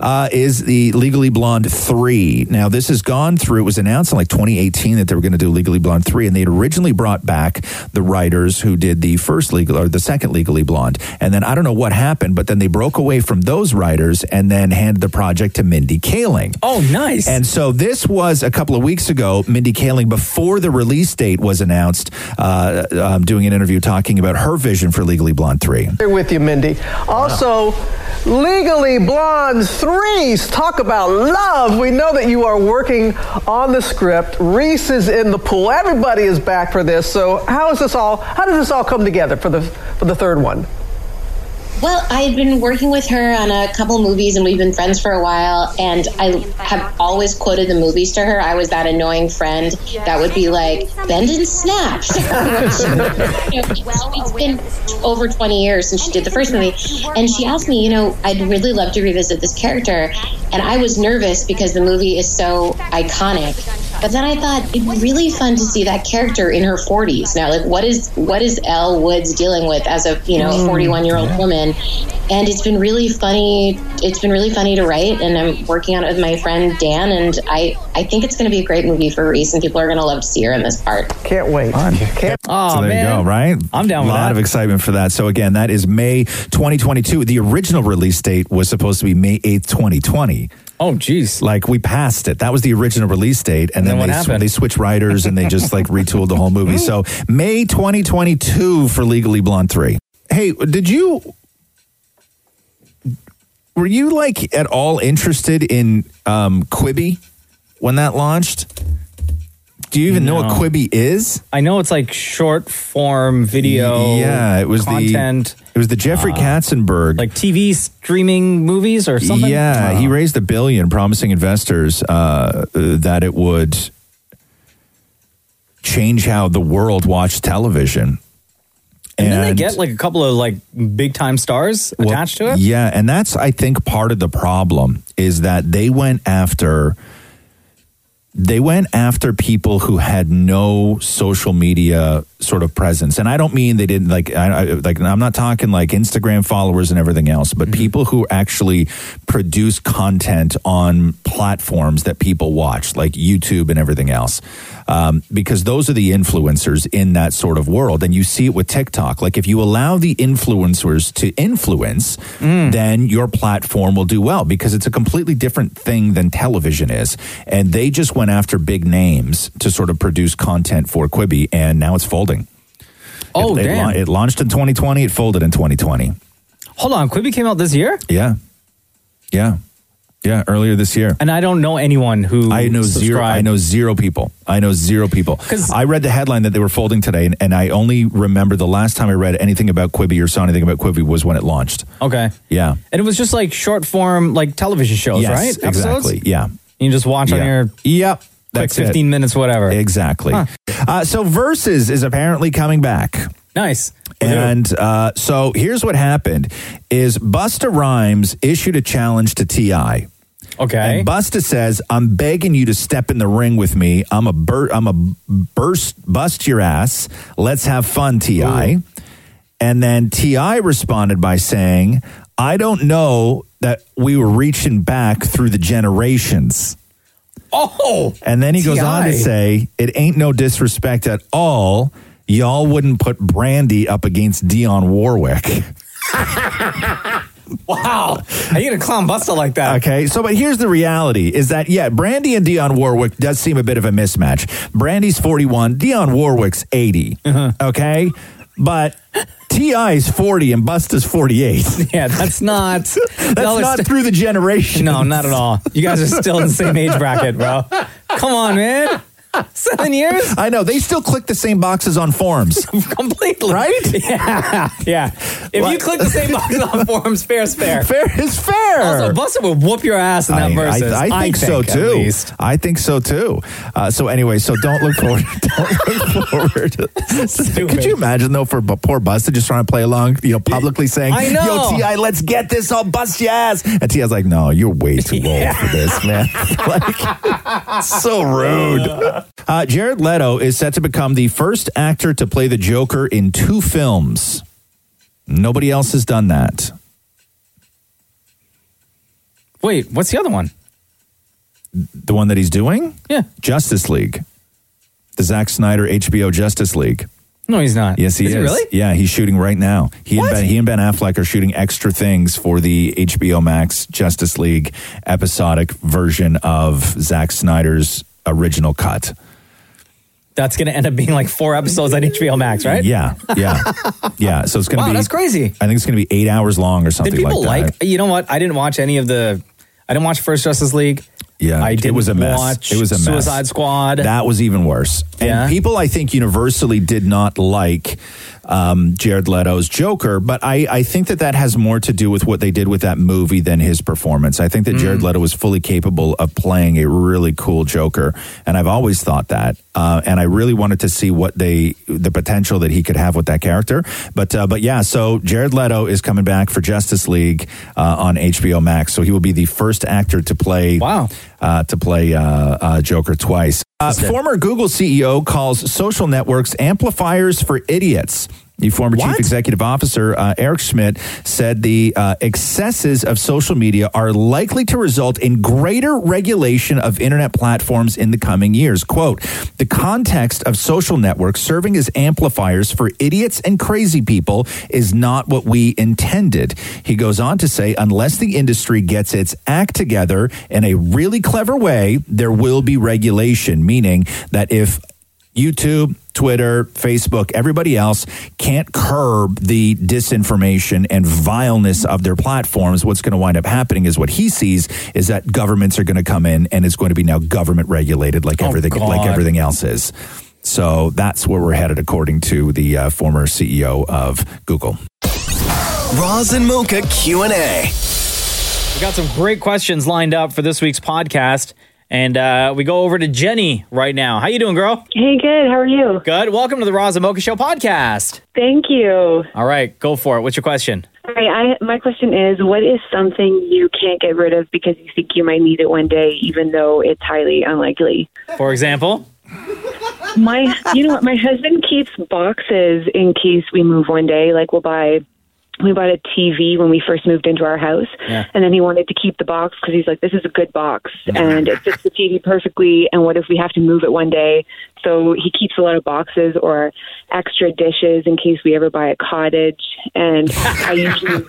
uh, is the Legally Blonde 3. Now, this has gone through, it was announced in like 2018 that they were going to do Legally Blonde 3, and they'd originally brought back the writers who did the first Legal or the second Legally Blonde. And then I don't know what happened, but then they broke away from those writers and then handed the project to Mindy Kaling.
Oh, nice.
And so this was a couple of weeks ago. Mindy Kaling, before the release date was announced, uh, um, doing an interview talking about her vision for Legally Blonde 3.
Here with you, Mindy. Also, Legally Blonde 3s. Talk about love. We know that you are working on the script. Reese is in the pool. Everybody is back for this. So, how is this all? How does this all come together for the for the third one?
Well, I had been working with her on a couple movies and we've been friends for a while. And I have always quoted the movies to her. I was that annoying friend that would be like, bend and snap. You know, it's been over 20 years since she did the first movie. And she asked me, you know, I'd really love to revisit this character. And I was nervous because the movie is so iconic. But then I thought it'd be really fun to see that character in her 40s now. Like, what is what is Elle Woods dealing with as a you know
Mm.
41 year old woman? And it's been really funny. It's been really funny to write, and I'm working on it with my friend Dan. And I I think it's going to be a great movie for Reese, and people are going to love to see her in this part.
Can't wait. Can't.
Oh,
so there
man.
you go, right?
I'm down
A
with
lot
that.
of excitement for that. So again, that is May 2022. The original release date was supposed to be May 8th, 2020.
Oh, geez.
Like we passed it. That was the original release date. And,
then
then,
what
they, sw-
happened?
they switched writers and they just like retooled the whole movie. So May 2022 for Legally Blonde 3. Hey, did you, were you like at all interested in um, Quibi when that launched? Do you even know what Quibi is?
I know it's like short form video.
Yeah, it was
content.
the it was the Jeffrey Katzenberg
Uh, like TV streaming movies or something.
Yeah, he raised a billion, promising investors uh, that it would change how the world watched television.
and, then they get like a couple of like big time stars attached to it.
Yeah, and that's I think part of the problem is that they went after they went after people who had no social media sort of presence, and I don't mean they didn't like I, I, like I'm not talking like Instagram followers and everything else, but people who actually produce content on platforms that people watch, like YouTube and everything else, um, because those are the influencers in that sort of world, and you see it with TikTok. Like if you allow the influencers to influence, then your platform will do well because it's a completely different thing than television is. And they just went after big names to sort of produce content for Quibi, and now it's folding.
Oh,
it, it
damn.
lau- it launched in 2020. It folded in 2020.
Hold on, Quibi came out this year.
Yeah, yeah. Yeah, earlier this year.
And I don't know anyone who
I know zero.
subscribed.
I know zero people. I know zero people. I read the headline that they were folding today, and, and I only remember the last time I read anything about Quibi or saw anything about Quibi was when it launched.
Okay.
Yeah.
And it was just like short form, like television shows,
Yes,
right?
Exactly. Yeah.
You just watch on
Yeah.
your
yep.
That's
That's it.
15 minutes, whatever.
Exactly. Uh, so Versus is apparently coming back.
Nice.
And uh, so here's what happened is Busta Rhymes issued a challenge to T.I.
Okay.
And Busta says, "I'm begging you to step in the ring with me. I'm a bur- I'm a burst bust your ass. Let's have fun, Ti." And then Ti responded by saying, "I don't know that we were reaching back through the generations."
Oh.
And then he goes on to
T.I..
say, "It ain't no disrespect at all. Y'all wouldn't put Brandy up against Dion Warwick."
Wow. How you going to clown Busta like that?
Okay, so but here's the reality is that yeah, Brandy and Dion Warwick does seem a bit of a mismatch. Brandy's 41, Dion Warwick's 80.
Uh-huh.
Okay? But TI's 40 and Busta's 48.
Yeah, that's not
That's not through the generation.
No, not at all. You guys are still in the same age bracket, bro. Come on, man. Seven years?
I know. They still click the same boxes on forms.
Completely.
Right?
Yeah. Yeah. If you
What?
click the same box on forums, fair's fair.
Fair is fair.
Also, Busta would whoop your ass in that
I,
versus.
I, I think so
at
too.
least.
I think so too. Uh, so anyway, so don't look forward. don't look forward. to- Could you imagine though for bu- poor Busta just trying to play along, you know, publicly saying, I know. "Yo, Ti, let's get this. I'll bust your ass." And Ti's like, "No, you're way too old for this, man." like, so rude. Uh, Jared Leto is set to become the first actor to play the Joker in two films. Nobody else has done that.
Wait, what's the other one?
The one that he's doing?
Yeah.
Justice League. The Zack Snyder HBO Justice League.
No, he's not.
Yes, he is.
Uh, He really?
Yeah, he's shooting right now. He and ben, he and Ben Affleck are shooting extra things for the HBO Max Justice League episodic version of Zack Snyder's original cut.
That's going to end up being like four episodes on HBO Max, right?
Yeah, yeah, yeah. So it's going to
Wow,
be
that's crazy.
I think it's going to be eight hours long or something
Did people
like
like,
that.
you know what? I didn't watch any of the, I didn't watch First Justice League.
Yeah,
I
it
didn't
was a mess.
watch
It was a mess.
Suicide Squad.
That was even worse. And
Yeah.
people, I think, universally did not like um, Jared Leto's Joker, but I, I think that that has more to do with what they did with that movie than his performance. I think that Jared Leto was fully capable of playing a really cool Joker, and I've always thought that. Uh, and I really wanted to see what they, the potential that he could have with that character. But uh, but yeah, so Jared Leto is coming back for Justice League uh, on HBO Max, so he will be the first actor to play wow uh, to play uh, uh, Joker twice. Uh, former Google CEO calls social networks amplifiers for idiots. The former chief executive officer, uh, Eric Schmidt, said the uh, excesses of social media are likely to result in greater regulation of internet platforms in the coming years. Quote The context of social networks serving as amplifiers for idiots and crazy people is not what we intended. He goes on to say, unless the industry gets its act together in a really clever way, there will be regulation, meaning that if YouTube, Twitter, Facebook, everybody else can't curb the disinformation and vileness of their platforms. What's going to wind up happening is what he sees is that governments are going to come in and it's going to be now government regulated like everything like
God.
everything else is. So that's where we're headed according to the uh, former CEO of Google.
Roz and Mocha Q&A.
We got some great questions lined up for this week's podcast, and uh, we go over to Jenny right now. How you doing, girl?
Hey, good. How are you?
Good. Welcome to the Roz and Mocha Show podcast.
Thank you.
All right, go for it. What's your question?
All right, I, my question is what is something you can't get rid of because you think you might need it one day, even though it's highly unlikely?
For example,
My, you know what? My husband keeps boxes in case we move one day. Like, we'll buy. We bought a TV when we first moved into our house,
Yeah.
and then he wanted to keep the box because he's like, "This is a good box, and it fits the TV perfectly." And what if we have to move it one day? So he keeps a lot of boxes or extra dishes in case we ever buy a cottage. And I usually,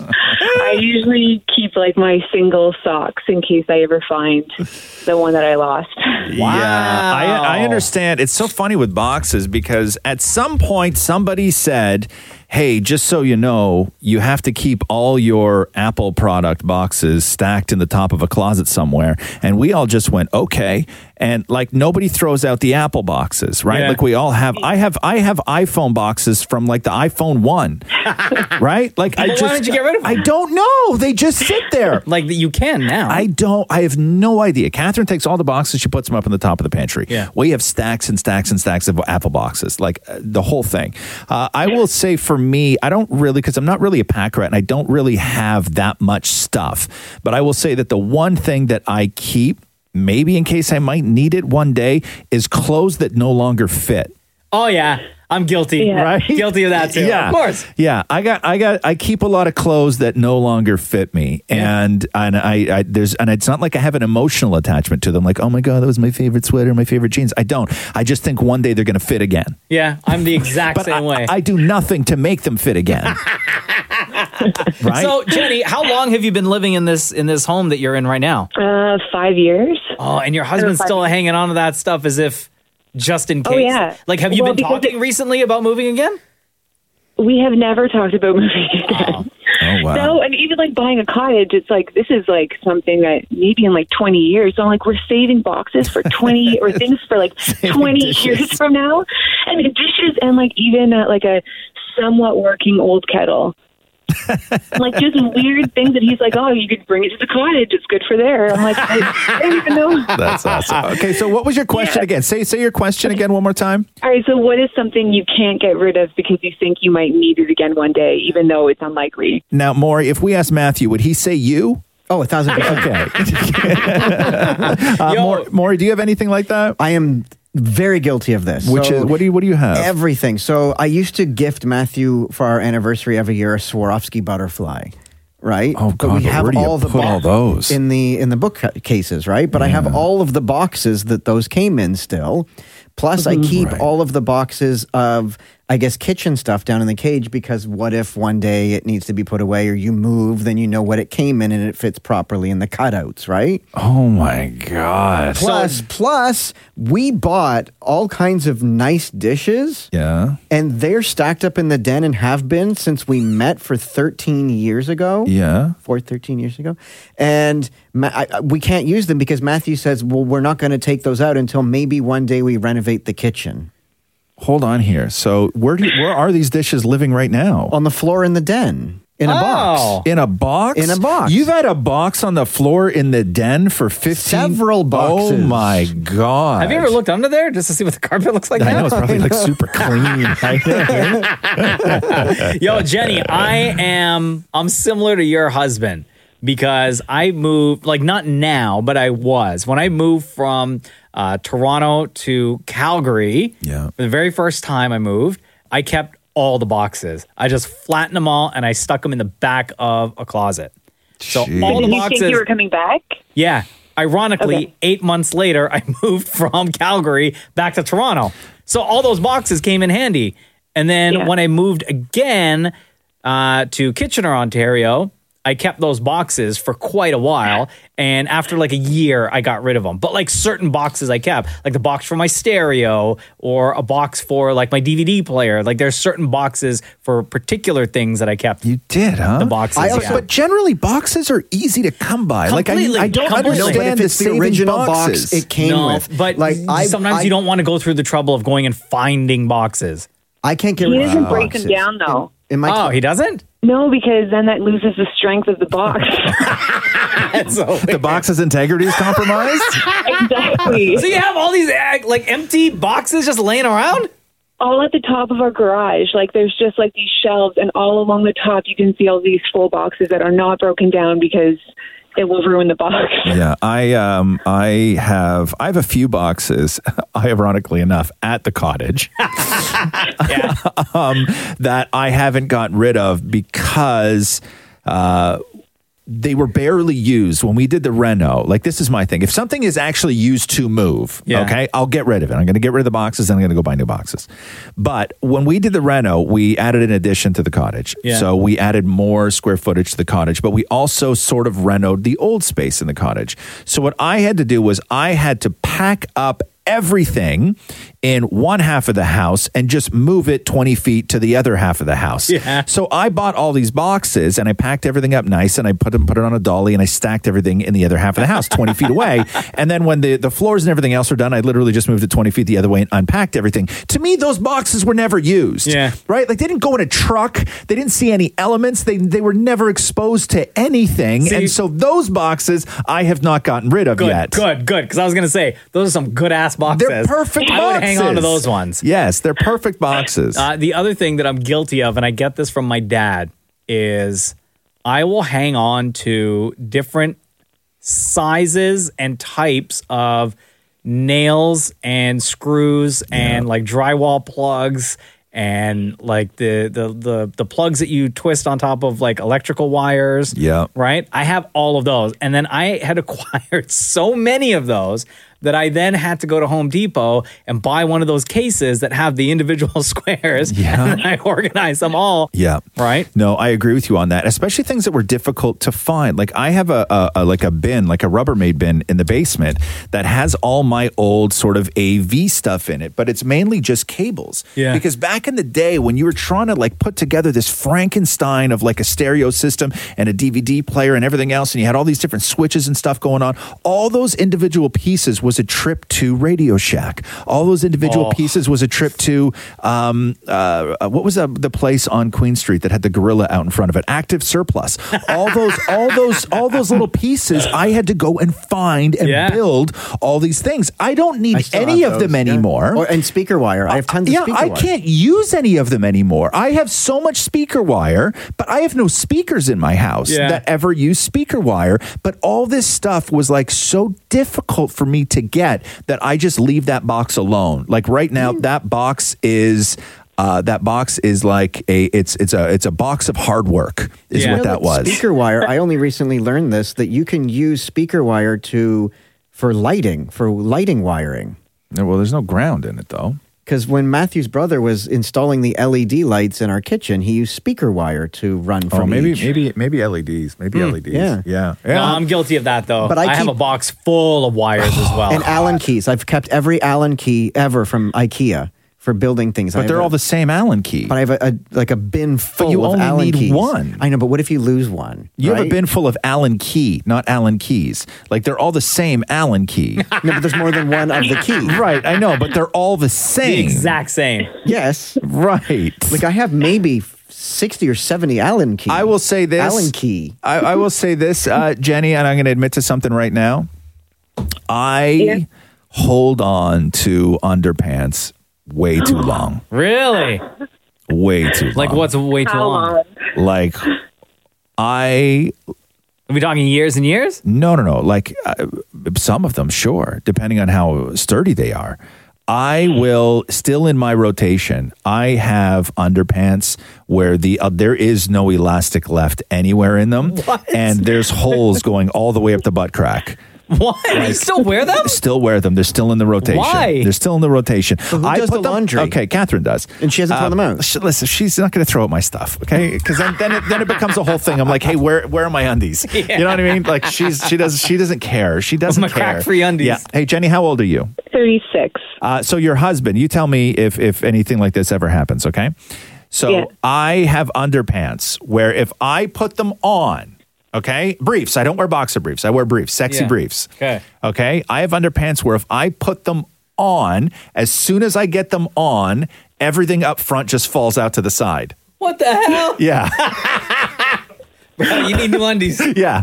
I usually keep like my single socks in case I ever find the one that I lost.
Yeah, I, I understand. It's so funny with boxes because at some point somebody said, hey, just so you know, you have to keep all your Apple product boxes stacked in the top of a closet somewhere. And we all just went, okay. And like nobody throws out the Apple boxes, right?
Yeah.
Like we all have I have I have iPhone boxes from like the iPhone 1. right? Like I
Well,
just
why did you get rid of them?
I don't know. They just sit there.
like you can now.
I don't I have no idea. Catherine takes all the boxes, she puts them up in the top of the pantry.
Yeah.
We have stacks and stacks and stacks of Apple boxes, like uh, the whole thing. Uh, I will say for me, I don't really, because I'm not really a pack rat and I don't really have that much stuff. But I will say that the one thing that I keep, maybe in case I might need it one day, is clothes that no longer fit.
Oh yeah, I'm guilty.
Yeah.
Right? Guilty of that too.
Yeah,
of course.
Yeah, I got, I got, I keep a lot of clothes that no longer fit me, and and I, I there's and it's not like I have an emotional attachment to them. Like, oh my god, that was my favorite sweater, my favorite jeans. I don't. I just think one day they're going to fit again.
Yeah, I'm the exact
But
same way.
I do nothing to make them fit again. right?
So Jenny, how long have you been living in this in this home that you're in right now?
Uh, five years.
Oh, and your husband's
Five
still
years.
hanging on to that stuff as if just in
Oh,
case.
yeah.
Like, have you
Well,
been
because
talking recently about moving again?
We have never talked about moving again.
Oh
No, and even like buying a cottage, it's like this is like something that maybe in like 20 years. So I'm like, we're saving boxes for 20 or things for like 20 years from now, and dishes and like even uh, like a somewhat working old kettle. like just weird things that he's like, oh, you could bring it to the cottage. It's good for there. I'm like, I, I don't even know.
That's awesome. Okay, so what was your question again? Say say your question again one more time.
All right, so what is something you can't get rid of because you think you might need it again one day, even though it's unlikely?
Now, Maury, if we asked Matthew, would he say you?
Oh, a thousand percent.
okay. uh, Maury, Maury, do you have anything like that?
I am very guilty of this.
Which is- what do you what do you have?
Everything. So I used to gift Matthew for our anniversary every year a Swarovski butterfly. Right. Oh
God, but where do you put all those?
in the in the book ca- cases? Right. But I have all of the boxes that those came in still. Plus,
Mm-hmm.
I keep all of the boxes of I guess kitchen stuff down in the cage because what if one day it needs to be put away or you move, then you know what it came in and it fits properly in the cutouts. Right.
Oh my god.
Plus, plus, we bought all kinds of nice dishes.
Yeah.
And they're stacked up in the den and have been since we met for 13 years ago.
Yeah.
Four, 13 years ago. And Ma- I, I- we can't use them because Matthew says, well, we're not going to take those out until maybe one day we renovate the kitchen.
Hold on here. So where do you, where are these dishes living right now?
On the floor in the den. In
Oh.
a box.
In a box?
In a box.
You've had a box on the floor in the den for 15
Several boxes.
Oh my god.
Have you ever looked under there just to see what the carpet looks like?
I
now?
know it's probably like super clean. I know.
Yo, Jenny, I am I'm similar to your husband because I moved like not now, but I was. When I moved from uh, Toronto to Calgary, yeah. the very first time I moved, I kept all the boxes. I just flattened them all and I stuck them in the back of a closet. So all the
Did you
boxes
think you were coming back?
yeah. Ironically,
Okay.
eight months later, I moved from Calgary back to Toronto. So all those boxes came in handy. And then
Yeah.
when I moved again uh, to Kitchener, Ontario, I kept those boxes for quite a while. And after like a year, I got rid of them. But like certain boxes I kept, like the box for my stereo or a box for like my DVD player. Like there's certain boxes for particular things that I kept. You
did, huh?
The boxes.
I also,
yeah.
But generally, boxes are easy to come by.
Completely,
like I, I don't
completely.
understand
No, but if
the
it's the
saving
original
boxes.
box, it came
no,
with.
But
Like, I-
sometimes
I-
you don't want to go through the trouble of going and finding boxes.
I can't
He doesn't break them down, though.
In
oh, he doesn't.
No, because then that loses the strength of the box.
Oh,
the box's integrity is compromised.
exactly.
So you have all these eh, like empty boxes just laying around.
all at the top of our garage. Like there's just like these shelves, and all along the top you can see all these full boxes that are not broken down because it will ruin the box.
yeah, I um, I have I have a few boxes, ironically enough, at the cottage um, that I haven't gotten rid of because. Uh, they were barely used when we did the reno. Like this is my thing. If something is actually used to move,
Yeah.
okay, I'll get rid of it. I'm going to get rid of the boxes and I'm going to go buy new boxes. But when we did the reno, we added an addition to the cottage.
Yeah.
So we added more square footage to the cottage, but we also sort of renoed the old space in the cottage. So what I had to do was I had to pack up everything in one half of the house and just move it 20 feet to the other half of the house.
Yeah.
So I bought all these boxes and I packed everything up nice and I put them, put it on a dolly and I stacked everything in the other half of the house 20 feet away. And then when the, the floors and everything else are done, I literally just moved it 20 feet the other way and unpacked everything. To me, those boxes were never used.
Yeah.
Right? Like they didn't go in a truck. They didn't see any elements. They, they were never exposed to anything.
See-
and so those boxes I have not gotten rid of
Good,
yet.
good, good. Because I was going to say, those are some good ass boxes.
They're perfect
I would hang on to
boxes.
those ones.
Yes, they're perfect boxes.
Uh, the other thing that I'm guilty of, and I get this from my dad, is I will hang on to different sizes and types of nails and screws and like drywall plugs and like the, the the the plugs that you twist on top of like electrical wires
Yeah.
right? I have all of those. And then I had acquired so many of those that I then had to go to Home Depot and buy one of those cases that have the individual squares.
Yeah.
And then I organize them all.
Yeah.
Right?
No, I agree with you on that, especially things that were difficult to find. Like I have a, a, a like a bin, like a Rubbermaid bin in the basement that has all my old sort of AV stuff in it, but it's mainly just cables.
Yeah.
Because back in the day when you were trying to like put together this Frankenstein of like a stereo system and a DVD player and everything else and you had all these different switches and stuff going on, all those individual pieces was a trip to Radio Shack. All those individual
Oh.
pieces pieces was a trip to um, uh, what was the, the place on Queen Street that had the gorilla out in front of it? Active Surplus. All those, all those, all those little pieces. I had to go and find and
Yeah.
build all these things. I don't need any of them anymore.
Or, and speaker wire. I have tons
yeah,
of speaker
I
wire.
can't use any of them anymore. I have so much speaker wire, but I have no speakers in my house
Yeah.
that ever use speaker wire. But all this stuff was like so difficult for me to get that I just leave that box alone. Like right now,
Mm.
that box is. Uh, that box is like a it's it's a it's a box of hard work is
You
what
know
that was.
Speaker wire. I only recently learned this that you can use speaker wire to for lighting for lighting wiring.
Well, there's no ground in it though.
Because when Matthew's brother was installing the LED lights in our kitchen, he used speaker wire to run from.
maybe-
Oh, maybe maybe LEDs, maybe
Hmm.
LEDs.
Mm, Yeah,
yeah,
No, I'm guilty of that though.
But
But
I
I, have
keep-
a box full of wires as well.
and Allen keys. I've kept every Allen key ever from IKEA for building things.
But
I
they're
have a-
all the same Allen key.
But I have a, a like a bin full
you
of
only
Allen
need
keys.
one.
I know, but what if you lose one?
You have a
right?
bin full of Allen key, not Allen keys. Like they're all the same Allen key.
no, but there's more than one of the key.
Right, I know, but they're all the same.
the exact same.
Yes.
Right.
Like I have maybe 60 or 70 Allen keys. I
will say this.
Allen key.
I, I will say this, uh, Jenny, and I'm going to admit to something right now. I hold on to underpants way too long.
Really?
Way too long.
Like what's way too long?
Like I
Are we talking years and years?
No, no, no. Like uh, some of them, sure, depending on how sturdy they are. I will still in my rotation. I have underpants where the uh, there is no elastic left anywhere in them, and there's holes going all the way up the butt crack.
What? you still wear them?
Still wear them. They're still in the rotation.
Why?
They're still in the rotation.
who
I
does
put
the
them-
laundry?
Okay, Catherine does, Um,
and she hasn't thrown them out.
listen, she's not going to throw out my stuff. Okay, because then then it, then it becomes a whole thing. I'm like, hey, where where are my undies? You know what I mean? Like she's she does she doesn't care. She doesn't
my
care.
crack-free undies.
Yeah. Hey, Jenny, how old are you?
36.
Uh, so your husband, you tell me if if anything like this ever happens, okay? So
Yeah.
I have underpants where if I put them on, okay, briefs. I don't wear boxer briefs. I wear briefs, sexy
Yeah.
briefs.
Okay.
Okay. I have underpants where if I put them on, as soon as I get them on, everything up front just falls out to the side.
What the hell?
Yeah.
you need new undies.
Yeah.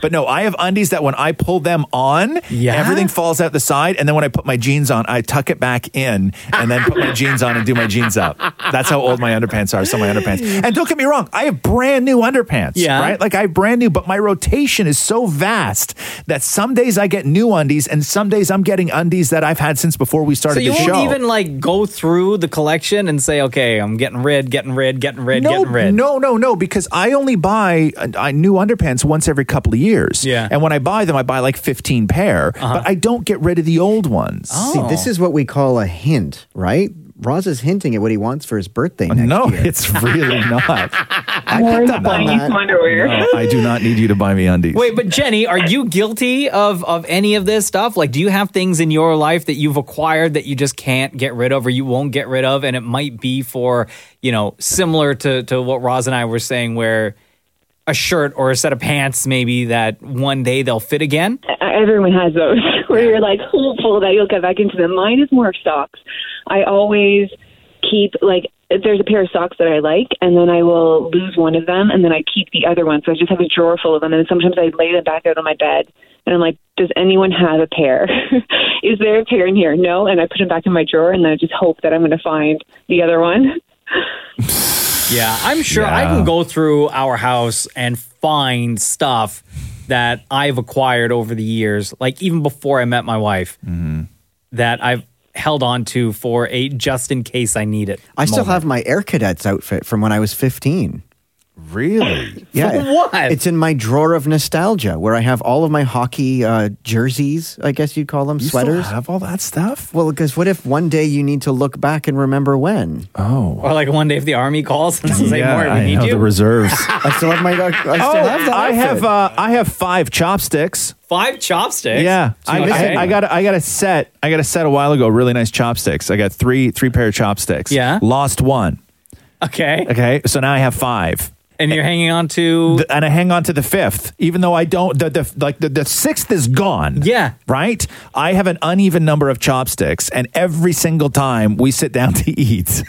But no, I have undies that when I pull them on, everything falls out the side. And then when I put my jeans on, I tuck it back in and then put my jeans on and do my jeans up. That's how old my underpants are. So my underpants. And don't get me wrong, I have brand new underpants.
Yeah.
Right? Like I have brand new, but my rotation is so vast that some days I get new undies and some days I'm getting undies that I've had since before we started
So you
the
won't
show.
even like go through the collection and say, okay, I'm getting rid, getting rid, getting rid,
no,
getting rid.
No, no, no, because I only buy uh, I new underpants once every couple of years.
Yeah. Uh-huh.
And when I buy them, I buy like 15 pair, but I don't get rid of the old ones.
See, this is what we call a hint, right? Roz is hinting at what he wants for his birthday next
No,
year.
it's really not.
I picked up on that.
No, I do not need you to buy me undies.
Wait, but Jenny, are you guilty of of any of this stuff? Like, do you have things in your life that you've acquired that you just can't get rid of, or you won't get rid of, and it might be for you know similar to to what Roz and I were saying, where a shirt or a set of pants maybe that one day they'll fit again.
everyone has those where you're like hopeful that you'll get back into them. Mine is more of socks. I always keep like there's a pair of socks that I like, and then I will lose one of them, and then I keep the other one. So I just have a drawer full of them, and sometimes I lay them back out on my bed, and I'm like, does anyone have a pair? is there a pair in here? No, and I put them back in my drawer, and then I just hope that I'm going to find the other one.
Yeah, I'm sure I
Yeah.
can go through our house and find stuff that I've acquired over the years, like even before I met my wife,
Mm-hmm.
that I've held on to for a just in case I need it.
I still
moment.
have my Air Cadets outfit from when I was 15.
Really?
Yeah.
For what?
It's in my drawer of nostalgia where I have all of my hockey uh, jerseys, I guess you'd call them,
You still
sweaters.
have all that stuff?
Well, because what if one day you need to look back and remember when?
Oh.
Or like one day if the army calls and says,
Yeah,
"Hey, Maury, we
I
need
know,
you."
the reserves.
I still have my. I still
oh,
have that.
I
outfit.
have uh, I have five chopsticks.
Five chopsticks.
Yeah, I,
Okay.
I, I got I got a set. I got a set a while ago. Really nice chopsticks. I got three three pair of chopsticks.
Yeah.
lost one.
okay.
Okay, so now I have five.
And you're hanging on to,
and I hang on to the fifth, even though I don't. The, the like the, the sixth is gone.
Yeah,
right. I have an uneven number of chopsticks, and every single time we sit down to eat.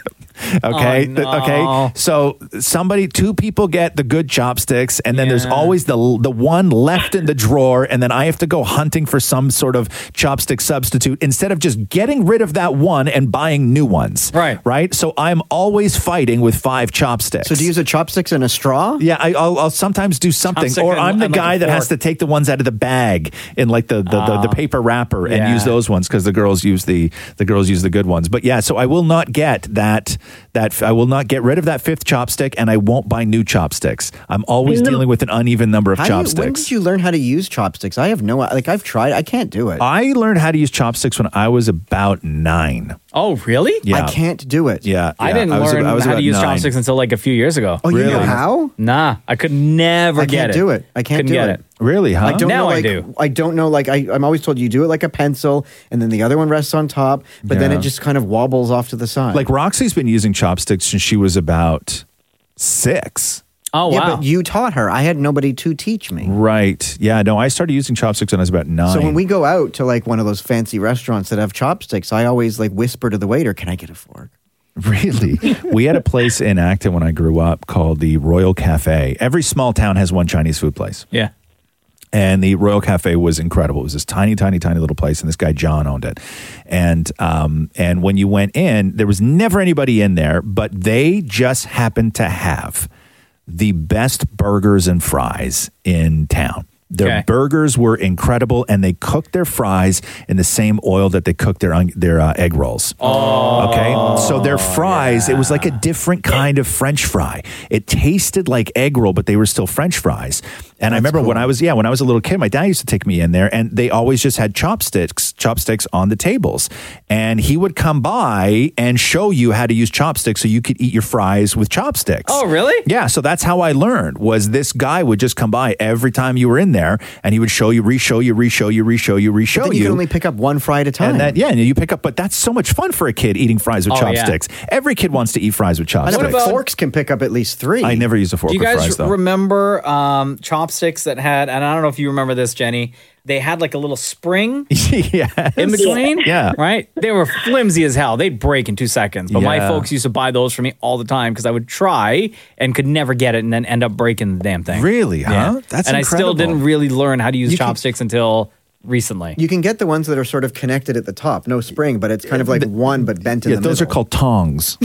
Okay.
Oh,
th-
no.
Okay. So somebody, two people get the good chopsticks, and then there's
Yeah.
always the the one left in the drawer, and then I have to go hunting for some sort of chopstick substitute instead of just getting rid of that one and buying new ones. Right. Right. So I'm always fighting with five chopsticks. So do you
use a chopsticks and a straw?
Yeah, I, I'll, I'll sometimes do something,
Chopstick
or
and-
I'm the
and like a
guy that has to
fork.
take the ones out of the bag in like the the, the,
Ah.
the paper wrapper and
Yeah.
use those ones because the girls use the the girls use the good ones. But yeah, so I will not get that that I will not get rid of that fifth chopstick, and I won't buy new chopsticks. I'm always
No.
dealing with an uneven number of
How do you- when
chopsticks.
did you learn how to use chopsticks? I have no like. I've tried. I can't do it.
I learned how to use chopsticks when I was about nine.
Oh, really?
Yeah.
I can't do it.
Yeah,
I
yeah,
didn't
was
learn
ab- I was
how to
about
use
nine.
chopsticks until like a few years ago.
Oh, you know how?
Nah, I could never
I
get
can't
it.
do it. I can't
Couldn't
do
get
it.
Really? Huh?
I don't
Now
know,
I
like,
do.
I don't know. Like I, I'm always told, you do it like a pencil, and then the other one rests on top, but then
Yeah.
it just kind of wobbles off to the side.
Like Roxy's been using chopsticks since she was about six.
Oh
yeah,
wow.
But you taught her. I had nobody to teach me.
Right. Yeah. No, I started using chopsticks when I was about nine.
So when we go out to like one of those fancy restaurants that have chopsticks, I always like whisper to the waiter, "Can I get a fork?"
Really? we had a place in Acton when I grew up called the Royal Cafe. Every small town has one Chinese food place.
Yeah.
And the Royal Cafe was incredible. It was this tiny, tiny, tiny little place, and this guy John owned it. And um, and when you went in, there was never anybody in there, but they just happened to have the best burgers and fries in town. Their
Okay.
burgers were incredible, and they cooked their fries in the same oil that they cooked their on- their uh, egg rolls. Oh, okay. So their fries, it was like a different kind of French fry. It tasted like egg roll, but they were still French fries. And I remember when I was yeah, when I was a little kid, my dad used to take me in there, and they always just had chopsticks chopsticks on the tables, and he would come by and show you how to use chopsticks so you could eat your fries with chopsticks.
Oh, really?
Yeah, so that's how I learned was this guy would just come by every time you were in there and he would show you, re-show you, re-show you, re-show you, re-show
But then you, can only pick up one fry at a time.
and that, yeah, and you pick up, but that's so much fun for a kid eating fries with
Oh, yeah.
chopsticks. Every kid wants to eat fries with
I know,
chopsticks.
but forks can pick up at least three.
I never use a fork
Do you
with
guys
fries though.
remember um, chopsticks that had? And I don't know if you remember this, Jenny. They had like a little spring
yeah,
in between.
Yeah,
right. They were flimsy as hell. They'd break in two seconds. But my
Yeah.
folks used to buy those for me all the time because I would try and could never get it, and then end up breaking the damn thing.
Really, huh? That's
and I still
incredible.
didn't really learn how to use chopsticks until recently.
You can get the ones that are sort of connected at the top, no spring, but it's kind of like one but bent in
yeah
the
those are
middle.
called tongs.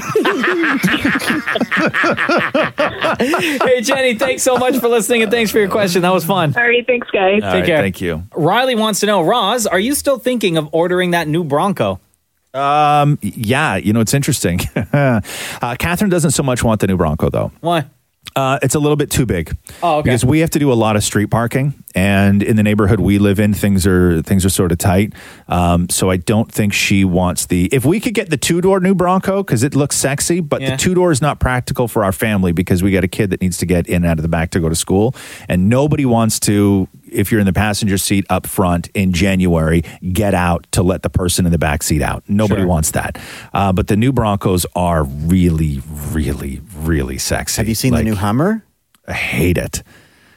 hey Jenny, thanks so much for listening and thanks for your question. That was fun.
All right, thanks guys.
Take care.
Thank you.
Riley wants to know, Roz, are you still thinking of ordering that new Bronco?
Um, yeah, you know it's interesting. uh, Catherine doesn't so much want the new Bronco though.
Why?
Uh, it's a little bit too big.
Oh, okay.
Because we have to do a lot of street parking, and in the neighborhood we live in, things are things are sort of tight. Um, so I don't think she wants the. If we could get the two door new Bronco because it looks sexy, but
Yeah.
the two door is not practical for our family because we got a kid that needs to get in and out of the back to go to school, and nobody wants to. If you're in the passenger seat up front in January, get out to let the person in the back seat out. Nobody wants that. Uh, but the new Broncos are really, really, really sexy. Have you seen the new
Hummer?
I hate it.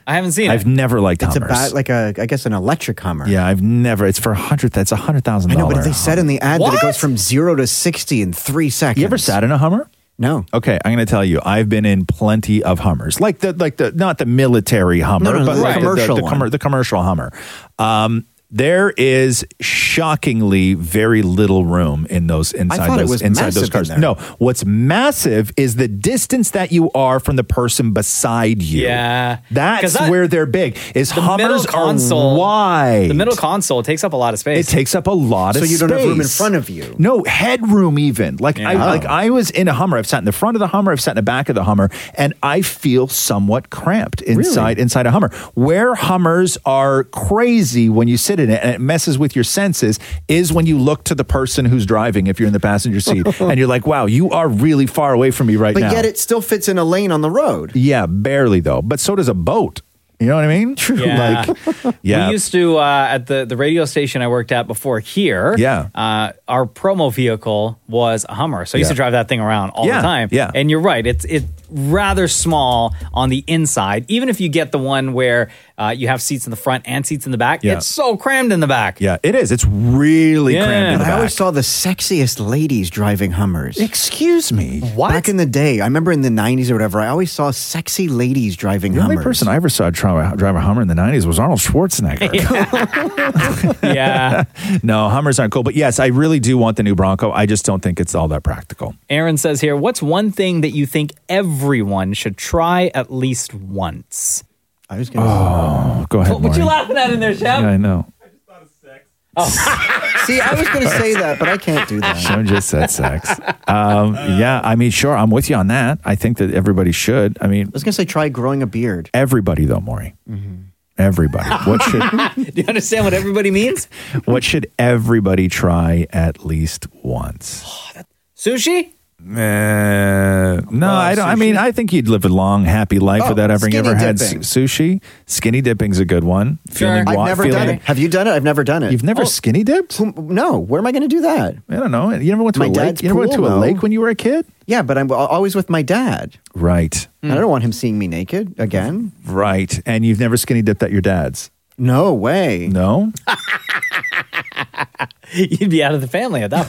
I haven't seen
I've
it.
never liked
It's
Hummers.
about like a, I guess, an electric Hummer.
yeah, I've never. It's for a hundred. That's a hundred thousand.
I know, but they said in the ad that it goes from zero to sixty in three seconds. You ever sat
in a Hummer?
No.
Okay, I'm going to tell you. I've been in plenty of Hummers, like the like the not the military Hummer,
No, no, no,
but
the
like
commercial
the, the,
one.
commer- the commercial Hummer. Um, there is shockingly very little room in those inside
thought it
those
was
inside
massive
those
in
cars.
there.
No, what's massive is the distance that you are from the person beside you.
Yeah. 'Cause
that's
that-
where they're big. Is
The middle
Hummers
console-
are wide.
The middle console takes up a lot of space.
It takes up a lot of space. No headroom, even. Like I
Yeah.
like I was in a Hummer. I've sat in the front of the Hummer. I've sat in the back of the Hummer, and I feel somewhat cramped inside inside a Hummer. Where Hummers are crazy when you sit in it, and it messes with your senses, is when you look to the person who's driving. If you're in the passenger seat, and you're like, "Wow, you are really far away from me right
but
now."
yet it still fits in a lane on the road.
yeah, barely though. But so does a boat. You know what I mean? True.
Yeah.
Like, yeah.
We used to uh, at the the radio station I worked at before here.
Yeah.
Uh, our promo vehicle was a Hummer, so I used
Yeah.
to drive that thing around all the
Yeah,
time.
yeah.
And you're right; it's it's rather small on the inside. Even if you get the one where uh, you have seats in the front and seats in the back,
Yeah.
it's so crammed in the back.
Yeah, it is. It's really
Yeah. crammed in the
I always
back.
saw the sexiest ladies driving Hummers.
Excuse me.
What? Back in the day, I remember in the 90s or whatever, I always saw sexy ladies driving
The only
Hummers.
person I ever saw drive a, drive a Hummer in the 90s was Arnold Schwarzenegger.
yeah.
no, Hummers aren't cool. But yes, I really do want the new Bronco. I just don't think it's all that practical.
Aaron says here, what's one thing that you think everyone should try at least once?
I was going to
Oh, go ahead.
What, what you
Maureen.
laughing at in there, Shep?
Yeah, I know.
Oh.
See, I was going to say that, but I can't do that.
Sean just said sex. Um, yeah, I mean, sure, I'm with you on that. I think that everybody should. I mean, I
was going to say try growing a beard. Mm-hmm.
Everybody, though, Maury. Everybody. What should
Do you understand what everybody means?
what should everybody try at least once?
Sushi?
Uh, no, I don't. I mean, I think you'd live a long, happy life
Oh,
without having
skinny
ever had su-
dipping.
sushi. Skinny dipping's a good one.
I've
wa-
never
feeling-
done it. Have you done it? I've never done it. Oh.
You've never skinny dipped?
no. Where am I going to do that?
I don't know. You never went to
my
a lake?
dad's
You never went
pool,
to a
though.
lake when you were a kid?
Yeah, but I'm al- always with my dad.
Right.
I don't want him seeing me naked again.
Right. And you've never skinny dipped at your dad's?
No way.
No?
You'd be out of the family at that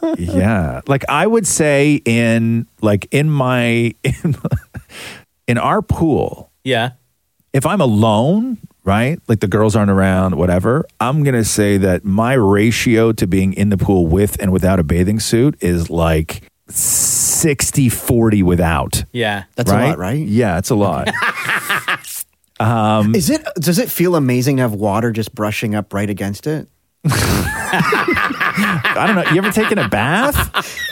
point.
yeah. Like I would say in like in my in, in our pool,
yeah.
if I'm alone, right? Like the girls aren't around, whatever, I'm going to say that my ratio to being in the pool with and without a bathing suit is like 60 40 without.
Yeah.
right? Yeah, it's a lot.
Um, Is it? Does it feel amazing to have water just brushing up right against it?
I don't know. You ever taken a bath?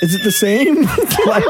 Is it the same? like,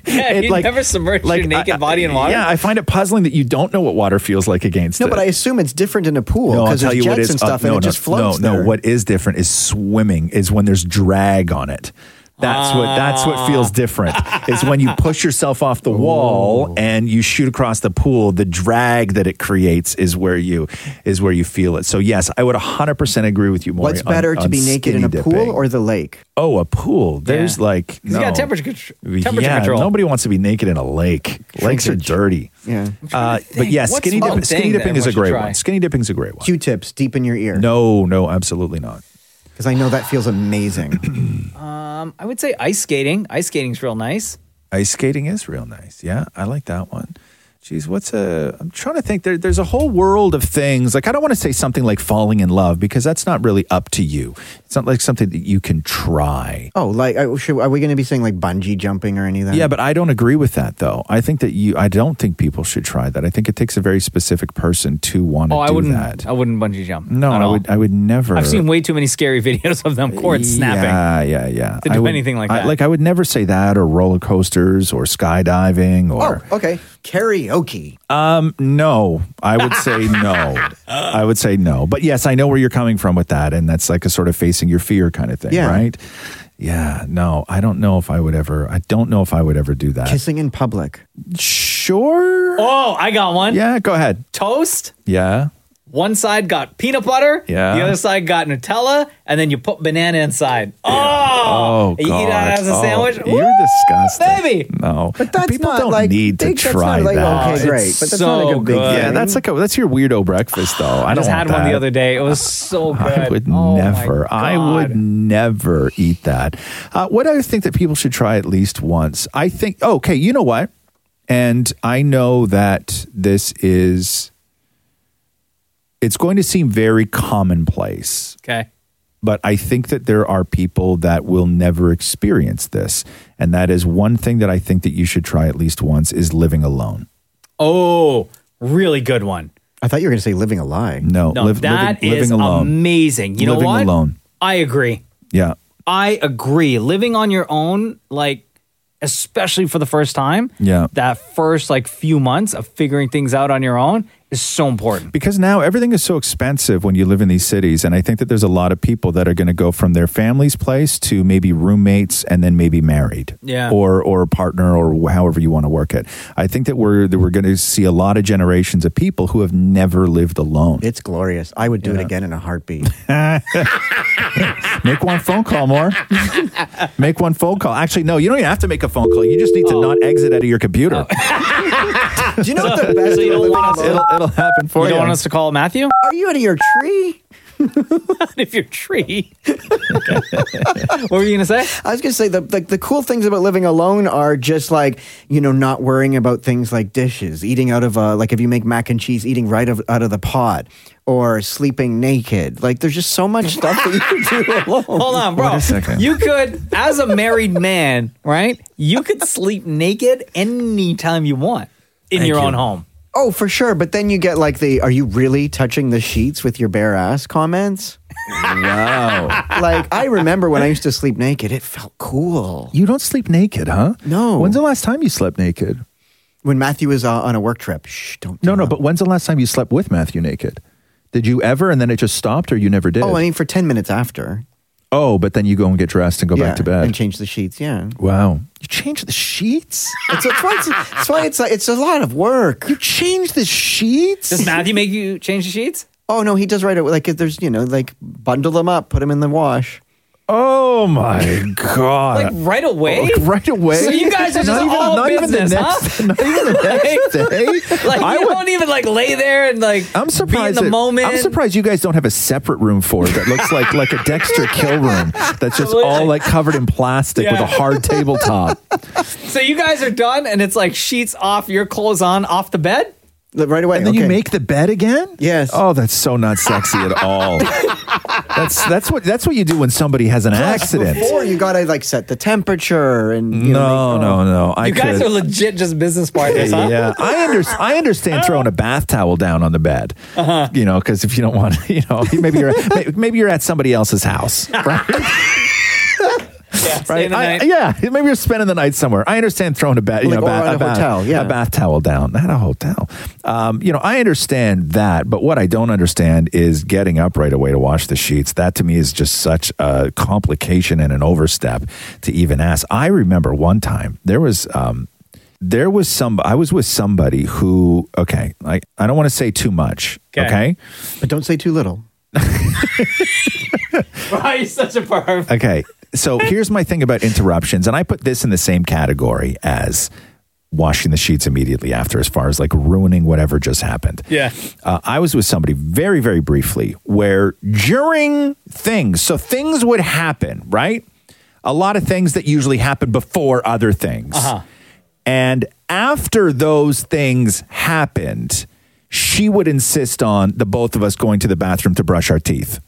Yeah,
It,
you
like-
never submerged
like,
your naked
I- I-
body in water.
Yeah, I find it puzzling that you don't know what water feels like against
no,
it.
but I assume it's different in a pool
No, I'll
because
tell
there's
you
jets
what is
and
uh,
stuff,
no,
and it
no,
just floats.
No,
there.
no. What is different is swimming. Is when there's drag on it. That's what. That's
Ah.
what feels different. is when you push yourself off the wall and you shoot across the pool. The drag that it creates is where you is where you feel it. So yes, I would 100 percent agree with you. Maury,
What's
on-
better to
on
be naked in a
skinny
pool
dipping.
or the lake?
Oh, a pool. There's like
He's
no.
got temperature, contr- temperature
yeah,
control.
Nobody wants to be naked in a lake. Lakes are dirty.
Yeah.
Uh, but yeah,
What's
skinny,
one
dip,
thing
skinny
that
dipping is a
everyone should
great
try?
one. Skinny dipping's a great one.
Q-tips deep in your ear.
No, no, absolutely not.
Because I know that feels amazing.
Um, I would say ice skating. Ice skating's real nice.
Ice skating is real nice. Yeah, I like that one. Geez, what's a? I'm trying to think. There, there's a whole world of things. Like I don't want to say something like falling in love because that's not really up to you. It's not like something that you can try.
Oh, like I- should, are we going to be saying like bungee jumping or anything?
Yeah, but I don't agree with that though. I think that you. I don't think people should try that. I think it takes a very specific person to want to
Oh, I
do
wouldn't.
that.
I wouldn't bungee jump.
No,
at
I
all.
would. I would never.
I've seen way too many scary videos of them cords snapping.
Yeah, yeah, yeah.
To
I
do
would-
anything like
I-
that.
like I would never say that, or roller coasters, or skydiving, or
Oh, okay. Karaoke.
Oh.
Um, no, I would say no. I would say no. But yes, I know where you're coming from with that, and that's like a sort of facing your fear kind of thing,
Yeah.
right? Yeah. No, I don't know if I would ever. I don't know if I would ever do that.
Kissing in public.
Sure.
Oh, I got one.
Yeah, go ahead.
Toast.
Yeah.
One side got peanut butter.
Yeah.
The other side got Nutella, and then you put banana inside.
Oh,
Oh, you eat
God.
that as a
Oh,
sandwich.
You're disgusting.
Baby.
No,
but that's
people
not
don't
like
need to
big- that's
try
not like-
that.
okay,
It's
great, but that's not like a big
Yeah,
thing.
that's like a that's your weirdo breakfast though. I
I
don't
just had
want
one the
that.
other day. It was so good. Oh
I would never. I would never eat that. Uh, what I think that people should try at least once. I think. oh, Okay, you know what? And I know that this is. It's going to seem very commonplace
Okay.
but I think that there are people that will never experience this. And that is one thing that I think that you should try at least once is living alone.
Oh, really good one.
I thought you were going to say living a lie.
No,
No,
live-
that is
living, living alone.
amazing. You
living
know what?
alone.
I agree.
Yeah.
I agree. Living on your own, like, especially for the first time,
Yeah.
that first like few months of figuring things out on your own is so important.
Because now everything is so expensive when you live in these cities. And I think that there's a lot of people that are going to go from their family's place to maybe roommates and then maybe married.
Yeah.
Or or a partner or however you want to work it. I think that we're that we're going to see a lot of generations of people who have never lived alone.
It's glorious. I would do it again in a heartbeat.
Make one phone call more. make one phone call. Actually, no, you don't even have to make a phone call. You just need to not exit out of your computer.
Do you know what the best
so
of
you don't
living
want us-
alone-
It'll happen for
you don't
you.
want us to call Matthew?
Are you out of your tree?
if you're tree. what were you gonna say?
I was gonna say the like the cool things about living alone are just like you know not worrying about things like dishes, eating out of a like if you make mac and cheese, eating right of, out of the pot, or sleeping naked. Like there's just so much stuff that you can do alone.
Hold on, bro. You could, as a married man, right? You could sleep naked anytime you want in
Thank
your
you.
own home.
Oh, for sure. But then you get like the "Are you really touching the sheets with your bare ass?" comments.
wow.
Like I remember when I used to sleep naked, it felt cool.
You don't sleep naked, huh?
No.
When's the last time you slept naked?
When Matthew was uh, on a work trip. Shh, don't.
No, no. But when's the last time you slept with Matthew naked? Did you ever? And then it just stopped, or you never did?
Oh, I mean, for ten minutes after.
Oh, but then you go and get dressed and go
Yeah,
back to bed
and change the sheets. Yeah.
Wow. You change the sheets?
It's, it's, why it's, it's why it's like it's a lot of work. You
change the sheets?
Does Matthew make you change the sheets?
Oh no, he does right away. Like if there's you know like bundle them up, put them in the wash.
Oh my god!
Like right away?
right away.
So you guys are just
Not even-
all
not even the
business,
next-
huh?
not even the next day.
Like
I
you
would-
don't even like lay there and like
I'm surprised.
be in the
that-
moment.
I'm surprised you guys don't have a separate room for it that looks like like a Dexter kill room that's just all like covered in plastic with
Yeah.
a hard tabletop.
So you guys are done, and it's like sheets off, your clothes on, off the bed.
Right away.
And then you make the bed again?
Yes.
Oh, that's so not sexy at all. that's that's what that's what you do when somebody has an accident.
Before you gotta like set the temperature and you know,
No,
make-
no, no. I
you guys
could-
are legit just business partners, huh?
Yeah, I, under- I understand throwing a bath towel down on the bed.
Oh. Uh-huh.
You know, because if you don't want, to, you know, maybe you're may- maybe you're at somebody else's house, right?
staying the
I-
night.
yeah, maybe you're spending the night somewhere. I understand throwing a bath, you
Like,
know,
or
ba-
at a
bath-
hotel, yeah.
a bath towel down, not a hotel. Um, you know, I understand that, but what I don't understand is getting up right away to wash the sheets. That to me is just such a complication and an overstep to even ask. I remember one time there was. Um, there was some I was with somebody who okay, like I don't want to say too much, okay?
But don't say too little.
Why are you such a perv?
Okay. So here's my thing about interruptions, and I put this in the same category as washing the sheets immediately after, as far as like ruining whatever just happened.
Yeah.
Uh, I was with somebody very, very briefly where during things, so things would happen,
Uh-huh.
right? A lot of things that usually happen before other things. And after those things happened, she would insist on the both of us going to the bathroom to brush our teeth.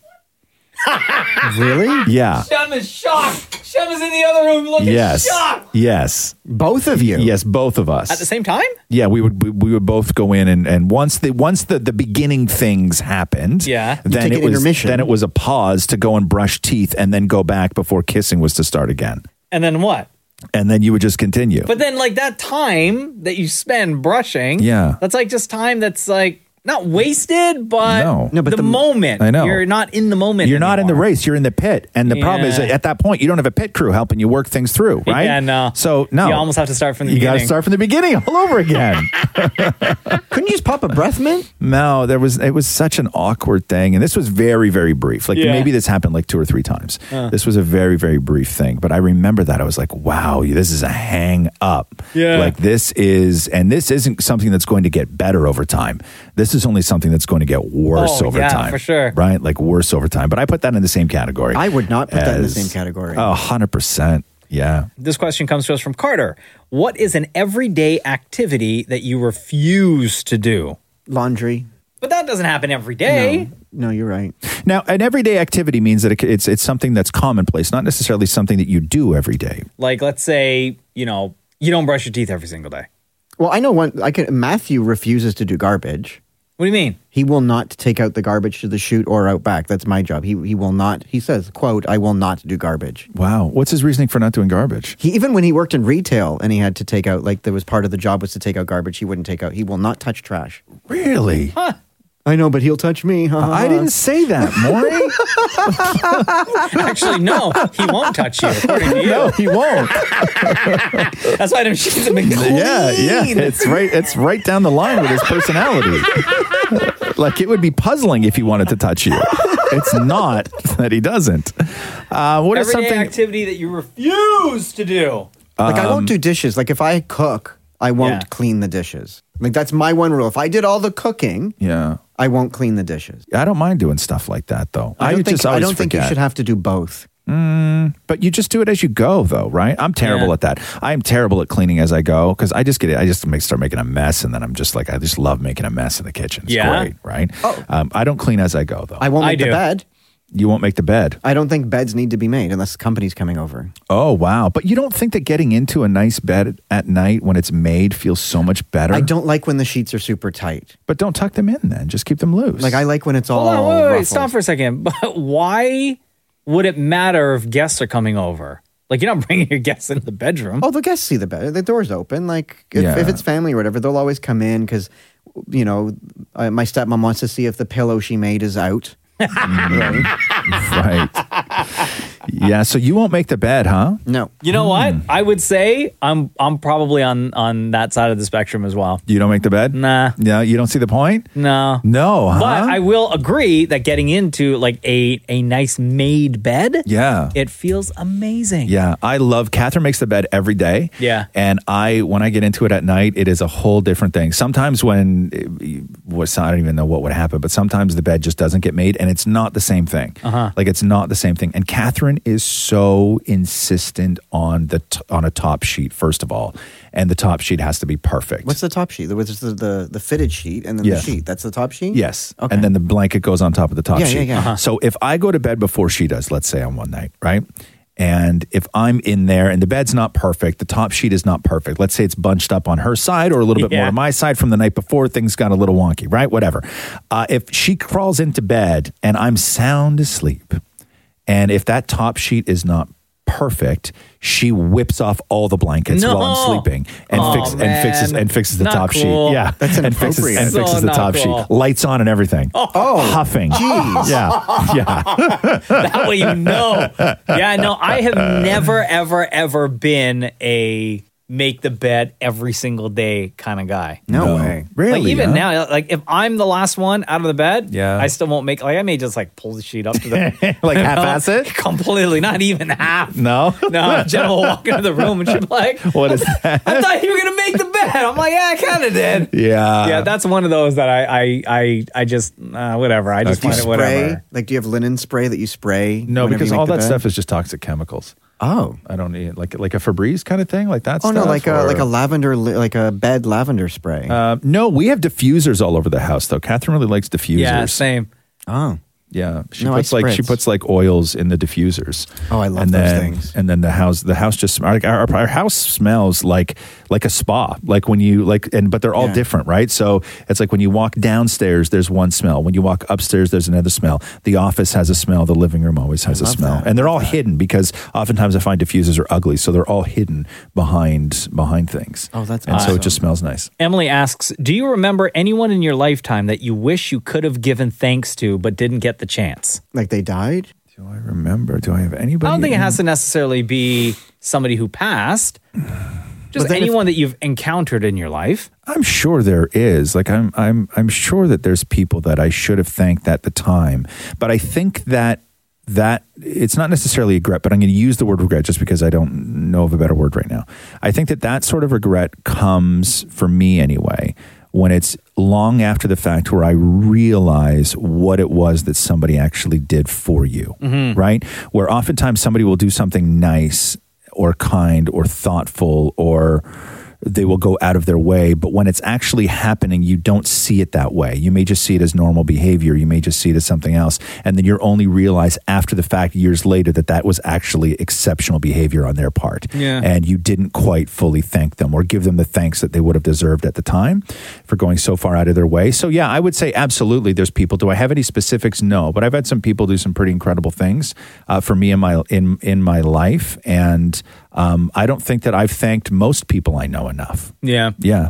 really?
Ah.
Yeah.
Shem is shocked. Shem is in the other room looking
yes.
shocked.
Yes. Both of you. Yes, both of us.
At the same time?
yeah, we would we, we would both go in and, and once the once the, the beginning things happened,
Yeah. You
then
take an
it was
intermission.
then it was a pause to go and brush teeth and then go back before kissing was to start again.
And then what?
And then you would just continue.
But then, like that time that you spend brushing,
Yeah.
that's like just time that's like not wasted, but
No. No, but
the,
the-
moment.
I know.
you're not in the moment.
You're not in the race. You're in the pit, and the problem is
Yeah.
at that point you don't have a pit crew helping you work things through, right?
Yeah, no.
So no,
You almost have to start from the
You gotta
beginning.
start from the beginning all over again. Couldn't you just pop a breath mint? No, there was. It was such an awkward thing, and this was very, very brief. Like
Yeah.
maybe this happened like two or three times.
Uh.
This was a very, very brief thing, but I remember that I was like, wow, this is a hang up.
Yeah.
Like this is, and this isn't something that's going to get better over time. This is only something that's going to get worse
Oh,
over
yeah,
time
for sure.
right? Like worse over time. But I put that in the same category.
I would not put that in the
as-
same category.
Oh, 100%. Yeah.
This question comes to us from Carter. What is an everyday activity that you refuse to do?
Laundry.
But that doesn't happen every day.
No, you're right. Now, an everyday activity means that it, c- it's it's something that's commonplace, not necessarily something that you do every day.
Like, let's say you know you don't brush your teeth every single day.
Well, I know one. I can. Matthew refuses to do garbage.
What do you mean?
He will not take out the garbage to the chute or out back. That's my job. He he will not. He says, "quote I will not do garbage."
Wow. What's his reasoning for not doing garbage?
He even when he worked in retail and he had to take out like there was part of the job was to take out garbage. He wouldn't take out. He will not touch trash. Uh-huh.
Really?
I know, but he'll touch me. Ha, ha,
I
ha.
didn't say that, Maury.
Actually, no, he won't touch you. According to you.
No, he won't.
That's why them sheets have been clean.
Yeah, yeah. It's right it's right down the line with his personality. like it would be puzzling if he wanted to touch you. It's not that he doesn't. Uh, what is
everyday
something
activity that you refuse to do?
Like I
Um,
won't do dishes. Like if I cook, I won't clean the dishes. Like that's my one rule. If I did all the cooking,
Yeah.
I won't clean the dishes.
I don't mind doing stuff like that though.
I don't think,
just
I
always
don't think you
forget.
should have to do both.
Mm, but you just do it as you go, though, right? I'm terrible
Yeah.
at that. I am terrible at cleaning as I go because I just get it. I just make, start making a mess, and then I'm just like, I just love making a mess in the kitchen. It's
Yeah.
great, right?
Oh.
Um, I don't clean as I go, though.
I won't make the bed.
You won't make the bed.
I don't think beds need to be made unless the company's coming over.
Oh wow! But you don't think that getting into a nice bed at night when it's made feels so much better?
I don't like when the sheets are super tight.
But don't tuck them in then. Just keep them loose.
Like I like when it's all
Hold on, wait, wait, wait,
ruffled.
stop for a second. But why would it matter if guests are coming over? Like you're not bringing your guests into the bedroom.
Oh, the guests see the bed. The door's open. Like if,
Yeah.
if it's family or whatever, they'll always come in because, you know, uh, my stepmom wants to see if the pillow she made is out.
right. Yeah. So you won't make the bed, huh?
No.
You know what? I would say I'm I'm probably on on that side of the spectrum as well.
You don't make the bed?
Nah.
No. You don't see the point?
No.
No. Oh, Huh?
But I will agree that getting into like a a nice made bed,
Yeah.
it feels amazing.
Yeah, I love. Catherine makes the bed every day.
Yeah.
and I when I get into it at night, it is a whole different thing. Sometimes when was I don't even know what would happen, but sometimes the bed just doesn't get made, and it's not the same thing.
Uh-huh.
Like it's not the same thing. And Catherine is so insistent on the t- on a top sheet first of all, and the top sheet has to be perfect.
What's the top sheet? There was just the, the the fitted sheet and then
Yeah.
the sheet. That's the top sheet.
Yes.
Okay.
And then the blanket goes on top of the top
Yeah, yeah,
sheet.
yeah. Uh-huh.
So if I go to bed before she does, let's say on one night, right? And if I'm in there and the bed's not perfect, the top sheet is not perfect. Let's say it's bunched up on her side or a little bit more
Yeah.
on my side from the night before, things got a little wonky, right? Whatever. Uh, if she crawls into bed and I'm sound asleep, and if that top sheet is not perfect, she whips off all the blankets
No.
while I'm sleeping and,
Oh,
fix, and fixes
man.
and fixes the
Not
top
cool.
sheet. Yeah,
That's
and fixes,
inappropriate.
and
So
fixes the
not
top
cool.
sheet, lights on and everything. Oh, huffing.
jeez.
Yeah, yeah.
that way you know. Yeah, no, I have never, ever, ever been a make the bed every single day kind of guy.
No No. way.
Like
Really,
even
huh?
now, like if I'm the last one out of the bed,
Yeah.
I still won't make. Like I may just like pull the sheet up to the
Like
you know,
half-ass it?
completely, not even half.
No,
No, Jenna will walk into the room and she'll be like,
"What is that?"
I thought you were gonna make the bed. I'm like, yeah, I kind of did.
Yeah.
yeah, that's one of those that I, I, I, I just uh, whatever. I just
do you
find it
spray?
whatever.
Like, do you have linen spray that you spray?
No,
whenever
because
you make
all
the
that
bed?
stuff is just toxic chemicals.
Oh,
I don't need like like a Febreze kind of thing, like that.
Oh no,
stuff,
like a
or-
like a lavender li- like a bed lavender spray.
Uh, no, we have diffusers all over the house though. Catherine really likes diffusers.
Yeah,
same.
Oh.
Yeah, she
No, I
puts like she
spritz.
puts like oils in the diffusers.
Oh, I love
and
those
then,
things.
And then the house, the house just sm- like our, our house smells like like a spa. Like when you like, and but they're all
Yeah.
different, right? So it's like when you walk downstairs, there's one smell. When you walk upstairs, there's another smell. The office has a smell. The living room always has a smell, and they're all hidden because oftentimes I find diffusers are ugly, so they're all hidden behind behind things.
Oh, that's
and so
awesome.
it just smells nice.
Emily asks, "Do you remember anyone in your lifetime that you wish you could have given thanks to but didn't get the chance?"
Like they died?
Do I remember? Do I have anybody?
I don't think it
in-
has to necessarily be somebody who passed. Just
then if-
anyone that you've encountered in your life.
I'm sure there is. Like I'm I'm I'm sure that there's people that I should have thanked at the time. But I think that that it's not necessarily regret, but I'm going to use the word regret just because I don't know of a better word right now. I think that that sort of regret comes for me anyway when it's long after the fact where I realize what it was that somebody actually did for you,
Mhm.
right? Where oftentimes somebody will do something nice or kind or thoughtful or they will go out of their way. But when it's actually happening, you don't see it that way. You may just see it as normal behavior. You may just see it as something else. And then you only realize after the fact, years later, that that was actually exceptional behavior on their part.
Yeah.
And you didn't quite fully thank them or give them the thanks that they would have deserved at the time for going so far out of their way. So, yeah, I would say absolutely there's people. Do I have any specifics? No. But I've had some people do some pretty incredible things uh, for me in my, in, in my life. And um, I don't think that I've thanked most people I know enough.
Yeah.
Yeah.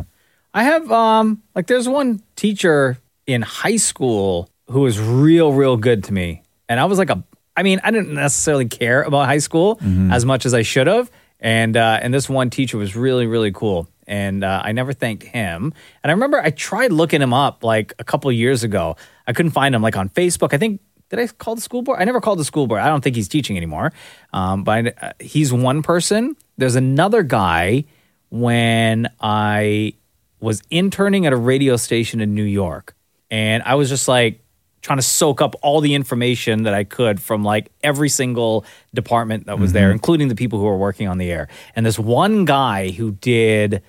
I have um like there's one teacher in high school who was real real good to me. And I was like a I mean, I didn't necessarily care about high school as much as I should have. And uh and this one teacher was really really cool. And uh, I never thanked him. And I remember I tried looking him up like a couple years ago. I couldn't find him like on Facebook. I think did I call the school board? I never called the school board. I don't think he's teaching anymore. Um, but uh, he's one person. There's another guy when I was interning at a radio station in New York. And I was just like trying to soak up all the information that I could from like every single department that was there, including the people who were working on the air. And this one guy who did,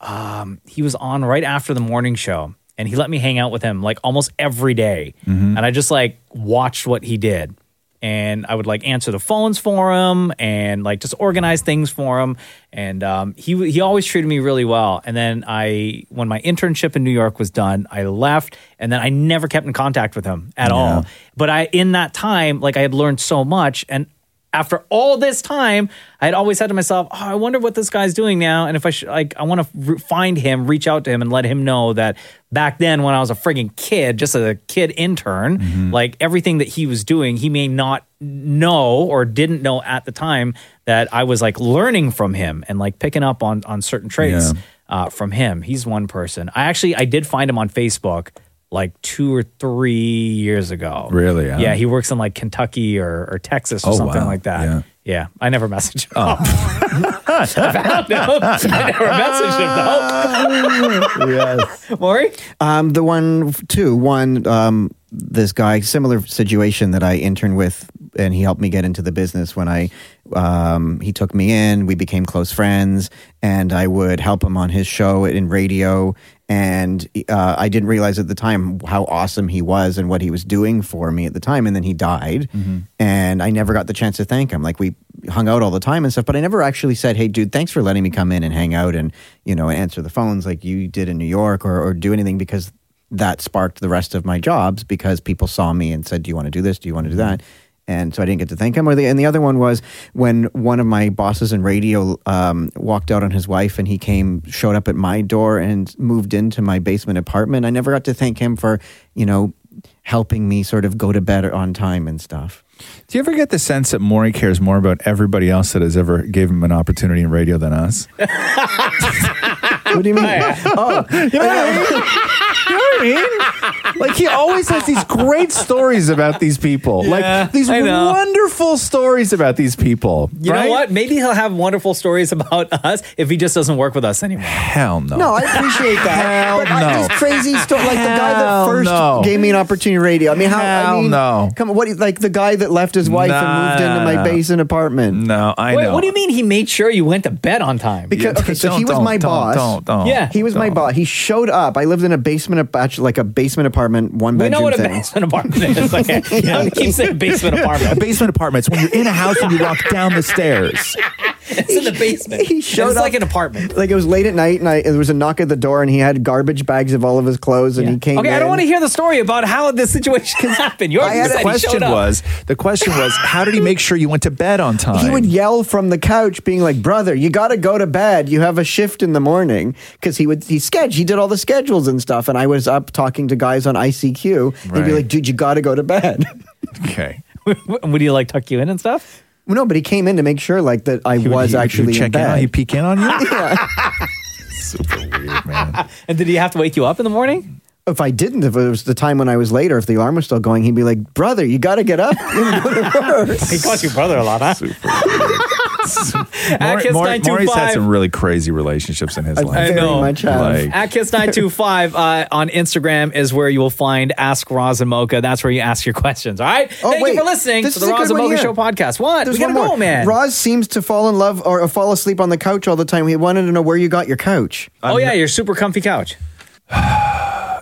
um, he was on right after the morning show. And he let me hang out with him like almost every day.
Mm-hmm.
And I just like watched what he did and I would like answer the phones for him and like just organize things for him. And um, he he always treated me really well. And then I, when my internship in New York was done, I left, and then I never kept in contact with him at all. But I, in that time, like I had learned so much, and after all this time, I had always said to myself, "Oh, I wonder what this guy's doing now, and if I should, like, I want to re- find him, reach out to him, and let him know that back then, when I was a frigging kid, just a kid intern,
Mm-hmm.
like everything that he was doing, he may not know or didn't know at the time that I was like learning from him and like picking up on on certain traits
Yeah.
uh, from him. He's one person. I actually I did find him on Facebook." Like two or three years ago.
Really, huh?
Yeah, he works in like Kentucky or, or Texas or
Oh,
something
wow.
like that.
Yeah.
Yeah. I never messaged him.
Oh.
I found him. I never messaged him though.
yes.
Maury?
Um, the one, two, one, um, this guy, similar situation that I interned with, and he helped me get into the business when I, um, he took me in, we became close friends, and I would help him on his show in radio. And uh, I didn't realize at the time how awesome he was and what he was doing for me at the time. And then he died,
Mm-hmm.
and I never got the chance to thank him. Like we hung out all the time and stuff, but I never actually said, "Hey, dude, thanks for letting me come in and hang out and you know and answer the phones like you did in New York or or do anything," because that sparked the rest of my jobs because people saw me and said, "Do you want to do this? Do you want to do that?" And so I didn't get to thank him. Or the and the other one was when one of my bosses in radio um, walked out on his wife, and he came, showed up at my door, and moved into my basement apartment. I never got to thank him for you know helping me sort of go to bed on time and stuff.
Do you ever get the sense that Maury cares more about everybody else that has ever gave him an opportunity in radio than us?
what do you mean? oh,
You know what I mean? You know what I mean? Like he always has these great stories about these people.
Yeah,
like these
I know.
wonderful stories about these people.
You know what? Maybe he'll have wonderful stories about us if he just doesn't work with us anymore.
Hell no.
No, I appreciate that.
Hell
but I,
no.
this crazy story, like the guy that
Hell
first
no.
gave me an opportunity radio. I mean, how?
Hell
I mean,
no.
Come, on, what? Like the guy that left his wife
Nah,
and moved into
nah,
my
nah.
basement apartment.
No, I
Wait, what do you mean he made sure you went to bed on time?
Because okay, so he was my boss.
Yeah,
he was my boss. He showed up. I lived in a basement, ap- actually, like a basement apartment, one
We know
bedroom
what a
thing.
basement apartment is. Okay, yeah. keep saying basement apartment.
A basement apartment. It's when you're in a house and you walk down the stairs.
It's in the basement.
He showed
it's
up-
like an apartment.
Like it was late at night, and I, there was a knock at the door, and he had garbage bags of all of his clothes, and he came.
Okay, I don't
in.
want to hear the story about how this situation happened. Yours
I had
is
a
that he
question
showed up.
was the question was how did he make sure you went to bed on time?
He would yell from the couch, being like, "Brother, you got to go to bed. You have a shift in the morning." Because he would he sketch. He did all the schedules and stuff, and I was up talking to guys on ICQ. They'd be
Right.
like, "Dude, you got to go to bed."
okay.
Would he like tuck you in and stuff?
No, but he came in to make sure like that I was
he would
actually
check
in
in
bed.
on you, peek in on you.
yeah.
Super weird, man.
And did he have to wake you up in the morning?
If I didn't, if it was the time when I was later, if the alarm was still going, he'd be like, "Brother, you got to get up." and go to work."
He calls your brother a lot, huh? Super. At Kiss
Maury- Maury's had
925.
some really crazy relationships in his life.
I know.
Like,
Um, At Kiss925 uh, on Instagram is where you will find Ask Roz and Mocha. That's where you ask your questions. All right.
Oh,
Thank
wait.
you for listening
This
to
is
the
a
Roz
good
and
one here.
Mocha Show podcast. What?
There's
we gotta
one more.
go, man.
Roz seems to fall in love or, or fall asleep on the couch all the time. He wanted to know where you got your couch.
oh yeah, your super comfy couch.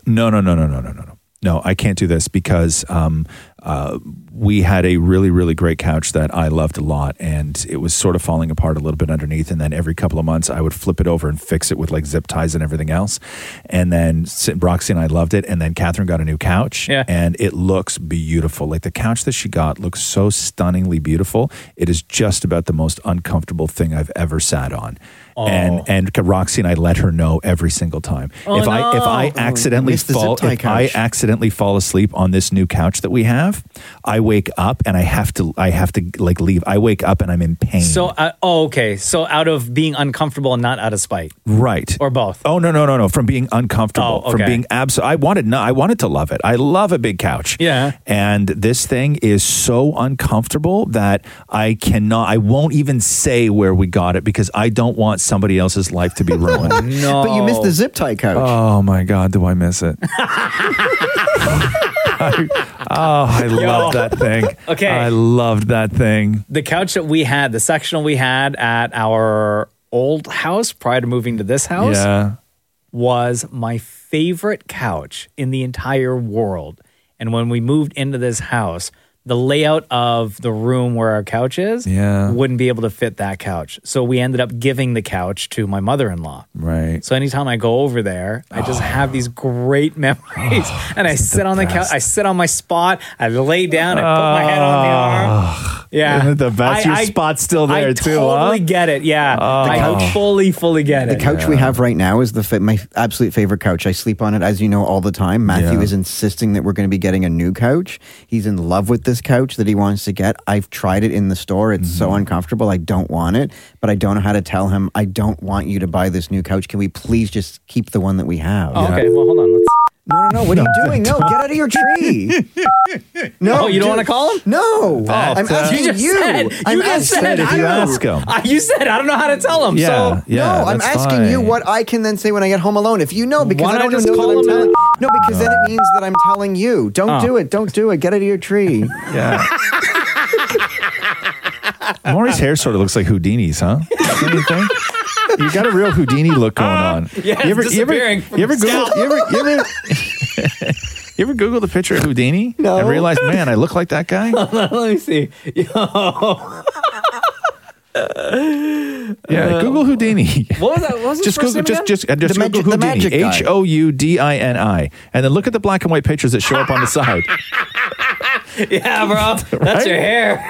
no, no, no, no, no, no, no, no. No, I can't do this because um, uh, we had a really, really great couch that I loved a lot, and it was sort of falling apart a little bit underneath. And then every couple of months, I would flip it over and fix it with like zip ties and everything else. And then S- Roxy and I loved it, and then Catherine got a new couch,
Yeah.
and it looks beautiful. Like the couch that she got looks so stunningly beautiful. It is just about the most uncomfortable thing I've ever sat on. And and Roxy and I let her know every single time.
Oh,
if I
no.
if I
Oh, you
accidentally
missed the zip
fall
tie
if I
couch.
accidentally fall asleep on this new couch that we have, I wake up and I have to I have to like leave. I wake up and I'm in pain.
So, uh, oh, okay. So, out of being uncomfortable and not out of spite,
Right.
or both.
Oh no no no no! From being uncomfortable,
Oh,
from
okay.
being absolute. I wanted no, I wanted to love it. I love a big couch.
Yeah.
And this thing is so uncomfortable that I cannot. I won't even say where we got it because I don't want somebody else's life to be ruined.
No. But you missed the zip tie couch.
Oh my god, do I miss it? oh, I love that thing. Uh,
Okay.
I loved that thing.
The couch that we had, the sectional we had at our old house prior to moving to this house,
Yeah.
was my favorite couch in the entire world. And when we moved into this house, the layout of the room where our couch is
Yeah.
wouldn't be able to fit that couch. So we ended up giving the couch to my mother in law.
Right. Oh.
So anytime I go over there, I just have these great memories. and I sit on the couch, I sit on my spot, I lay down, I put my head on the arm. Yeah.
Isn't it the best?
I-
Your
I-
spot's still
I
there too, huh? Oh.
totally get it. Yeah. I
couch-
fully, fully get
The
it.
couch we have right now is the fa- my absolute favorite couch. I sleep on it, as you know, all the time. Matthew
Yeah.
is insisting that we're going to be getting a new couch. He's in love with this couch that he wants to get. I've tried it in the store. It's so
Mm-hmm.
uncomfortable. I don't want it, but I don't know how to tell him. I don't want you to buy this new couch. Can we please just keep the one that we have?
Oh, okay. Well, hold on. Let's.
No, no, no. What are you doing? No, get out of your tree. No,
Oh, you
dude.
don't wanna call him?
No,
That,
I'm
uh,
asking you.
you just said-
I'm
you just
asking
said if you
you.
ask
him.
I, you said I don't know how to tell him. so
no, I'm asking you what I can then say when I get home alone. If you know, because
Why
I
don't
don't
I just
know
call
that I'm
him
telling. No, because then
No.
it means that I'm telling you. Don't
Oh.
do it. Don't do it. Get out of your tree.
Yeah. Maury's hair sort of looks like Houdini's, huh? Don't you think? You got a real Houdini look going on.
Uh, yeah,
you
it's
you ever,
disappearing
you ever
from
Google,
scalp.
you ever, you ever, you ever Google the picture of Houdini
No.
and realize, man, I look like that guy?
Let me see. Yo.
Yeah, Google Houdini.
What was that? What was his
just
first
Google,
name
just
again?
just uh, just Google Houdini. H O U D I N I, and then look at the black and white pictures that show up on the side.
Yeah, bro. That's
Right?
your hair.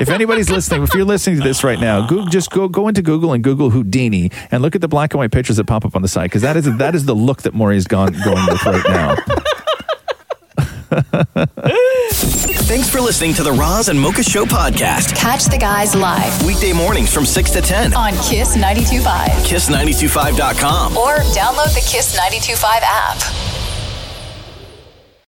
if anybody's listening, if you're listening to this right now, Google, just go go into Google and Google Houdini and look at the black and white pictures that pop up on the side because that is that is the look that Maury's gone going with right now.
Thanks for listening to the Roz and Mocha Show podcast.
Catch the guys live
Weekday mornings from 6 to 10.
on Kiss 92.5
Kiss925.com.
or download the Kiss 92.5 app.